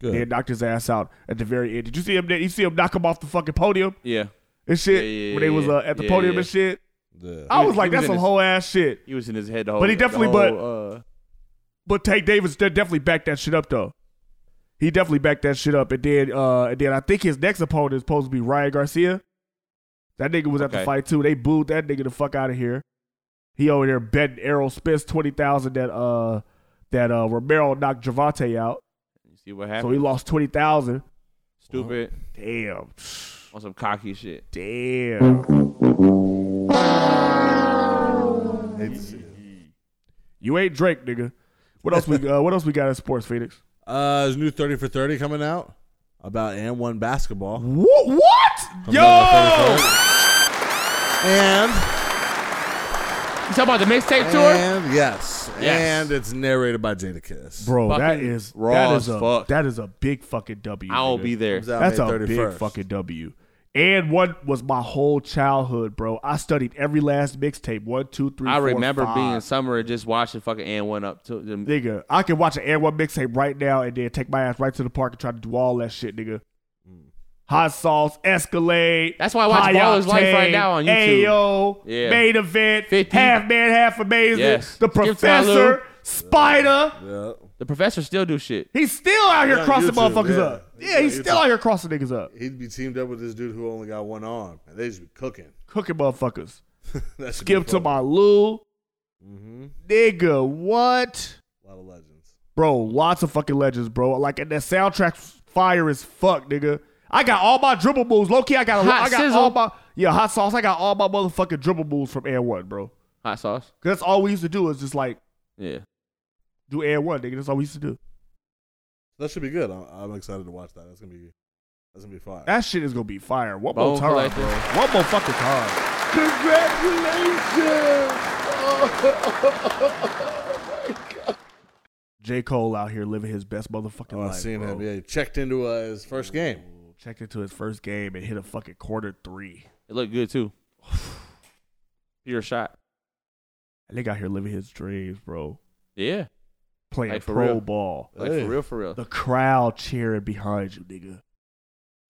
[SPEAKER 3] Good.
[SPEAKER 2] Then knocked his ass out at the very end. Did you see him? You see him knock him off the fucking podium
[SPEAKER 5] Yeah,
[SPEAKER 2] and shit
[SPEAKER 5] Yeah, yeah, yeah,
[SPEAKER 2] when they was
[SPEAKER 5] yeah.
[SPEAKER 2] uh, at the
[SPEAKER 5] Yeah,
[SPEAKER 2] podium
[SPEAKER 5] yeah.
[SPEAKER 2] and shit.
[SPEAKER 3] Yeah.
[SPEAKER 2] I
[SPEAKER 5] He-
[SPEAKER 2] was like,
[SPEAKER 5] he was
[SPEAKER 2] that's
[SPEAKER 5] in
[SPEAKER 2] some
[SPEAKER 5] his-
[SPEAKER 2] whole ass shit.
[SPEAKER 5] he was in his head the whole.
[SPEAKER 2] But he
[SPEAKER 5] the
[SPEAKER 2] definitely,
[SPEAKER 5] whole,
[SPEAKER 2] but
[SPEAKER 5] uh,
[SPEAKER 2] but Tank Davis did definitely backed that shit up though. He definitely backed that shit up, and then uh, and then I think his next opponent is supposed to be Ryan Garcia. That nigga was at the
[SPEAKER 5] Okay.
[SPEAKER 2] fight too. They booed that nigga the fuck out of here. He over there betting Errol Spence twenty thousand that uh that uh Romero knocked Javante out,
[SPEAKER 5] you see what
[SPEAKER 2] so
[SPEAKER 5] happened?
[SPEAKER 2] he lost twenty thousand.
[SPEAKER 5] Stupid
[SPEAKER 2] Damn,
[SPEAKER 5] on some cocky shit.
[SPEAKER 2] damn. You ain't Drake, nigga. What else we uh, what else we got in sports, Phoenix?
[SPEAKER 3] Uh, there's a new 30 for 30 coming out about and one basketball.
[SPEAKER 2] What? what?
[SPEAKER 3] Yo! And
[SPEAKER 5] You talking about the mixtape tour?
[SPEAKER 3] and yes,
[SPEAKER 5] Yes.
[SPEAKER 3] and it's narrated by Jada Kiss.
[SPEAKER 2] Bro, that
[SPEAKER 5] Fucking
[SPEAKER 2] is
[SPEAKER 5] raw
[SPEAKER 2] that is
[SPEAKER 5] as
[SPEAKER 2] a
[SPEAKER 5] fuck.
[SPEAKER 2] that is a big fucking W.
[SPEAKER 5] I will
[SPEAKER 2] nigga.
[SPEAKER 5] be there.
[SPEAKER 3] out
[SPEAKER 2] That's
[SPEAKER 3] May
[SPEAKER 2] a big
[SPEAKER 3] 31st.
[SPEAKER 2] fucking W. And one was my whole childhood, bro. I studied every last mixtape. One, two, three,
[SPEAKER 5] I
[SPEAKER 2] four,
[SPEAKER 5] remember
[SPEAKER 2] five.
[SPEAKER 5] being in summer and just watching fucking and one up to the
[SPEAKER 2] nigga. I can watch an Air One mixtape right now and then take my ass right to the park and try to do all that shit, nigga. Hot sauce, Escalade.
[SPEAKER 5] Hmm. That's why I watch
[SPEAKER 2] High
[SPEAKER 5] Baller's Life right
[SPEAKER 2] Octane,
[SPEAKER 5] now on YouTube.
[SPEAKER 2] Ayo,
[SPEAKER 5] Yeah.
[SPEAKER 2] main event,
[SPEAKER 5] 50.
[SPEAKER 2] half man, half amazing.
[SPEAKER 5] Yes.
[SPEAKER 2] The
[SPEAKER 5] Skip to Lou.
[SPEAKER 2] professor, Spider.
[SPEAKER 5] The professor still do shit.
[SPEAKER 2] He's still out here
[SPEAKER 3] Yeah,
[SPEAKER 2] crossing
[SPEAKER 3] YouTube,
[SPEAKER 2] motherfuckers
[SPEAKER 3] yeah.
[SPEAKER 2] up.
[SPEAKER 3] He's
[SPEAKER 2] Yeah,
[SPEAKER 3] on
[SPEAKER 2] he's still
[SPEAKER 3] YouTube.
[SPEAKER 2] out here crossing niggas up.
[SPEAKER 3] He'd be teamed up with this dude who only got one arm, and they just be cooking.
[SPEAKER 2] Cooking motherfuckers.
[SPEAKER 3] That should be
[SPEAKER 2] Skip to
[SPEAKER 3] fun.
[SPEAKER 2] my Lou.
[SPEAKER 3] Mhm.
[SPEAKER 2] Nigga, what?
[SPEAKER 3] A lot of legends.
[SPEAKER 2] Bro, lots of fucking legends, bro. Like, and that soundtrack's fire as fuck, nigga. I got all my dribble moves. Low key, I got, a,
[SPEAKER 5] Hot
[SPEAKER 2] I got
[SPEAKER 5] sizzle.
[SPEAKER 2] all my, yeah, hot sauce. I got all my motherfucking dribble moves from Air One, bro.
[SPEAKER 5] Hot sauce.
[SPEAKER 2] Cause that's all we used to do is just like
[SPEAKER 5] Yeah.
[SPEAKER 2] do Air One, nigga. That's all we used to do.
[SPEAKER 3] That should be good. I'm, I'm excited to watch that. That's gonna be that's gonna be fun.
[SPEAKER 2] That shit is gonna be fire. One
[SPEAKER 5] Bone
[SPEAKER 2] more time,
[SPEAKER 5] collector.
[SPEAKER 2] bro. One more fucking time.
[SPEAKER 8] Congratulations!
[SPEAKER 2] J. Cole out here living his best motherfucking
[SPEAKER 3] Oh, I
[SPEAKER 2] life.
[SPEAKER 3] seen
[SPEAKER 2] bro.
[SPEAKER 3] him. Yeah, he checked into uh, his first game.
[SPEAKER 2] checked into his first game and hit a fucking quarter three.
[SPEAKER 5] It looked good too. Pure shot.
[SPEAKER 2] That nigga out here living his dreams, bro.
[SPEAKER 5] Yeah.
[SPEAKER 2] playing
[SPEAKER 5] Like, for
[SPEAKER 2] pro
[SPEAKER 5] real.
[SPEAKER 2] ball.
[SPEAKER 5] Like, for Hey. real, for real.
[SPEAKER 2] The crowd cheering behind you, nigga.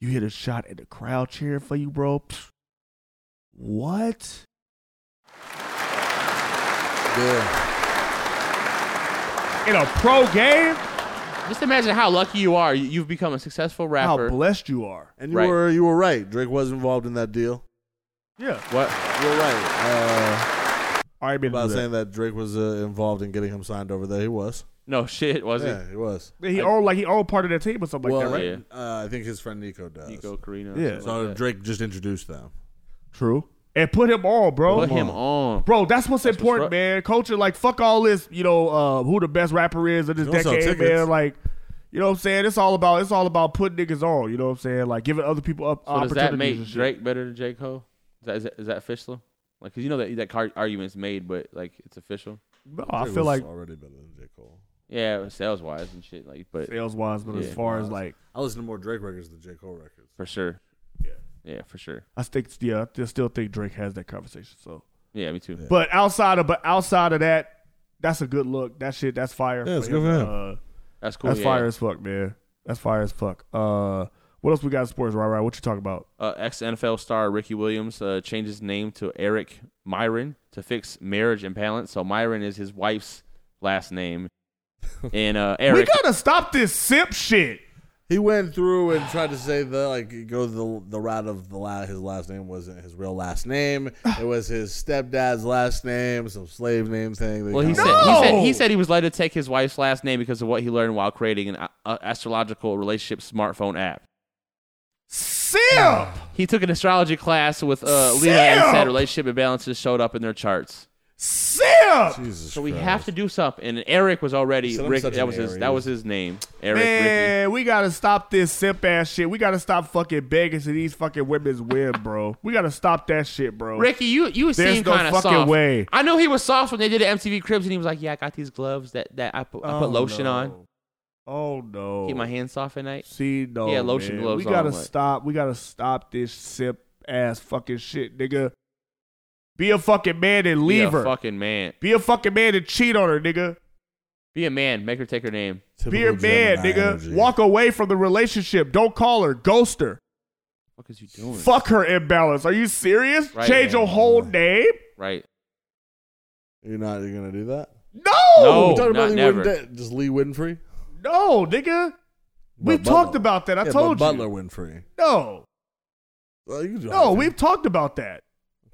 [SPEAKER 2] You hit a shot and the crowd cheering for you, bro. Pfft. What?
[SPEAKER 3] Yeah.
[SPEAKER 2] In a pro game?
[SPEAKER 5] Just imagine how lucky you are. You- You've become a successful rapper.
[SPEAKER 2] blessed you are.
[SPEAKER 3] And you
[SPEAKER 5] Right.
[SPEAKER 3] were you were right. Drake was involved in that deal.
[SPEAKER 2] Yeah.
[SPEAKER 5] What?
[SPEAKER 3] You're right. Uh,
[SPEAKER 2] I mean,
[SPEAKER 3] about
[SPEAKER 2] that.
[SPEAKER 3] saying that Drake was uh, involved in getting him signed over there. He was.
[SPEAKER 5] No shit, was
[SPEAKER 3] yeah,
[SPEAKER 5] he?
[SPEAKER 3] he was.
[SPEAKER 2] He owned like he owned part of that team or something like
[SPEAKER 3] well,
[SPEAKER 2] that, right?
[SPEAKER 3] uh, I think his friend Nico does. Nico
[SPEAKER 5] Carino.
[SPEAKER 2] Yeah. something
[SPEAKER 3] So
[SPEAKER 2] like that.
[SPEAKER 3] Drake just introduced them.
[SPEAKER 2] True. And put him on, bro.
[SPEAKER 5] Put him on.
[SPEAKER 2] Bro, that's what's important, man. Culture, like, fuck all this, you know, uh, who the best rapper is of this
[SPEAKER 3] Don't sell
[SPEAKER 2] decade,
[SPEAKER 3] tickets.
[SPEAKER 2] man. Like, you know what I'm saying? It's all about it's all about putting niggas on, you know what I'm saying? Like giving other people up
[SPEAKER 5] So does
[SPEAKER 2] opportunities.
[SPEAKER 5] that make
[SPEAKER 2] and shit.
[SPEAKER 5] Drake better than J. Cole? Is that, is that, is that official? Like, cause you know that that car- argument's made, but like it's official.
[SPEAKER 2] No, I Drake feel was like-
[SPEAKER 3] already better than J. Cole.
[SPEAKER 5] Yeah, sales wise and shit. Like, but
[SPEAKER 2] Sales-wise, but as
[SPEAKER 5] Yeah.
[SPEAKER 2] far as, like-
[SPEAKER 3] I listen to more Drake records than J. Cole records.
[SPEAKER 5] for sure. Yeah. Yeah, for sure.
[SPEAKER 2] I think yeah, I still think Drake has that conversation. So
[SPEAKER 5] Yeah, me too.
[SPEAKER 2] But outside of but outside of that, that's a good look. That shit, that's fire.
[SPEAKER 5] Yeah, it's good for him.
[SPEAKER 2] Uh,
[SPEAKER 5] That's cool,
[SPEAKER 2] That's
[SPEAKER 5] yeah.
[SPEAKER 2] fire as fuck, man. That's fire as fuck. Uh, what else we got in sports? Right, right. What you talking about?
[SPEAKER 5] uh, ex NFL star Ricky Williams uh, changed his name to Eric Myron to fix marriage imbalance. So Myron is his wife's last name, and uh, Eric.
[SPEAKER 2] We gotta stop this simp shit.
[SPEAKER 3] He went through and tried to say the like go the the route of the la- his last name wasn't his real last name. It was his stepdad's last name, some slave name thing.
[SPEAKER 5] well, he said, he said he said he was later to take his wife's last name because of what he learned while creating an uh, astrological relationship smartphone app.
[SPEAKER 2] Simp.
[SPEAKER 5] He took an astrology class with uh, Leah and said
[SPEAKER 2] Simp!
[SPEAKER 5] relationship imbalances showed up in their charts.
[SPEAKER 2] Simp.
[SPEAKER 5] so we have to do something. And Eric was already
[SPEAKER 2] Said I'm
[SPEAKER 5] Rick.
[SPEAKER 2] such
[SPEAKER 5] That
[SPEAKER 2] an
[SPEAKER 5] was his. That
[SPEAKER 2] Aries.
[SPEAKER 5] was his name. Eric. Ricky.
[SPEAKER 2] Man, we gotta stop this simp ass shit. We gotta stop fucking begging to these fucking women's web, bro. We gotta stop that shit, bro.
[SPEAKER 5] Ricky, you you
[SPEAKER 2] There's
[SPEAKER 5] seem
[SPEAKER 2] no
[SPEAKER 5] kind of
[SPEAKER 2] fucking
[SPEAKER 5] soft.
[SPEAKER 2] way.
[SPEAKER 5] I know he was soft when they did the MTV Cribs, and he was like, "Yeah, I got these gloves that that I put, I
[SPEAKER 2] Oh,
[SPEAKER 5] put lotion
[SPEAKER 2] no.
[SPEAKER 5] on,
[SPEAKER 2] Oh no.
[SPEAKER 5] keep my hands soft at night."
[SPEAKER 2] See, no,
[SPEAKER 5] yeah, lotion
[SPEAKER 2] man.
[SPEAKER 5] gloves.
[SPEAKER 2] We gotta
[SPEAKER 5] on, like-
[SPEAKER 2] stop. We gotta stop this simp ass fucking shit, nigga. Be a fucking man and
[SPEAKER 5] Be
[SPEAKER 2] leave
[SPEAKER 5] a
[SPEAKER 2] her.
[SPEAKER 5] fucking man.
[SPEAKER 2] Be a fucking man and cheat on her, nigga.
[SPEAKER 5] Be a man. Make her take her name.
[SPEAKER 2] Be a man, nigga. Walk away from the relationship. Don't call her. Ghost her.
[SPEAKER 5] What is you doing?
[SPEAKER 2] Fuck her imbalance. Are you serious?
[SPEAKER 5] Right,
[SPEAKER 2] Change
[SPEAKER 5] man.
[SPEAKER 2] your whole name?
[SPEAKER 5] Right.
[SPEAKER 3] You're not you're gonna do that?
[SPEAKER 2] No.
[SPEAKER 5] No,
[SPEAKER 3] We're talking about
[SPEAKER 5] not
[SPEAKER 3] Lee
[SPEAKER 5] never.
[SPEAKER 3] Winfrey- just Lee Winfrey.
[SPEAKER 2] No, nigga. we
[SPEAKER 3] But
[SPEAKER 2] talked
[SPEAKER 3] Butler-
[SPEAKER 2] about that. I
[SPEAKER 3] yeah,
[SPEAKER 2] told
[SPEAKER 3] but
[SPEAKER 2] you.
[SPEAKER 3] Butler Winfrey.
[SPEAKER 2] No.
[SPEAKER 3] Well, you can do
[SPEAKER 2] No,
[SPEAKER 3] anything.
[SPEAKER 2] we've talked about that.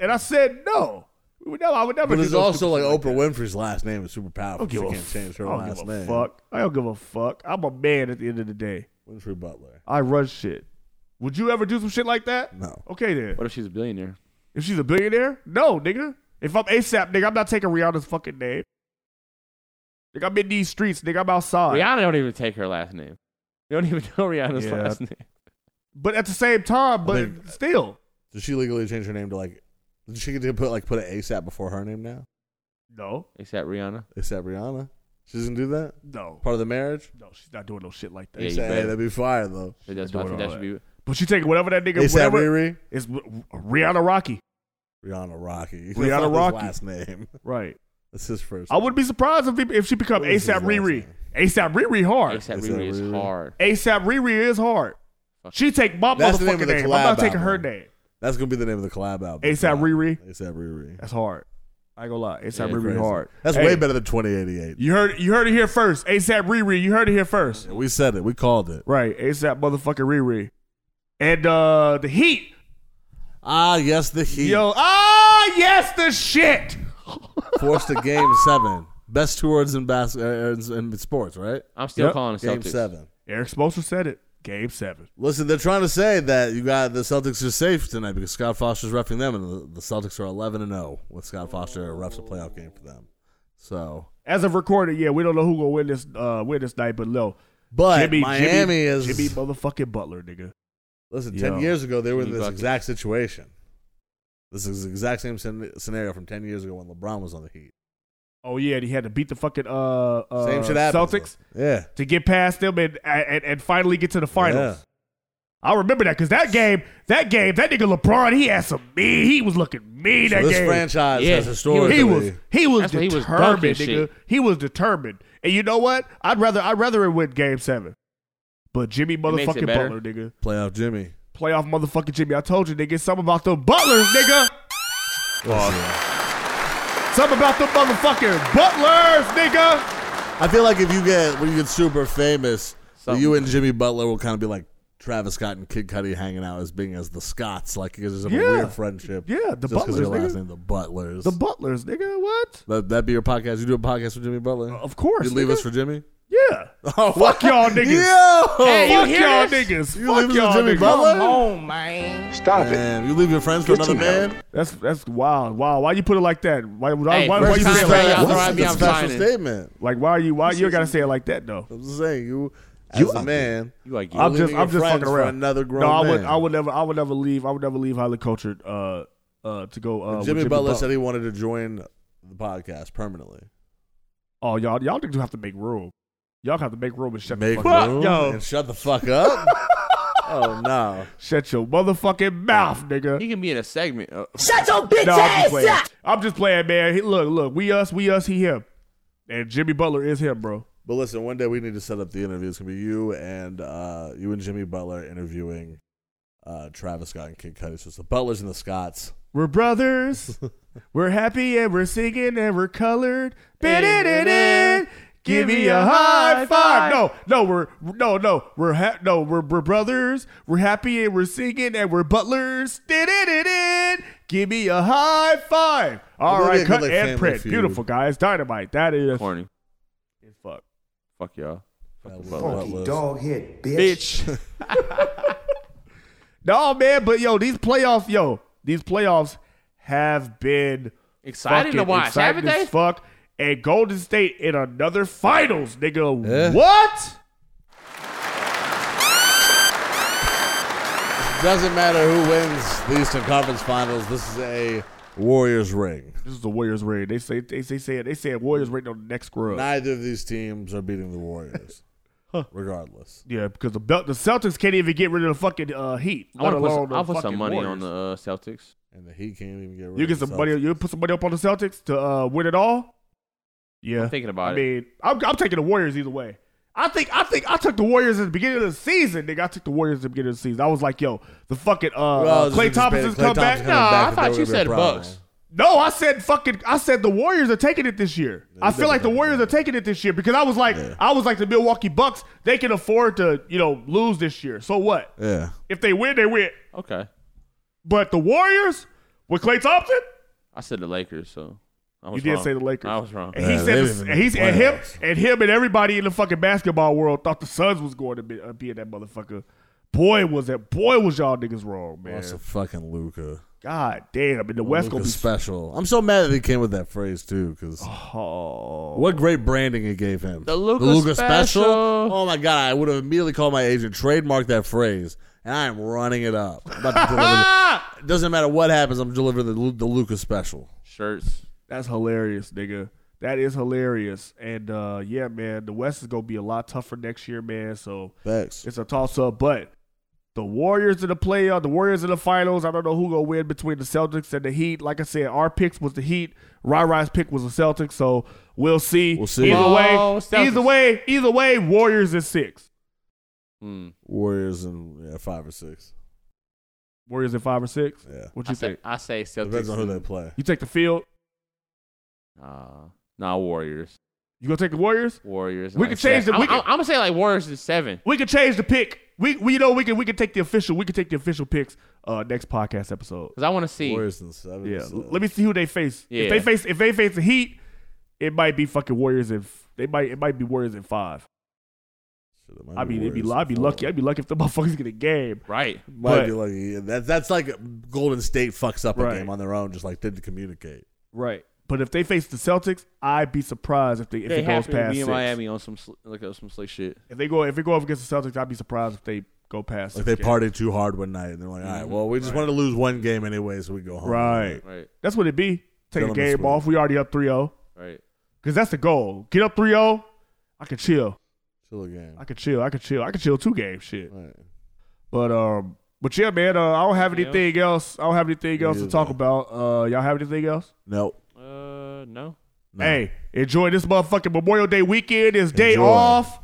[SPEAKER 2] And I said no. We would never, I would never
[SPEAKER 3] But
[SPEAKER 2] do
[SPEAKER 3] it's
[SPEAKER 2] those
[SPEAKER 3] also
[SPEAKER 2] stupid
[SPEAKER 3] like
[SPEAKER 2] shit
[SPEAKER 3] Oprah Winfrey's last name is super powerful.
[SPEAKER 2] I don't give
[SPEAKER 3] she
[SPEAKER 2] a
[SPEAKER 3] can't change her
[SPEAKER 2] I don't
[SPEAKER 3] last
[SPEAKER 2] give a
[SPEAKER 3] name.
[SPEAKER 2] Fuck. I don't give a fuck. I'm a man at the end of the day.
[SPEAKER 3] Winfrey Butler.
[SPEAKER 2] I run shit. Would you ever do some shit like that?
[SPEAKER 3] No.
[SPEAKER 2] Okay then.
[SPEAKER 5] What if she's a billionaire?
[SPEAKER 2] If she's a billionaire? No, nigga. If I'm ASAP, nigga, I'm not taking Rihanna's fucking name. Nigga, I'm in these streets, nigga. I'm outside.
[SPEAKER 5] Rihanna don't even take her last name. You don't even know Rihanna's
[SPEAKER 2] Yeah.
[SPEAKER 5] last name.
[SPEAKER 2] But at the same time, but still.
[SPEAKER 3] Did she legally change her name to like? Did she get to put like put an ASAP before her name now?
[SPEAKER 2] No.
[SPEAKER 5] Is that Rihanna?
[SPEAKER 3] ASAP Rihanna. She doesn't do that.
[SPEAKER 2] No.
[SPEAKER 3] Part of the marriage.
[SPEAKER 2] No, she's not doing no shit like that.
[SPEAKER 5] Yeah, you
[SPEAKER 3] ASAP, hey,
[SPEAKER 5] better.
[SPEAKER 3] that'd be fire though.
[SPEAKER 5] But that's
[SPEAKER 2] She's not
[SPEAKER 5] what I think
[SPEAKER 2] doing
[SPEAKER 5] that
[SPEAKER 2] all
[SPEAKER 5] should
[SPEAKER 2] that. But you take whatever that nigga,
[SPEAKER 3] ASAP
[SPEAKER 2] whatever.
[SPEAKER 3] Riri.
[SPEAKER 2] It's Rihanna Rocky.
[SPEAKER 3] Rihanna Rocky.
[SPEAKER 2] Rihanna
[SPEAKER 3] That's not his
[SPEAKER 2] Rocky.
[SPEAKER 3] Last name.
[SPEAKER 2] Right.
[SPEAKER 3] That's his first.
[SPEAKER 2] I wouldn't be surprised if, he, if she become
[SPEAKER 3] What is his
[SPEAKER 2] ASAP
[SPEAKER 3] last
[SPEAKER 2] Riri. ASAP Riri hard.
[SPEAKER 5] ASAP Riri is hard.
[SPEAKER 2] ASAP Riri is hard. She take my
[SPEAKER 3] That's the name
[SPEAKER 2] motherfucking name.
[SPEAKER 3] of the
[SPEAKER 2] I'm
[SPEAKER 3] collab
[SPEAKER 2] not taking her
[SPEAKER 3] album.
[SPEAKER 2] name.
[SPEAKER 3] That's gonna be the name of the collab album.
[SPEAKER 2] ASAP Riri.
[SPEAKER 3] ASAP Riri.
[SPEAKER 2] That's hard. I ain't gonna lie. ASAP
[SPEAKER 3] Yeah,
[SPEAKER 2] Riri
[SPEAKER 3] crazy.
[SPEAKER 2] hard.
[SPEAKER 3] That's
[SPEAKER 2] Hey,
[SPEAKER 3] way better than 2088.
[SPEAKER 2] You heard you heard it here first. ASAP Riri. You heard it here first.
[SPEAKER 3] We said it. We called it.
[SPEAKER 2] Right. ASAP motherfucking Riri. And uh the heat.
[SPEAKER 3] Ah, yes, the heat.
[SPEAKER 2] Yo, ah yes, the shit.
[SPEAKER 3] Forced to game seven. Best two words in bas- uh, in, in sports, right?
[SPEAKER 5] I'm still calling it
[SPEAKER 3] game
[SPEAKER 5] Celtics.
[SPEAKER 3] seven.
[SPEAKER 2] Eric Spoelstra said it. Game seven.
[SPEAKER 3] Listen, they're trying to say that you got the Celtics are safe tonight because Scott Foster's refing them, and the, the Celtics are 11 and 0 with Scott Foster refs a playoff game for them. So,
[SPEAKER 2] As of recording, yeah, we don't know who gonna win this uh win this night, but no.
[SPEAKER 3] But Miami
[SPEAKER 2] Jimmy,
[SPEAKER 3] is-
[SPEAKER 2] Jimmy motherfucking Butler, nigga.
[SPEAKER 3] listen,
[SPEAKER 2] Yo.
[SPEAKER 3] 10 years ago they were in
[SPEAKER 2] Jimmy
[SPEAKER 3] this
[SPEAKER 2] Bucket.
[SPEAKER 3] exact situation. This is the exact same scen- scenario from 10 years ago when LeBron was on the Heat.
[SPEAKER 2] Oh yeah, and he had to beat the fucking uh, uh
[SPEAKER 3] Same shit happens,
[SPEAKER 2] Celtics.
[SPEAKER 3] though. Yeah.
[SPEAKER 2] to get past them and and, and finally get to the finals. I remember that because that game, that game, that nigga LeBron, he had some me. He was looking mean
[SPEAKER 3] So
[SPEAKER 2] that
[SPEAKER 3] this
[SPEAKER 2] game.
[SPEAKER 3] franchise Yeah. has
[SPEAKER 2] he was
[SPEAKER 3] historically-
[SPEAKER 2] he was
[SPEAKER 3] That's why he was
[SPEAKER 2] determined,
[SPEAKER 3] dunking
[SPEAKER 2] nigga.
[SPEAKER 3] shit.
[SPEAKER 2] He was determined, And you know what? I'd rather I'd rather it win game seven. But Jimmy
[SPEAKER 3] makes it
[SPEAKER 2] motherfucking
[SPEAKER 3] better.
[SPEAKER 2] Butler, nigga.
[SPEAKER 3] Playoff Jimmy.
[SPEAKER 2] Playoff motherfucking Jimmy. I told you, nigga, something about the butlers, nigga. Something about the motherfucking butlers, nigga.
[SPEAKER 3] I feel like if you get when you get super famous, you and Jimmy Butler will kind of be like Travis Scott and Kid Cudi hanging out as being as the Scots, like because there's some
[SPEAKER 2] Yeah.
[SPEAKER 3] weird friendship.
[SPEAKER 2] Yeah, the
[SPEAKER 3] just 'cause their
[SPEAKER 2] Butlers,
[SPEAKER 3] last
[SPEAKER 2] nigga.
[SPEAKER 3] name, the Butlers.
[SPEAKER 2] The butlers, nigga. What?
[SPEAKER 3] that that be your podcast. You do a podcast with Jimmy Butler.
[SPEAKER 2] of course,
[SPEAKER 3] You leave
[SPEAKER 2] nigga.
[SPEAKER 3] us for Jimmy.
[SPEAKER 2] Yeah.
[SPEAKER 3] Oh,
[SPEAKER 2] Fuck y'all niggas.
[SPEAKER 3] Yo.
[SPEAKER 2] Hey, you
[SPEAKER 3] Fuck
[SPEAKER 2] hear
[SPEAKER 3] y'all
[SPEAKER 2] this? niggas.
[SPEAKER 3] You
[SPEAKER 2] Fuck
[SPEAKER 3] leave us
[SPEAKER 2] y'all
[SPEAKER 3] with Jimmy
[SPEAKER 2] niggas.
[SPEAKER 3] Butler.
[SPEAKER 2] Come on,
[SPEAKER 3] man. Stop it. You leave your friends for
[SPEAKER 2] Get
[SPEAKER 3] another
[SPEAKER 2] some help.
[SPEAKER 3] man.
[SPEAKER 2] That's that's wild. Wow. Why you put it like that? Why why,
[SPEAKER 3] Hey,
[SPEAKER 2] why,
[SPEAKER 3] first
[SPEAKER 2] why you
[SPEAKER 3] time
[SPEAKER 2] say it
[SPEAKER 3] for
[SPEAKER 2] like
[SPEAKER 3] y'all
[SPEAKER 2] that?
[SPEAKER 3] to write me, I'm signing. statement.
[SPEAKER 2] Like why are you why
[SPEAKER 3] This
[SPEAKER 2] you
[SPEAKER 3] is-
[SPEAKER 2] gotta say it like that though?
[SPEAKER 3] I'm just saying you. As
[SPEAKER 2] You
[SPEAKER 3] a
[SPEAKER 2] ugly.
[SPEAKER 3] man,
[SPEAKER 5] you like
[SPEAKER 2] I'm just I'm just fucking around.
[SPEAKER 3] Another grown
[SPEAKER 2] no, I
[SPEAKER 3] man.
[SPEAKER 2] would I would never I would never leave I would never leave highly cultured uh uh to go uh with
[SPEAKER 3] Jimmy,
[SPEAKER 2] Jimmy
[SPEAKER 3] Butler
[SPEAKER 2] Butler.
[SPEAKER 3] said he wanted to join the podcast permanently.
[SPEAKER 2] Oh y'all y'all niggas have to make room. Y'all have to make room and shut
[SPEAKER 3] Make
[SPEAKER 2] the fuck
[SPEAKER 3] room
[SPEAKER 2] up. Yo.
[SPEAKER 3] and shut the fuck up. oh no.
[SPEAKER 2] Shut your motherfucking mouth, nigga.
[SPEAKER 5] He can be in a segment. Uh,
[SPEAKER 2] Shut your bitch no, I'm just playing. I'm just playing, man. He, look, look, we us, we us, he him. And Jimmy Butler is him, bro.
[SPEAKER 3] But listen, one day we need to set up the interview. It's gonna be you and uh, you and Jimmy Butler interviewing uh, Travis Scott and Kid Cudi. So it's the Butlers and the Scotts.
[SPEAKER 2] We're brothers. we're happy and we're singing and we're colored.
[SPEAKER 9] Ba-da-da-da.
[SPEAKER 2] Give me a high five. No, no, we're no, no, we're ha- no, we're, we're brothers. We're happy and we're singing and we're butlers. Da-da-da-da. Give me a high five. All
[SPEAKER 3] Maybe
[SPEAKER 2] right,
[SPEAKER 3] I could,
[SPEAKER 2] cut
[SPEAKER 3] like,
[SPEAKER 2] and
[SPEAKER 3] Family
[SPEAKER 2] print.
[SPEAKER 3] Feud.
[SPEAKER 2] Beautiful guys, dynamite. That is
[SPEAKER 5] corny.
[SPEAKER 2] Fuck.
[SPEAKER 5] Fuck y'all.
[SPEAKER 2] Funky
[SPEAKER 6] dog head,
[SPEAKER 2] bitch. no, man, but yo, these playoffs, yo, these playoffs have been
[SPEAKER 5] Exciting to
[SPEAKER 2] fucking
[SPEAKER 5] watch,
[SPEAKER 2] exciting
[SPEAKER 5] haven't
[SPEAKER 2] as
[SPEAKER 5] they?
[SPEAKER 2] Fuck. And Golden State in another finals, nigga. What?
[SPEAKER 3] Doesn't matter who wins the Eastern Conference Finals. This is a Warriors ring.
[SPEAKER 2] This is the Warriors raid. They say they say said they said Warriors raid on the next scrub.
[SPEAKER 3] Neither of these teams are beating the Warriors, regardless.
[SPEAKER 2] Yeah, because the belt the Celtics can't even get rid of the fucking uh, Heat.
[SPEAKER 5] I want to
[SPEAKER 2] let
[SPEAKER 5] put
[SPEAKER 2] alone
[SPEAKER 5] some,
[SPEAKER 2] the
[SPEAKER 5] I'll put some
[SPEAKER 2] fucking
[SPEAKER 5] money
[SPEAKER 2] Warriors.
[SPEAKER 5] on the uh, Celtics.
[SPEAKER 3] And the Heat can't even get rid
[SPEAKER 2] You get
[SPEAKER 3] of
[SPEAKER 2] some money.
[SPEAKER 3] themselves.
[SPEAKER 2] You put some money up on the Celtics to uh, win it all. Yeah,
[SPEAKER 5] I'm thinking about
[SPEAKER 2] I
[SPEAKER 5] it.
[SPEAKER 2] mean, I'm, I'm taking the Warriors either way. I think I think I took the Warriors at the beginning of the season, nigga. I took the Warriors at the beginning of the season. I was like, yo, the fucking uh,
[SPEAKER 3] Well,
[SPEAKER 2] uh, Clay
[SPEAKER 3] just anticipated
[SPEAKER 2] Thompson's
[SPEAKER 3] Klay
[SPEAKER 2] come back.
[SPEAKER 3] Thompson coming
[SPEAKER 2] Nah,
[SPEAKER 3] back
[SPEAKER 2] I
[SPEAKER 3] if
[SPEAKER 2] thought
[SPEAKER 3] that
[SPEAKER 2] you
[SPEAKER 3] would've been a
[SPEAKER 2] said
[SPEAKER 3] problem.
[SPEAKER 2] Bucks. No, I said fucking. I said the Warriors are taking it this year. I feel like the Warriors are taking it this year because I was like, I was like the Milwaukee Bucks. They can afford to, you know, lose this year. So what?
[SPEAKER 3] Yeah.
[SPEAKER 2] If they win, they win.
[SPEAKER 5] Okay.
[SPEAKER 2] But the Warriors with Clay Thompson,
[SPEAKER 5] I said the Lakers, so I was
[SPEAKER 2] you did
[SPEAKER 5] wrong.
[SPEAKER 2] say the Lakers.
[SPEAKER 5] I was wrong.
[SPEAKER 2] And he said, this, and, he's, and him and him and everybody in the fucking basketball world thought the Suns was going to be, uh, be in that motherfucker. Boy was that. Boy was y'all niggas wrong, man.
[SPEAKER 3] Lots of fucking Luca.
[SPEAKER 2] God damn. And the West gonna be
[SPEAKER 3] special. I'm so mad that he came with that phrase too, because
[SPEAKER 2] Oh.
[SPEAKER 3] what great branding it gave him.
[SPEAKER 5] The Luka special.
[SPEAKER 3] Oh my god, I would have immediately called my agent, trademark that phrase, and I am running it up. I'm about to deliver it. doesn't matter what happens. I'm delivering the Lu- the Luca special.
[SPEAKER 5] shirts.
[SPEAKER 2] That's hilarious, nigga. That is hilarious. And uh, yeah, man, the West is gonna be a lot tougher next year, man. So
[SPEAKER 3] Thanks.
[SPEAKER 2] it's a toss up, but the Warriors in the playoff, the Warriors in the finals. I don't know who gonna win between the Celtics and the Heat. Like I said, our picks was the Heat. Rai Rai's pick was the Celtics. So we'll see. We'll
[SPEAKER 3] see.
[SPEAKER 2] Either
[SPEAKER 3] Oh,
[SPEAKER 2] way,
[SPEAKER 5] Celtics.
[SPEAKER 2] either way, either way, Warriors is six.
[SPEAKER 3] Warriors and yeah, five or six.
[SPEAKER 2] Warriors at five or six.
[SPEAKER 3] Yeah.
[SPEAKER 2] What
[SPEAKER 5] I
[SPEAKER 2] you
[SPEAKER 5] say,
[SPEAKER 2] think?
[SPEAKER 5] I say Celtics.
[SPEAKER 3] Depends on who they
[SPEAKER 5] and-
[SPEAKER 3] play.
[SPEAKER 2] You take the field.
[SPEAKER 5] Nah, nah, Warriors.
[SPEAKER 2] You gonna take the Warriors?
[SPEAKER 5] Warriors.
[SPEAKER 2] We
[SPEAKER 5] like
[SPEAKER 2] can change
[SPEAKER 5] seven.
[SPEAKER 2] the- we
[SPEAKER 5] I'm,
[SPEAKER 2] can-
[SPEAKER 5] I'm, I'm gonna say like Warriors in seven.
[SPEAKER 2] We could change the pick. We, we you know we can we can take the official we can take the official picks uh next podcast episode.
[SPEAKER 5] Cause I want to see.
[SPEAKER 3] Warriors and seven.
[SPEAKER 2] Yeah,
[SPEAKER 3] so-
[SPEAKER 2] l- let me see who they face.
[SPEAKER 5] Yeah.
[SPEAKER 2] If they face if they face the Heat, it might be fucking Warriors. If they might it might be Warriors in five.
[SPEAKER 3] It
[SPEAKER 2] I mean, it'd be
[SPEAKER 3] Warriors
[SPEAKER 2] I'd be
[SPEAKER 3] in
[SPEAKER 2] lucky. I'd be lucky if the motherfuckers get a game.
[SPEAKER 5] Right.
[SPEAKER 3] Might
[SPEAKER 2] But-
[SPEAKER 3] be lucky. Yeah, That, that's like Golden State fucks up
[SPEAKER 2] Right.
[SPEAKER 3] a game on their own, just like didn't communicate.
[SPEAKER 2] Right. But if they face the Celtics, I'd be surprised if they if
[SPEAKER 5] they
[SPEAKER 2] it goes
[SPEAKER 5] happen to
[SPEAKER 2] past
[SPEAKER 5] be in
[SPEAKER 2] six.
[SPEAKER 5] Miami on some sl- like uh, some slick shit.
[SPEAKER 2] If they go if they go up against the Celtics, I'd be surprised if they go past.
[SPEAKER 3] Like
[SPEAKER 2] six
[SPEAKER 3] they
[SPEAKER 2] games.
[SPEAKER 3] partied too hard one night, and they're like, "All right, well, we just wanted to lose one game anyway, so we go home."
[SPEAKER 2] Mm-hmm. Right.
[SPEAKER 5] Right.
[SPEAKER 2] That's what it be. Take
[SPEAKER 3] Tell
[SPEAKER 2] a
[SPEAKER 3] 'em it's
[SPEAKER 2] game off. We already up 3-0.
[SPEAKER 5] Right.
[SPEAKER 2] Cause that's the goal. Get up 3-0, I can chill.
[SPEAKER 3] Chill a game.
[SPEAKER 2] I could chill. I could chill. I could chill two games. Shit. But um, but yeah, man. Uh, I don't have
[SPEAKER 5] Anything
[SPEAKER 2] anything else. I don't have anything else to
[SPEAKER 3] either,
[SPEAKER 2] talk about. Uh, y'all have anything else?
[SPEAKER 3] No.
[SPEAKER 5] Uh, no.
[SPEAKER 2] Hey, enjoy this motherfucking Memorial Day weekend. It's day
[SPEAKER 3] Enjoy.
[SPEAKER 2] off.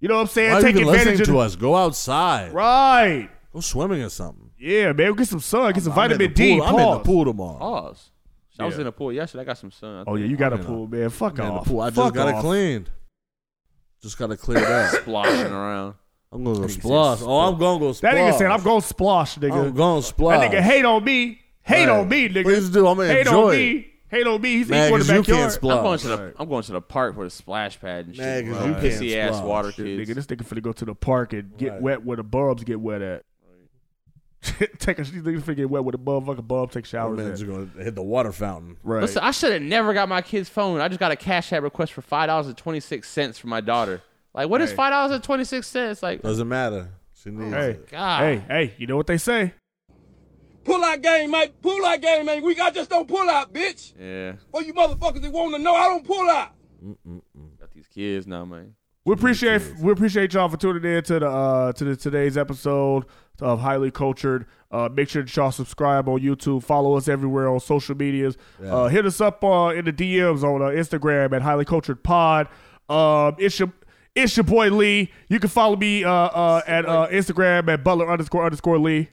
[SPEAKER 2] You know what I'm saying?
[SPEAKER 3] Why are you
[SPEAKER 2] Take
[SPEAKER 3] even
[SPEAKER 2] advantage
[SPEAKER 3] listening
[SPEAKER 2] of
[SPEAKER 3] to us? Go outside.
[SPEAKER 2] Right.
[SPEAKER 3] Go swimming or something.
[SPEAKER 2] Yeah, man. Get some sun. Get some
[SPEAKER 3] I'm in
[SPEAKER 2] vitamin
[SPEAKER 3] the
[SPEAKER 2] D.
[SPEAKER 3] pool- I'm in the
[SPEAKER 2] Pause.
[SPEAKER 3] pool tomorrow.
[SPEAKER 5] Pause. I was
[SPEAKER 2] Yeah.
[SPEAKER 5] in the pool yesterday. I got some sun. I
[SPEAKER 2] Oh yeah,
[SPEAKER 5] think.
[SPEAKER 2] you got a
[SPEAKER 5] I'm in
[SPEAKER 2] pool, man. Fuck
[SPEAKER 3] I'm in the
[SPEAKER 2] off.
[SPEAKER 3] pool. I just
[SPEAKER 2] Fuck
[SPEAKER 3] got it
[SPEAKER 2] off.
[SPEAKER 3] cleaned. Just got to clear it up.
[SPEAKER 5] Splashing around.
[SPEAKER 3] I'm gonna go
[SPEAKER 5] Nigga said
[SPEAKER 3] splosh. Oh, I'm gonna go
[SPEAKER 2] That nigga
[SPEAKER 3] splosh.
[SPEAKER 2] said I'm going to splosh, nigga.
[SPEAKER 3] I'm gonna splosh.
[SPEAKER 2] That nigga hate on me. Hate
[SPEAKER 3] Right.
[SPEAKER 2] on me, nigga.
[SPEAKER 3] Please do. I'ma
[SPEAKER 2] hate
[SPEAKER 3] enjoy
[SPEAKER 2] on
[SPEAKER 3] it.
[SPEAKER 2] me. Hate on me. He's
[SPEAKER 3] Man,
[SPEAKER 2] equal in the
[SPEAKER 3] 'cause you
[SPEAKER 2] backyard.
[SPEAKER 3] can't
[SPEAKER 5] I'm going to the I'm going to the park with a splash pad and shit.
[SPEAKER 3] Man, 'cause
[SPEAKER 5] bro.
[SPEAKER 3] you can't
[SPEAKER 5] pissy ass
[SPEAKER 3] splash.
[SPEAKER 5] water
[SPEAKER 2] Shit,
[SPEAKER 5] kids.
[SPEAKER 2] Nigga, this nigga finna go to the park and get
[SPEAKER 3] Right.
[SPEAKER 2] wet where the bums get wet at. take a these niggas finna get wet with the motherfucking bum. Take showers.
[SPEAKER 3] Man,
[SPEAKER 2] at.
[SPEAKER 3] you gonna hit the water fountain.
[SPEAKER 2] Right.
[SPEAKER 5] Listen, I should have never got my kid's phone. I just got a Cash App request for five dollars and twenty six cents for my daughter. Like, what is
[SPEAKER 2] Hey.
[SPEAKER 5] five dollars and twenty six cents? Like,
[SPEAKER 3] Doesn't matter. She needs
[SPEAKER 2] Hey,
[SPEAKER 3] it.
[SPEAKER 5] God.
[SPEAKER 2] hey, hey! You know what they say?
[SPEAKER 4] Pull out game, mate. Pull out game, man. We got just don't pull out, bitch.
[SPEAKER 5] yeah,
[SPEAKER 4] For you motherfuckers that want to know, I don't pull out.
[SPEAKER 5] got these kids now, man.
[SPEAKER 2] We appreciate we appreciate y'all for tuning in to the uh, to the today's episode of Highly Cultured. Uh, make sure that y'all subscribe on YouTube, follow us everywhere on social medias. Uh, hit us up uh, in the DMs on uh, Instagram at Highly Cultured Pod. Um, it's your it's your boy Lee. You can follow me uh, uh, at uh, Instagram at Butler underscore underscore Lee.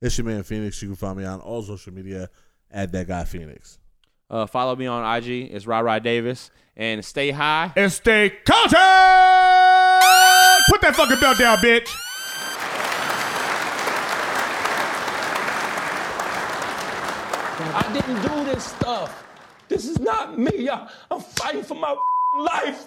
[SPEAKER 3] It's your man Phoenix. You can find me on all social media at that guy Phoenix.
[SPEAKER 5] Uh, follow me on IG. It's Rai Rai Davis, and stay high.
[SPEAKER 2] And stay cultured. Put that fucking belt down, bitch.
[SPEAKER 17] I didn't do this stuff. This is not me. I, I'm fighting for my life.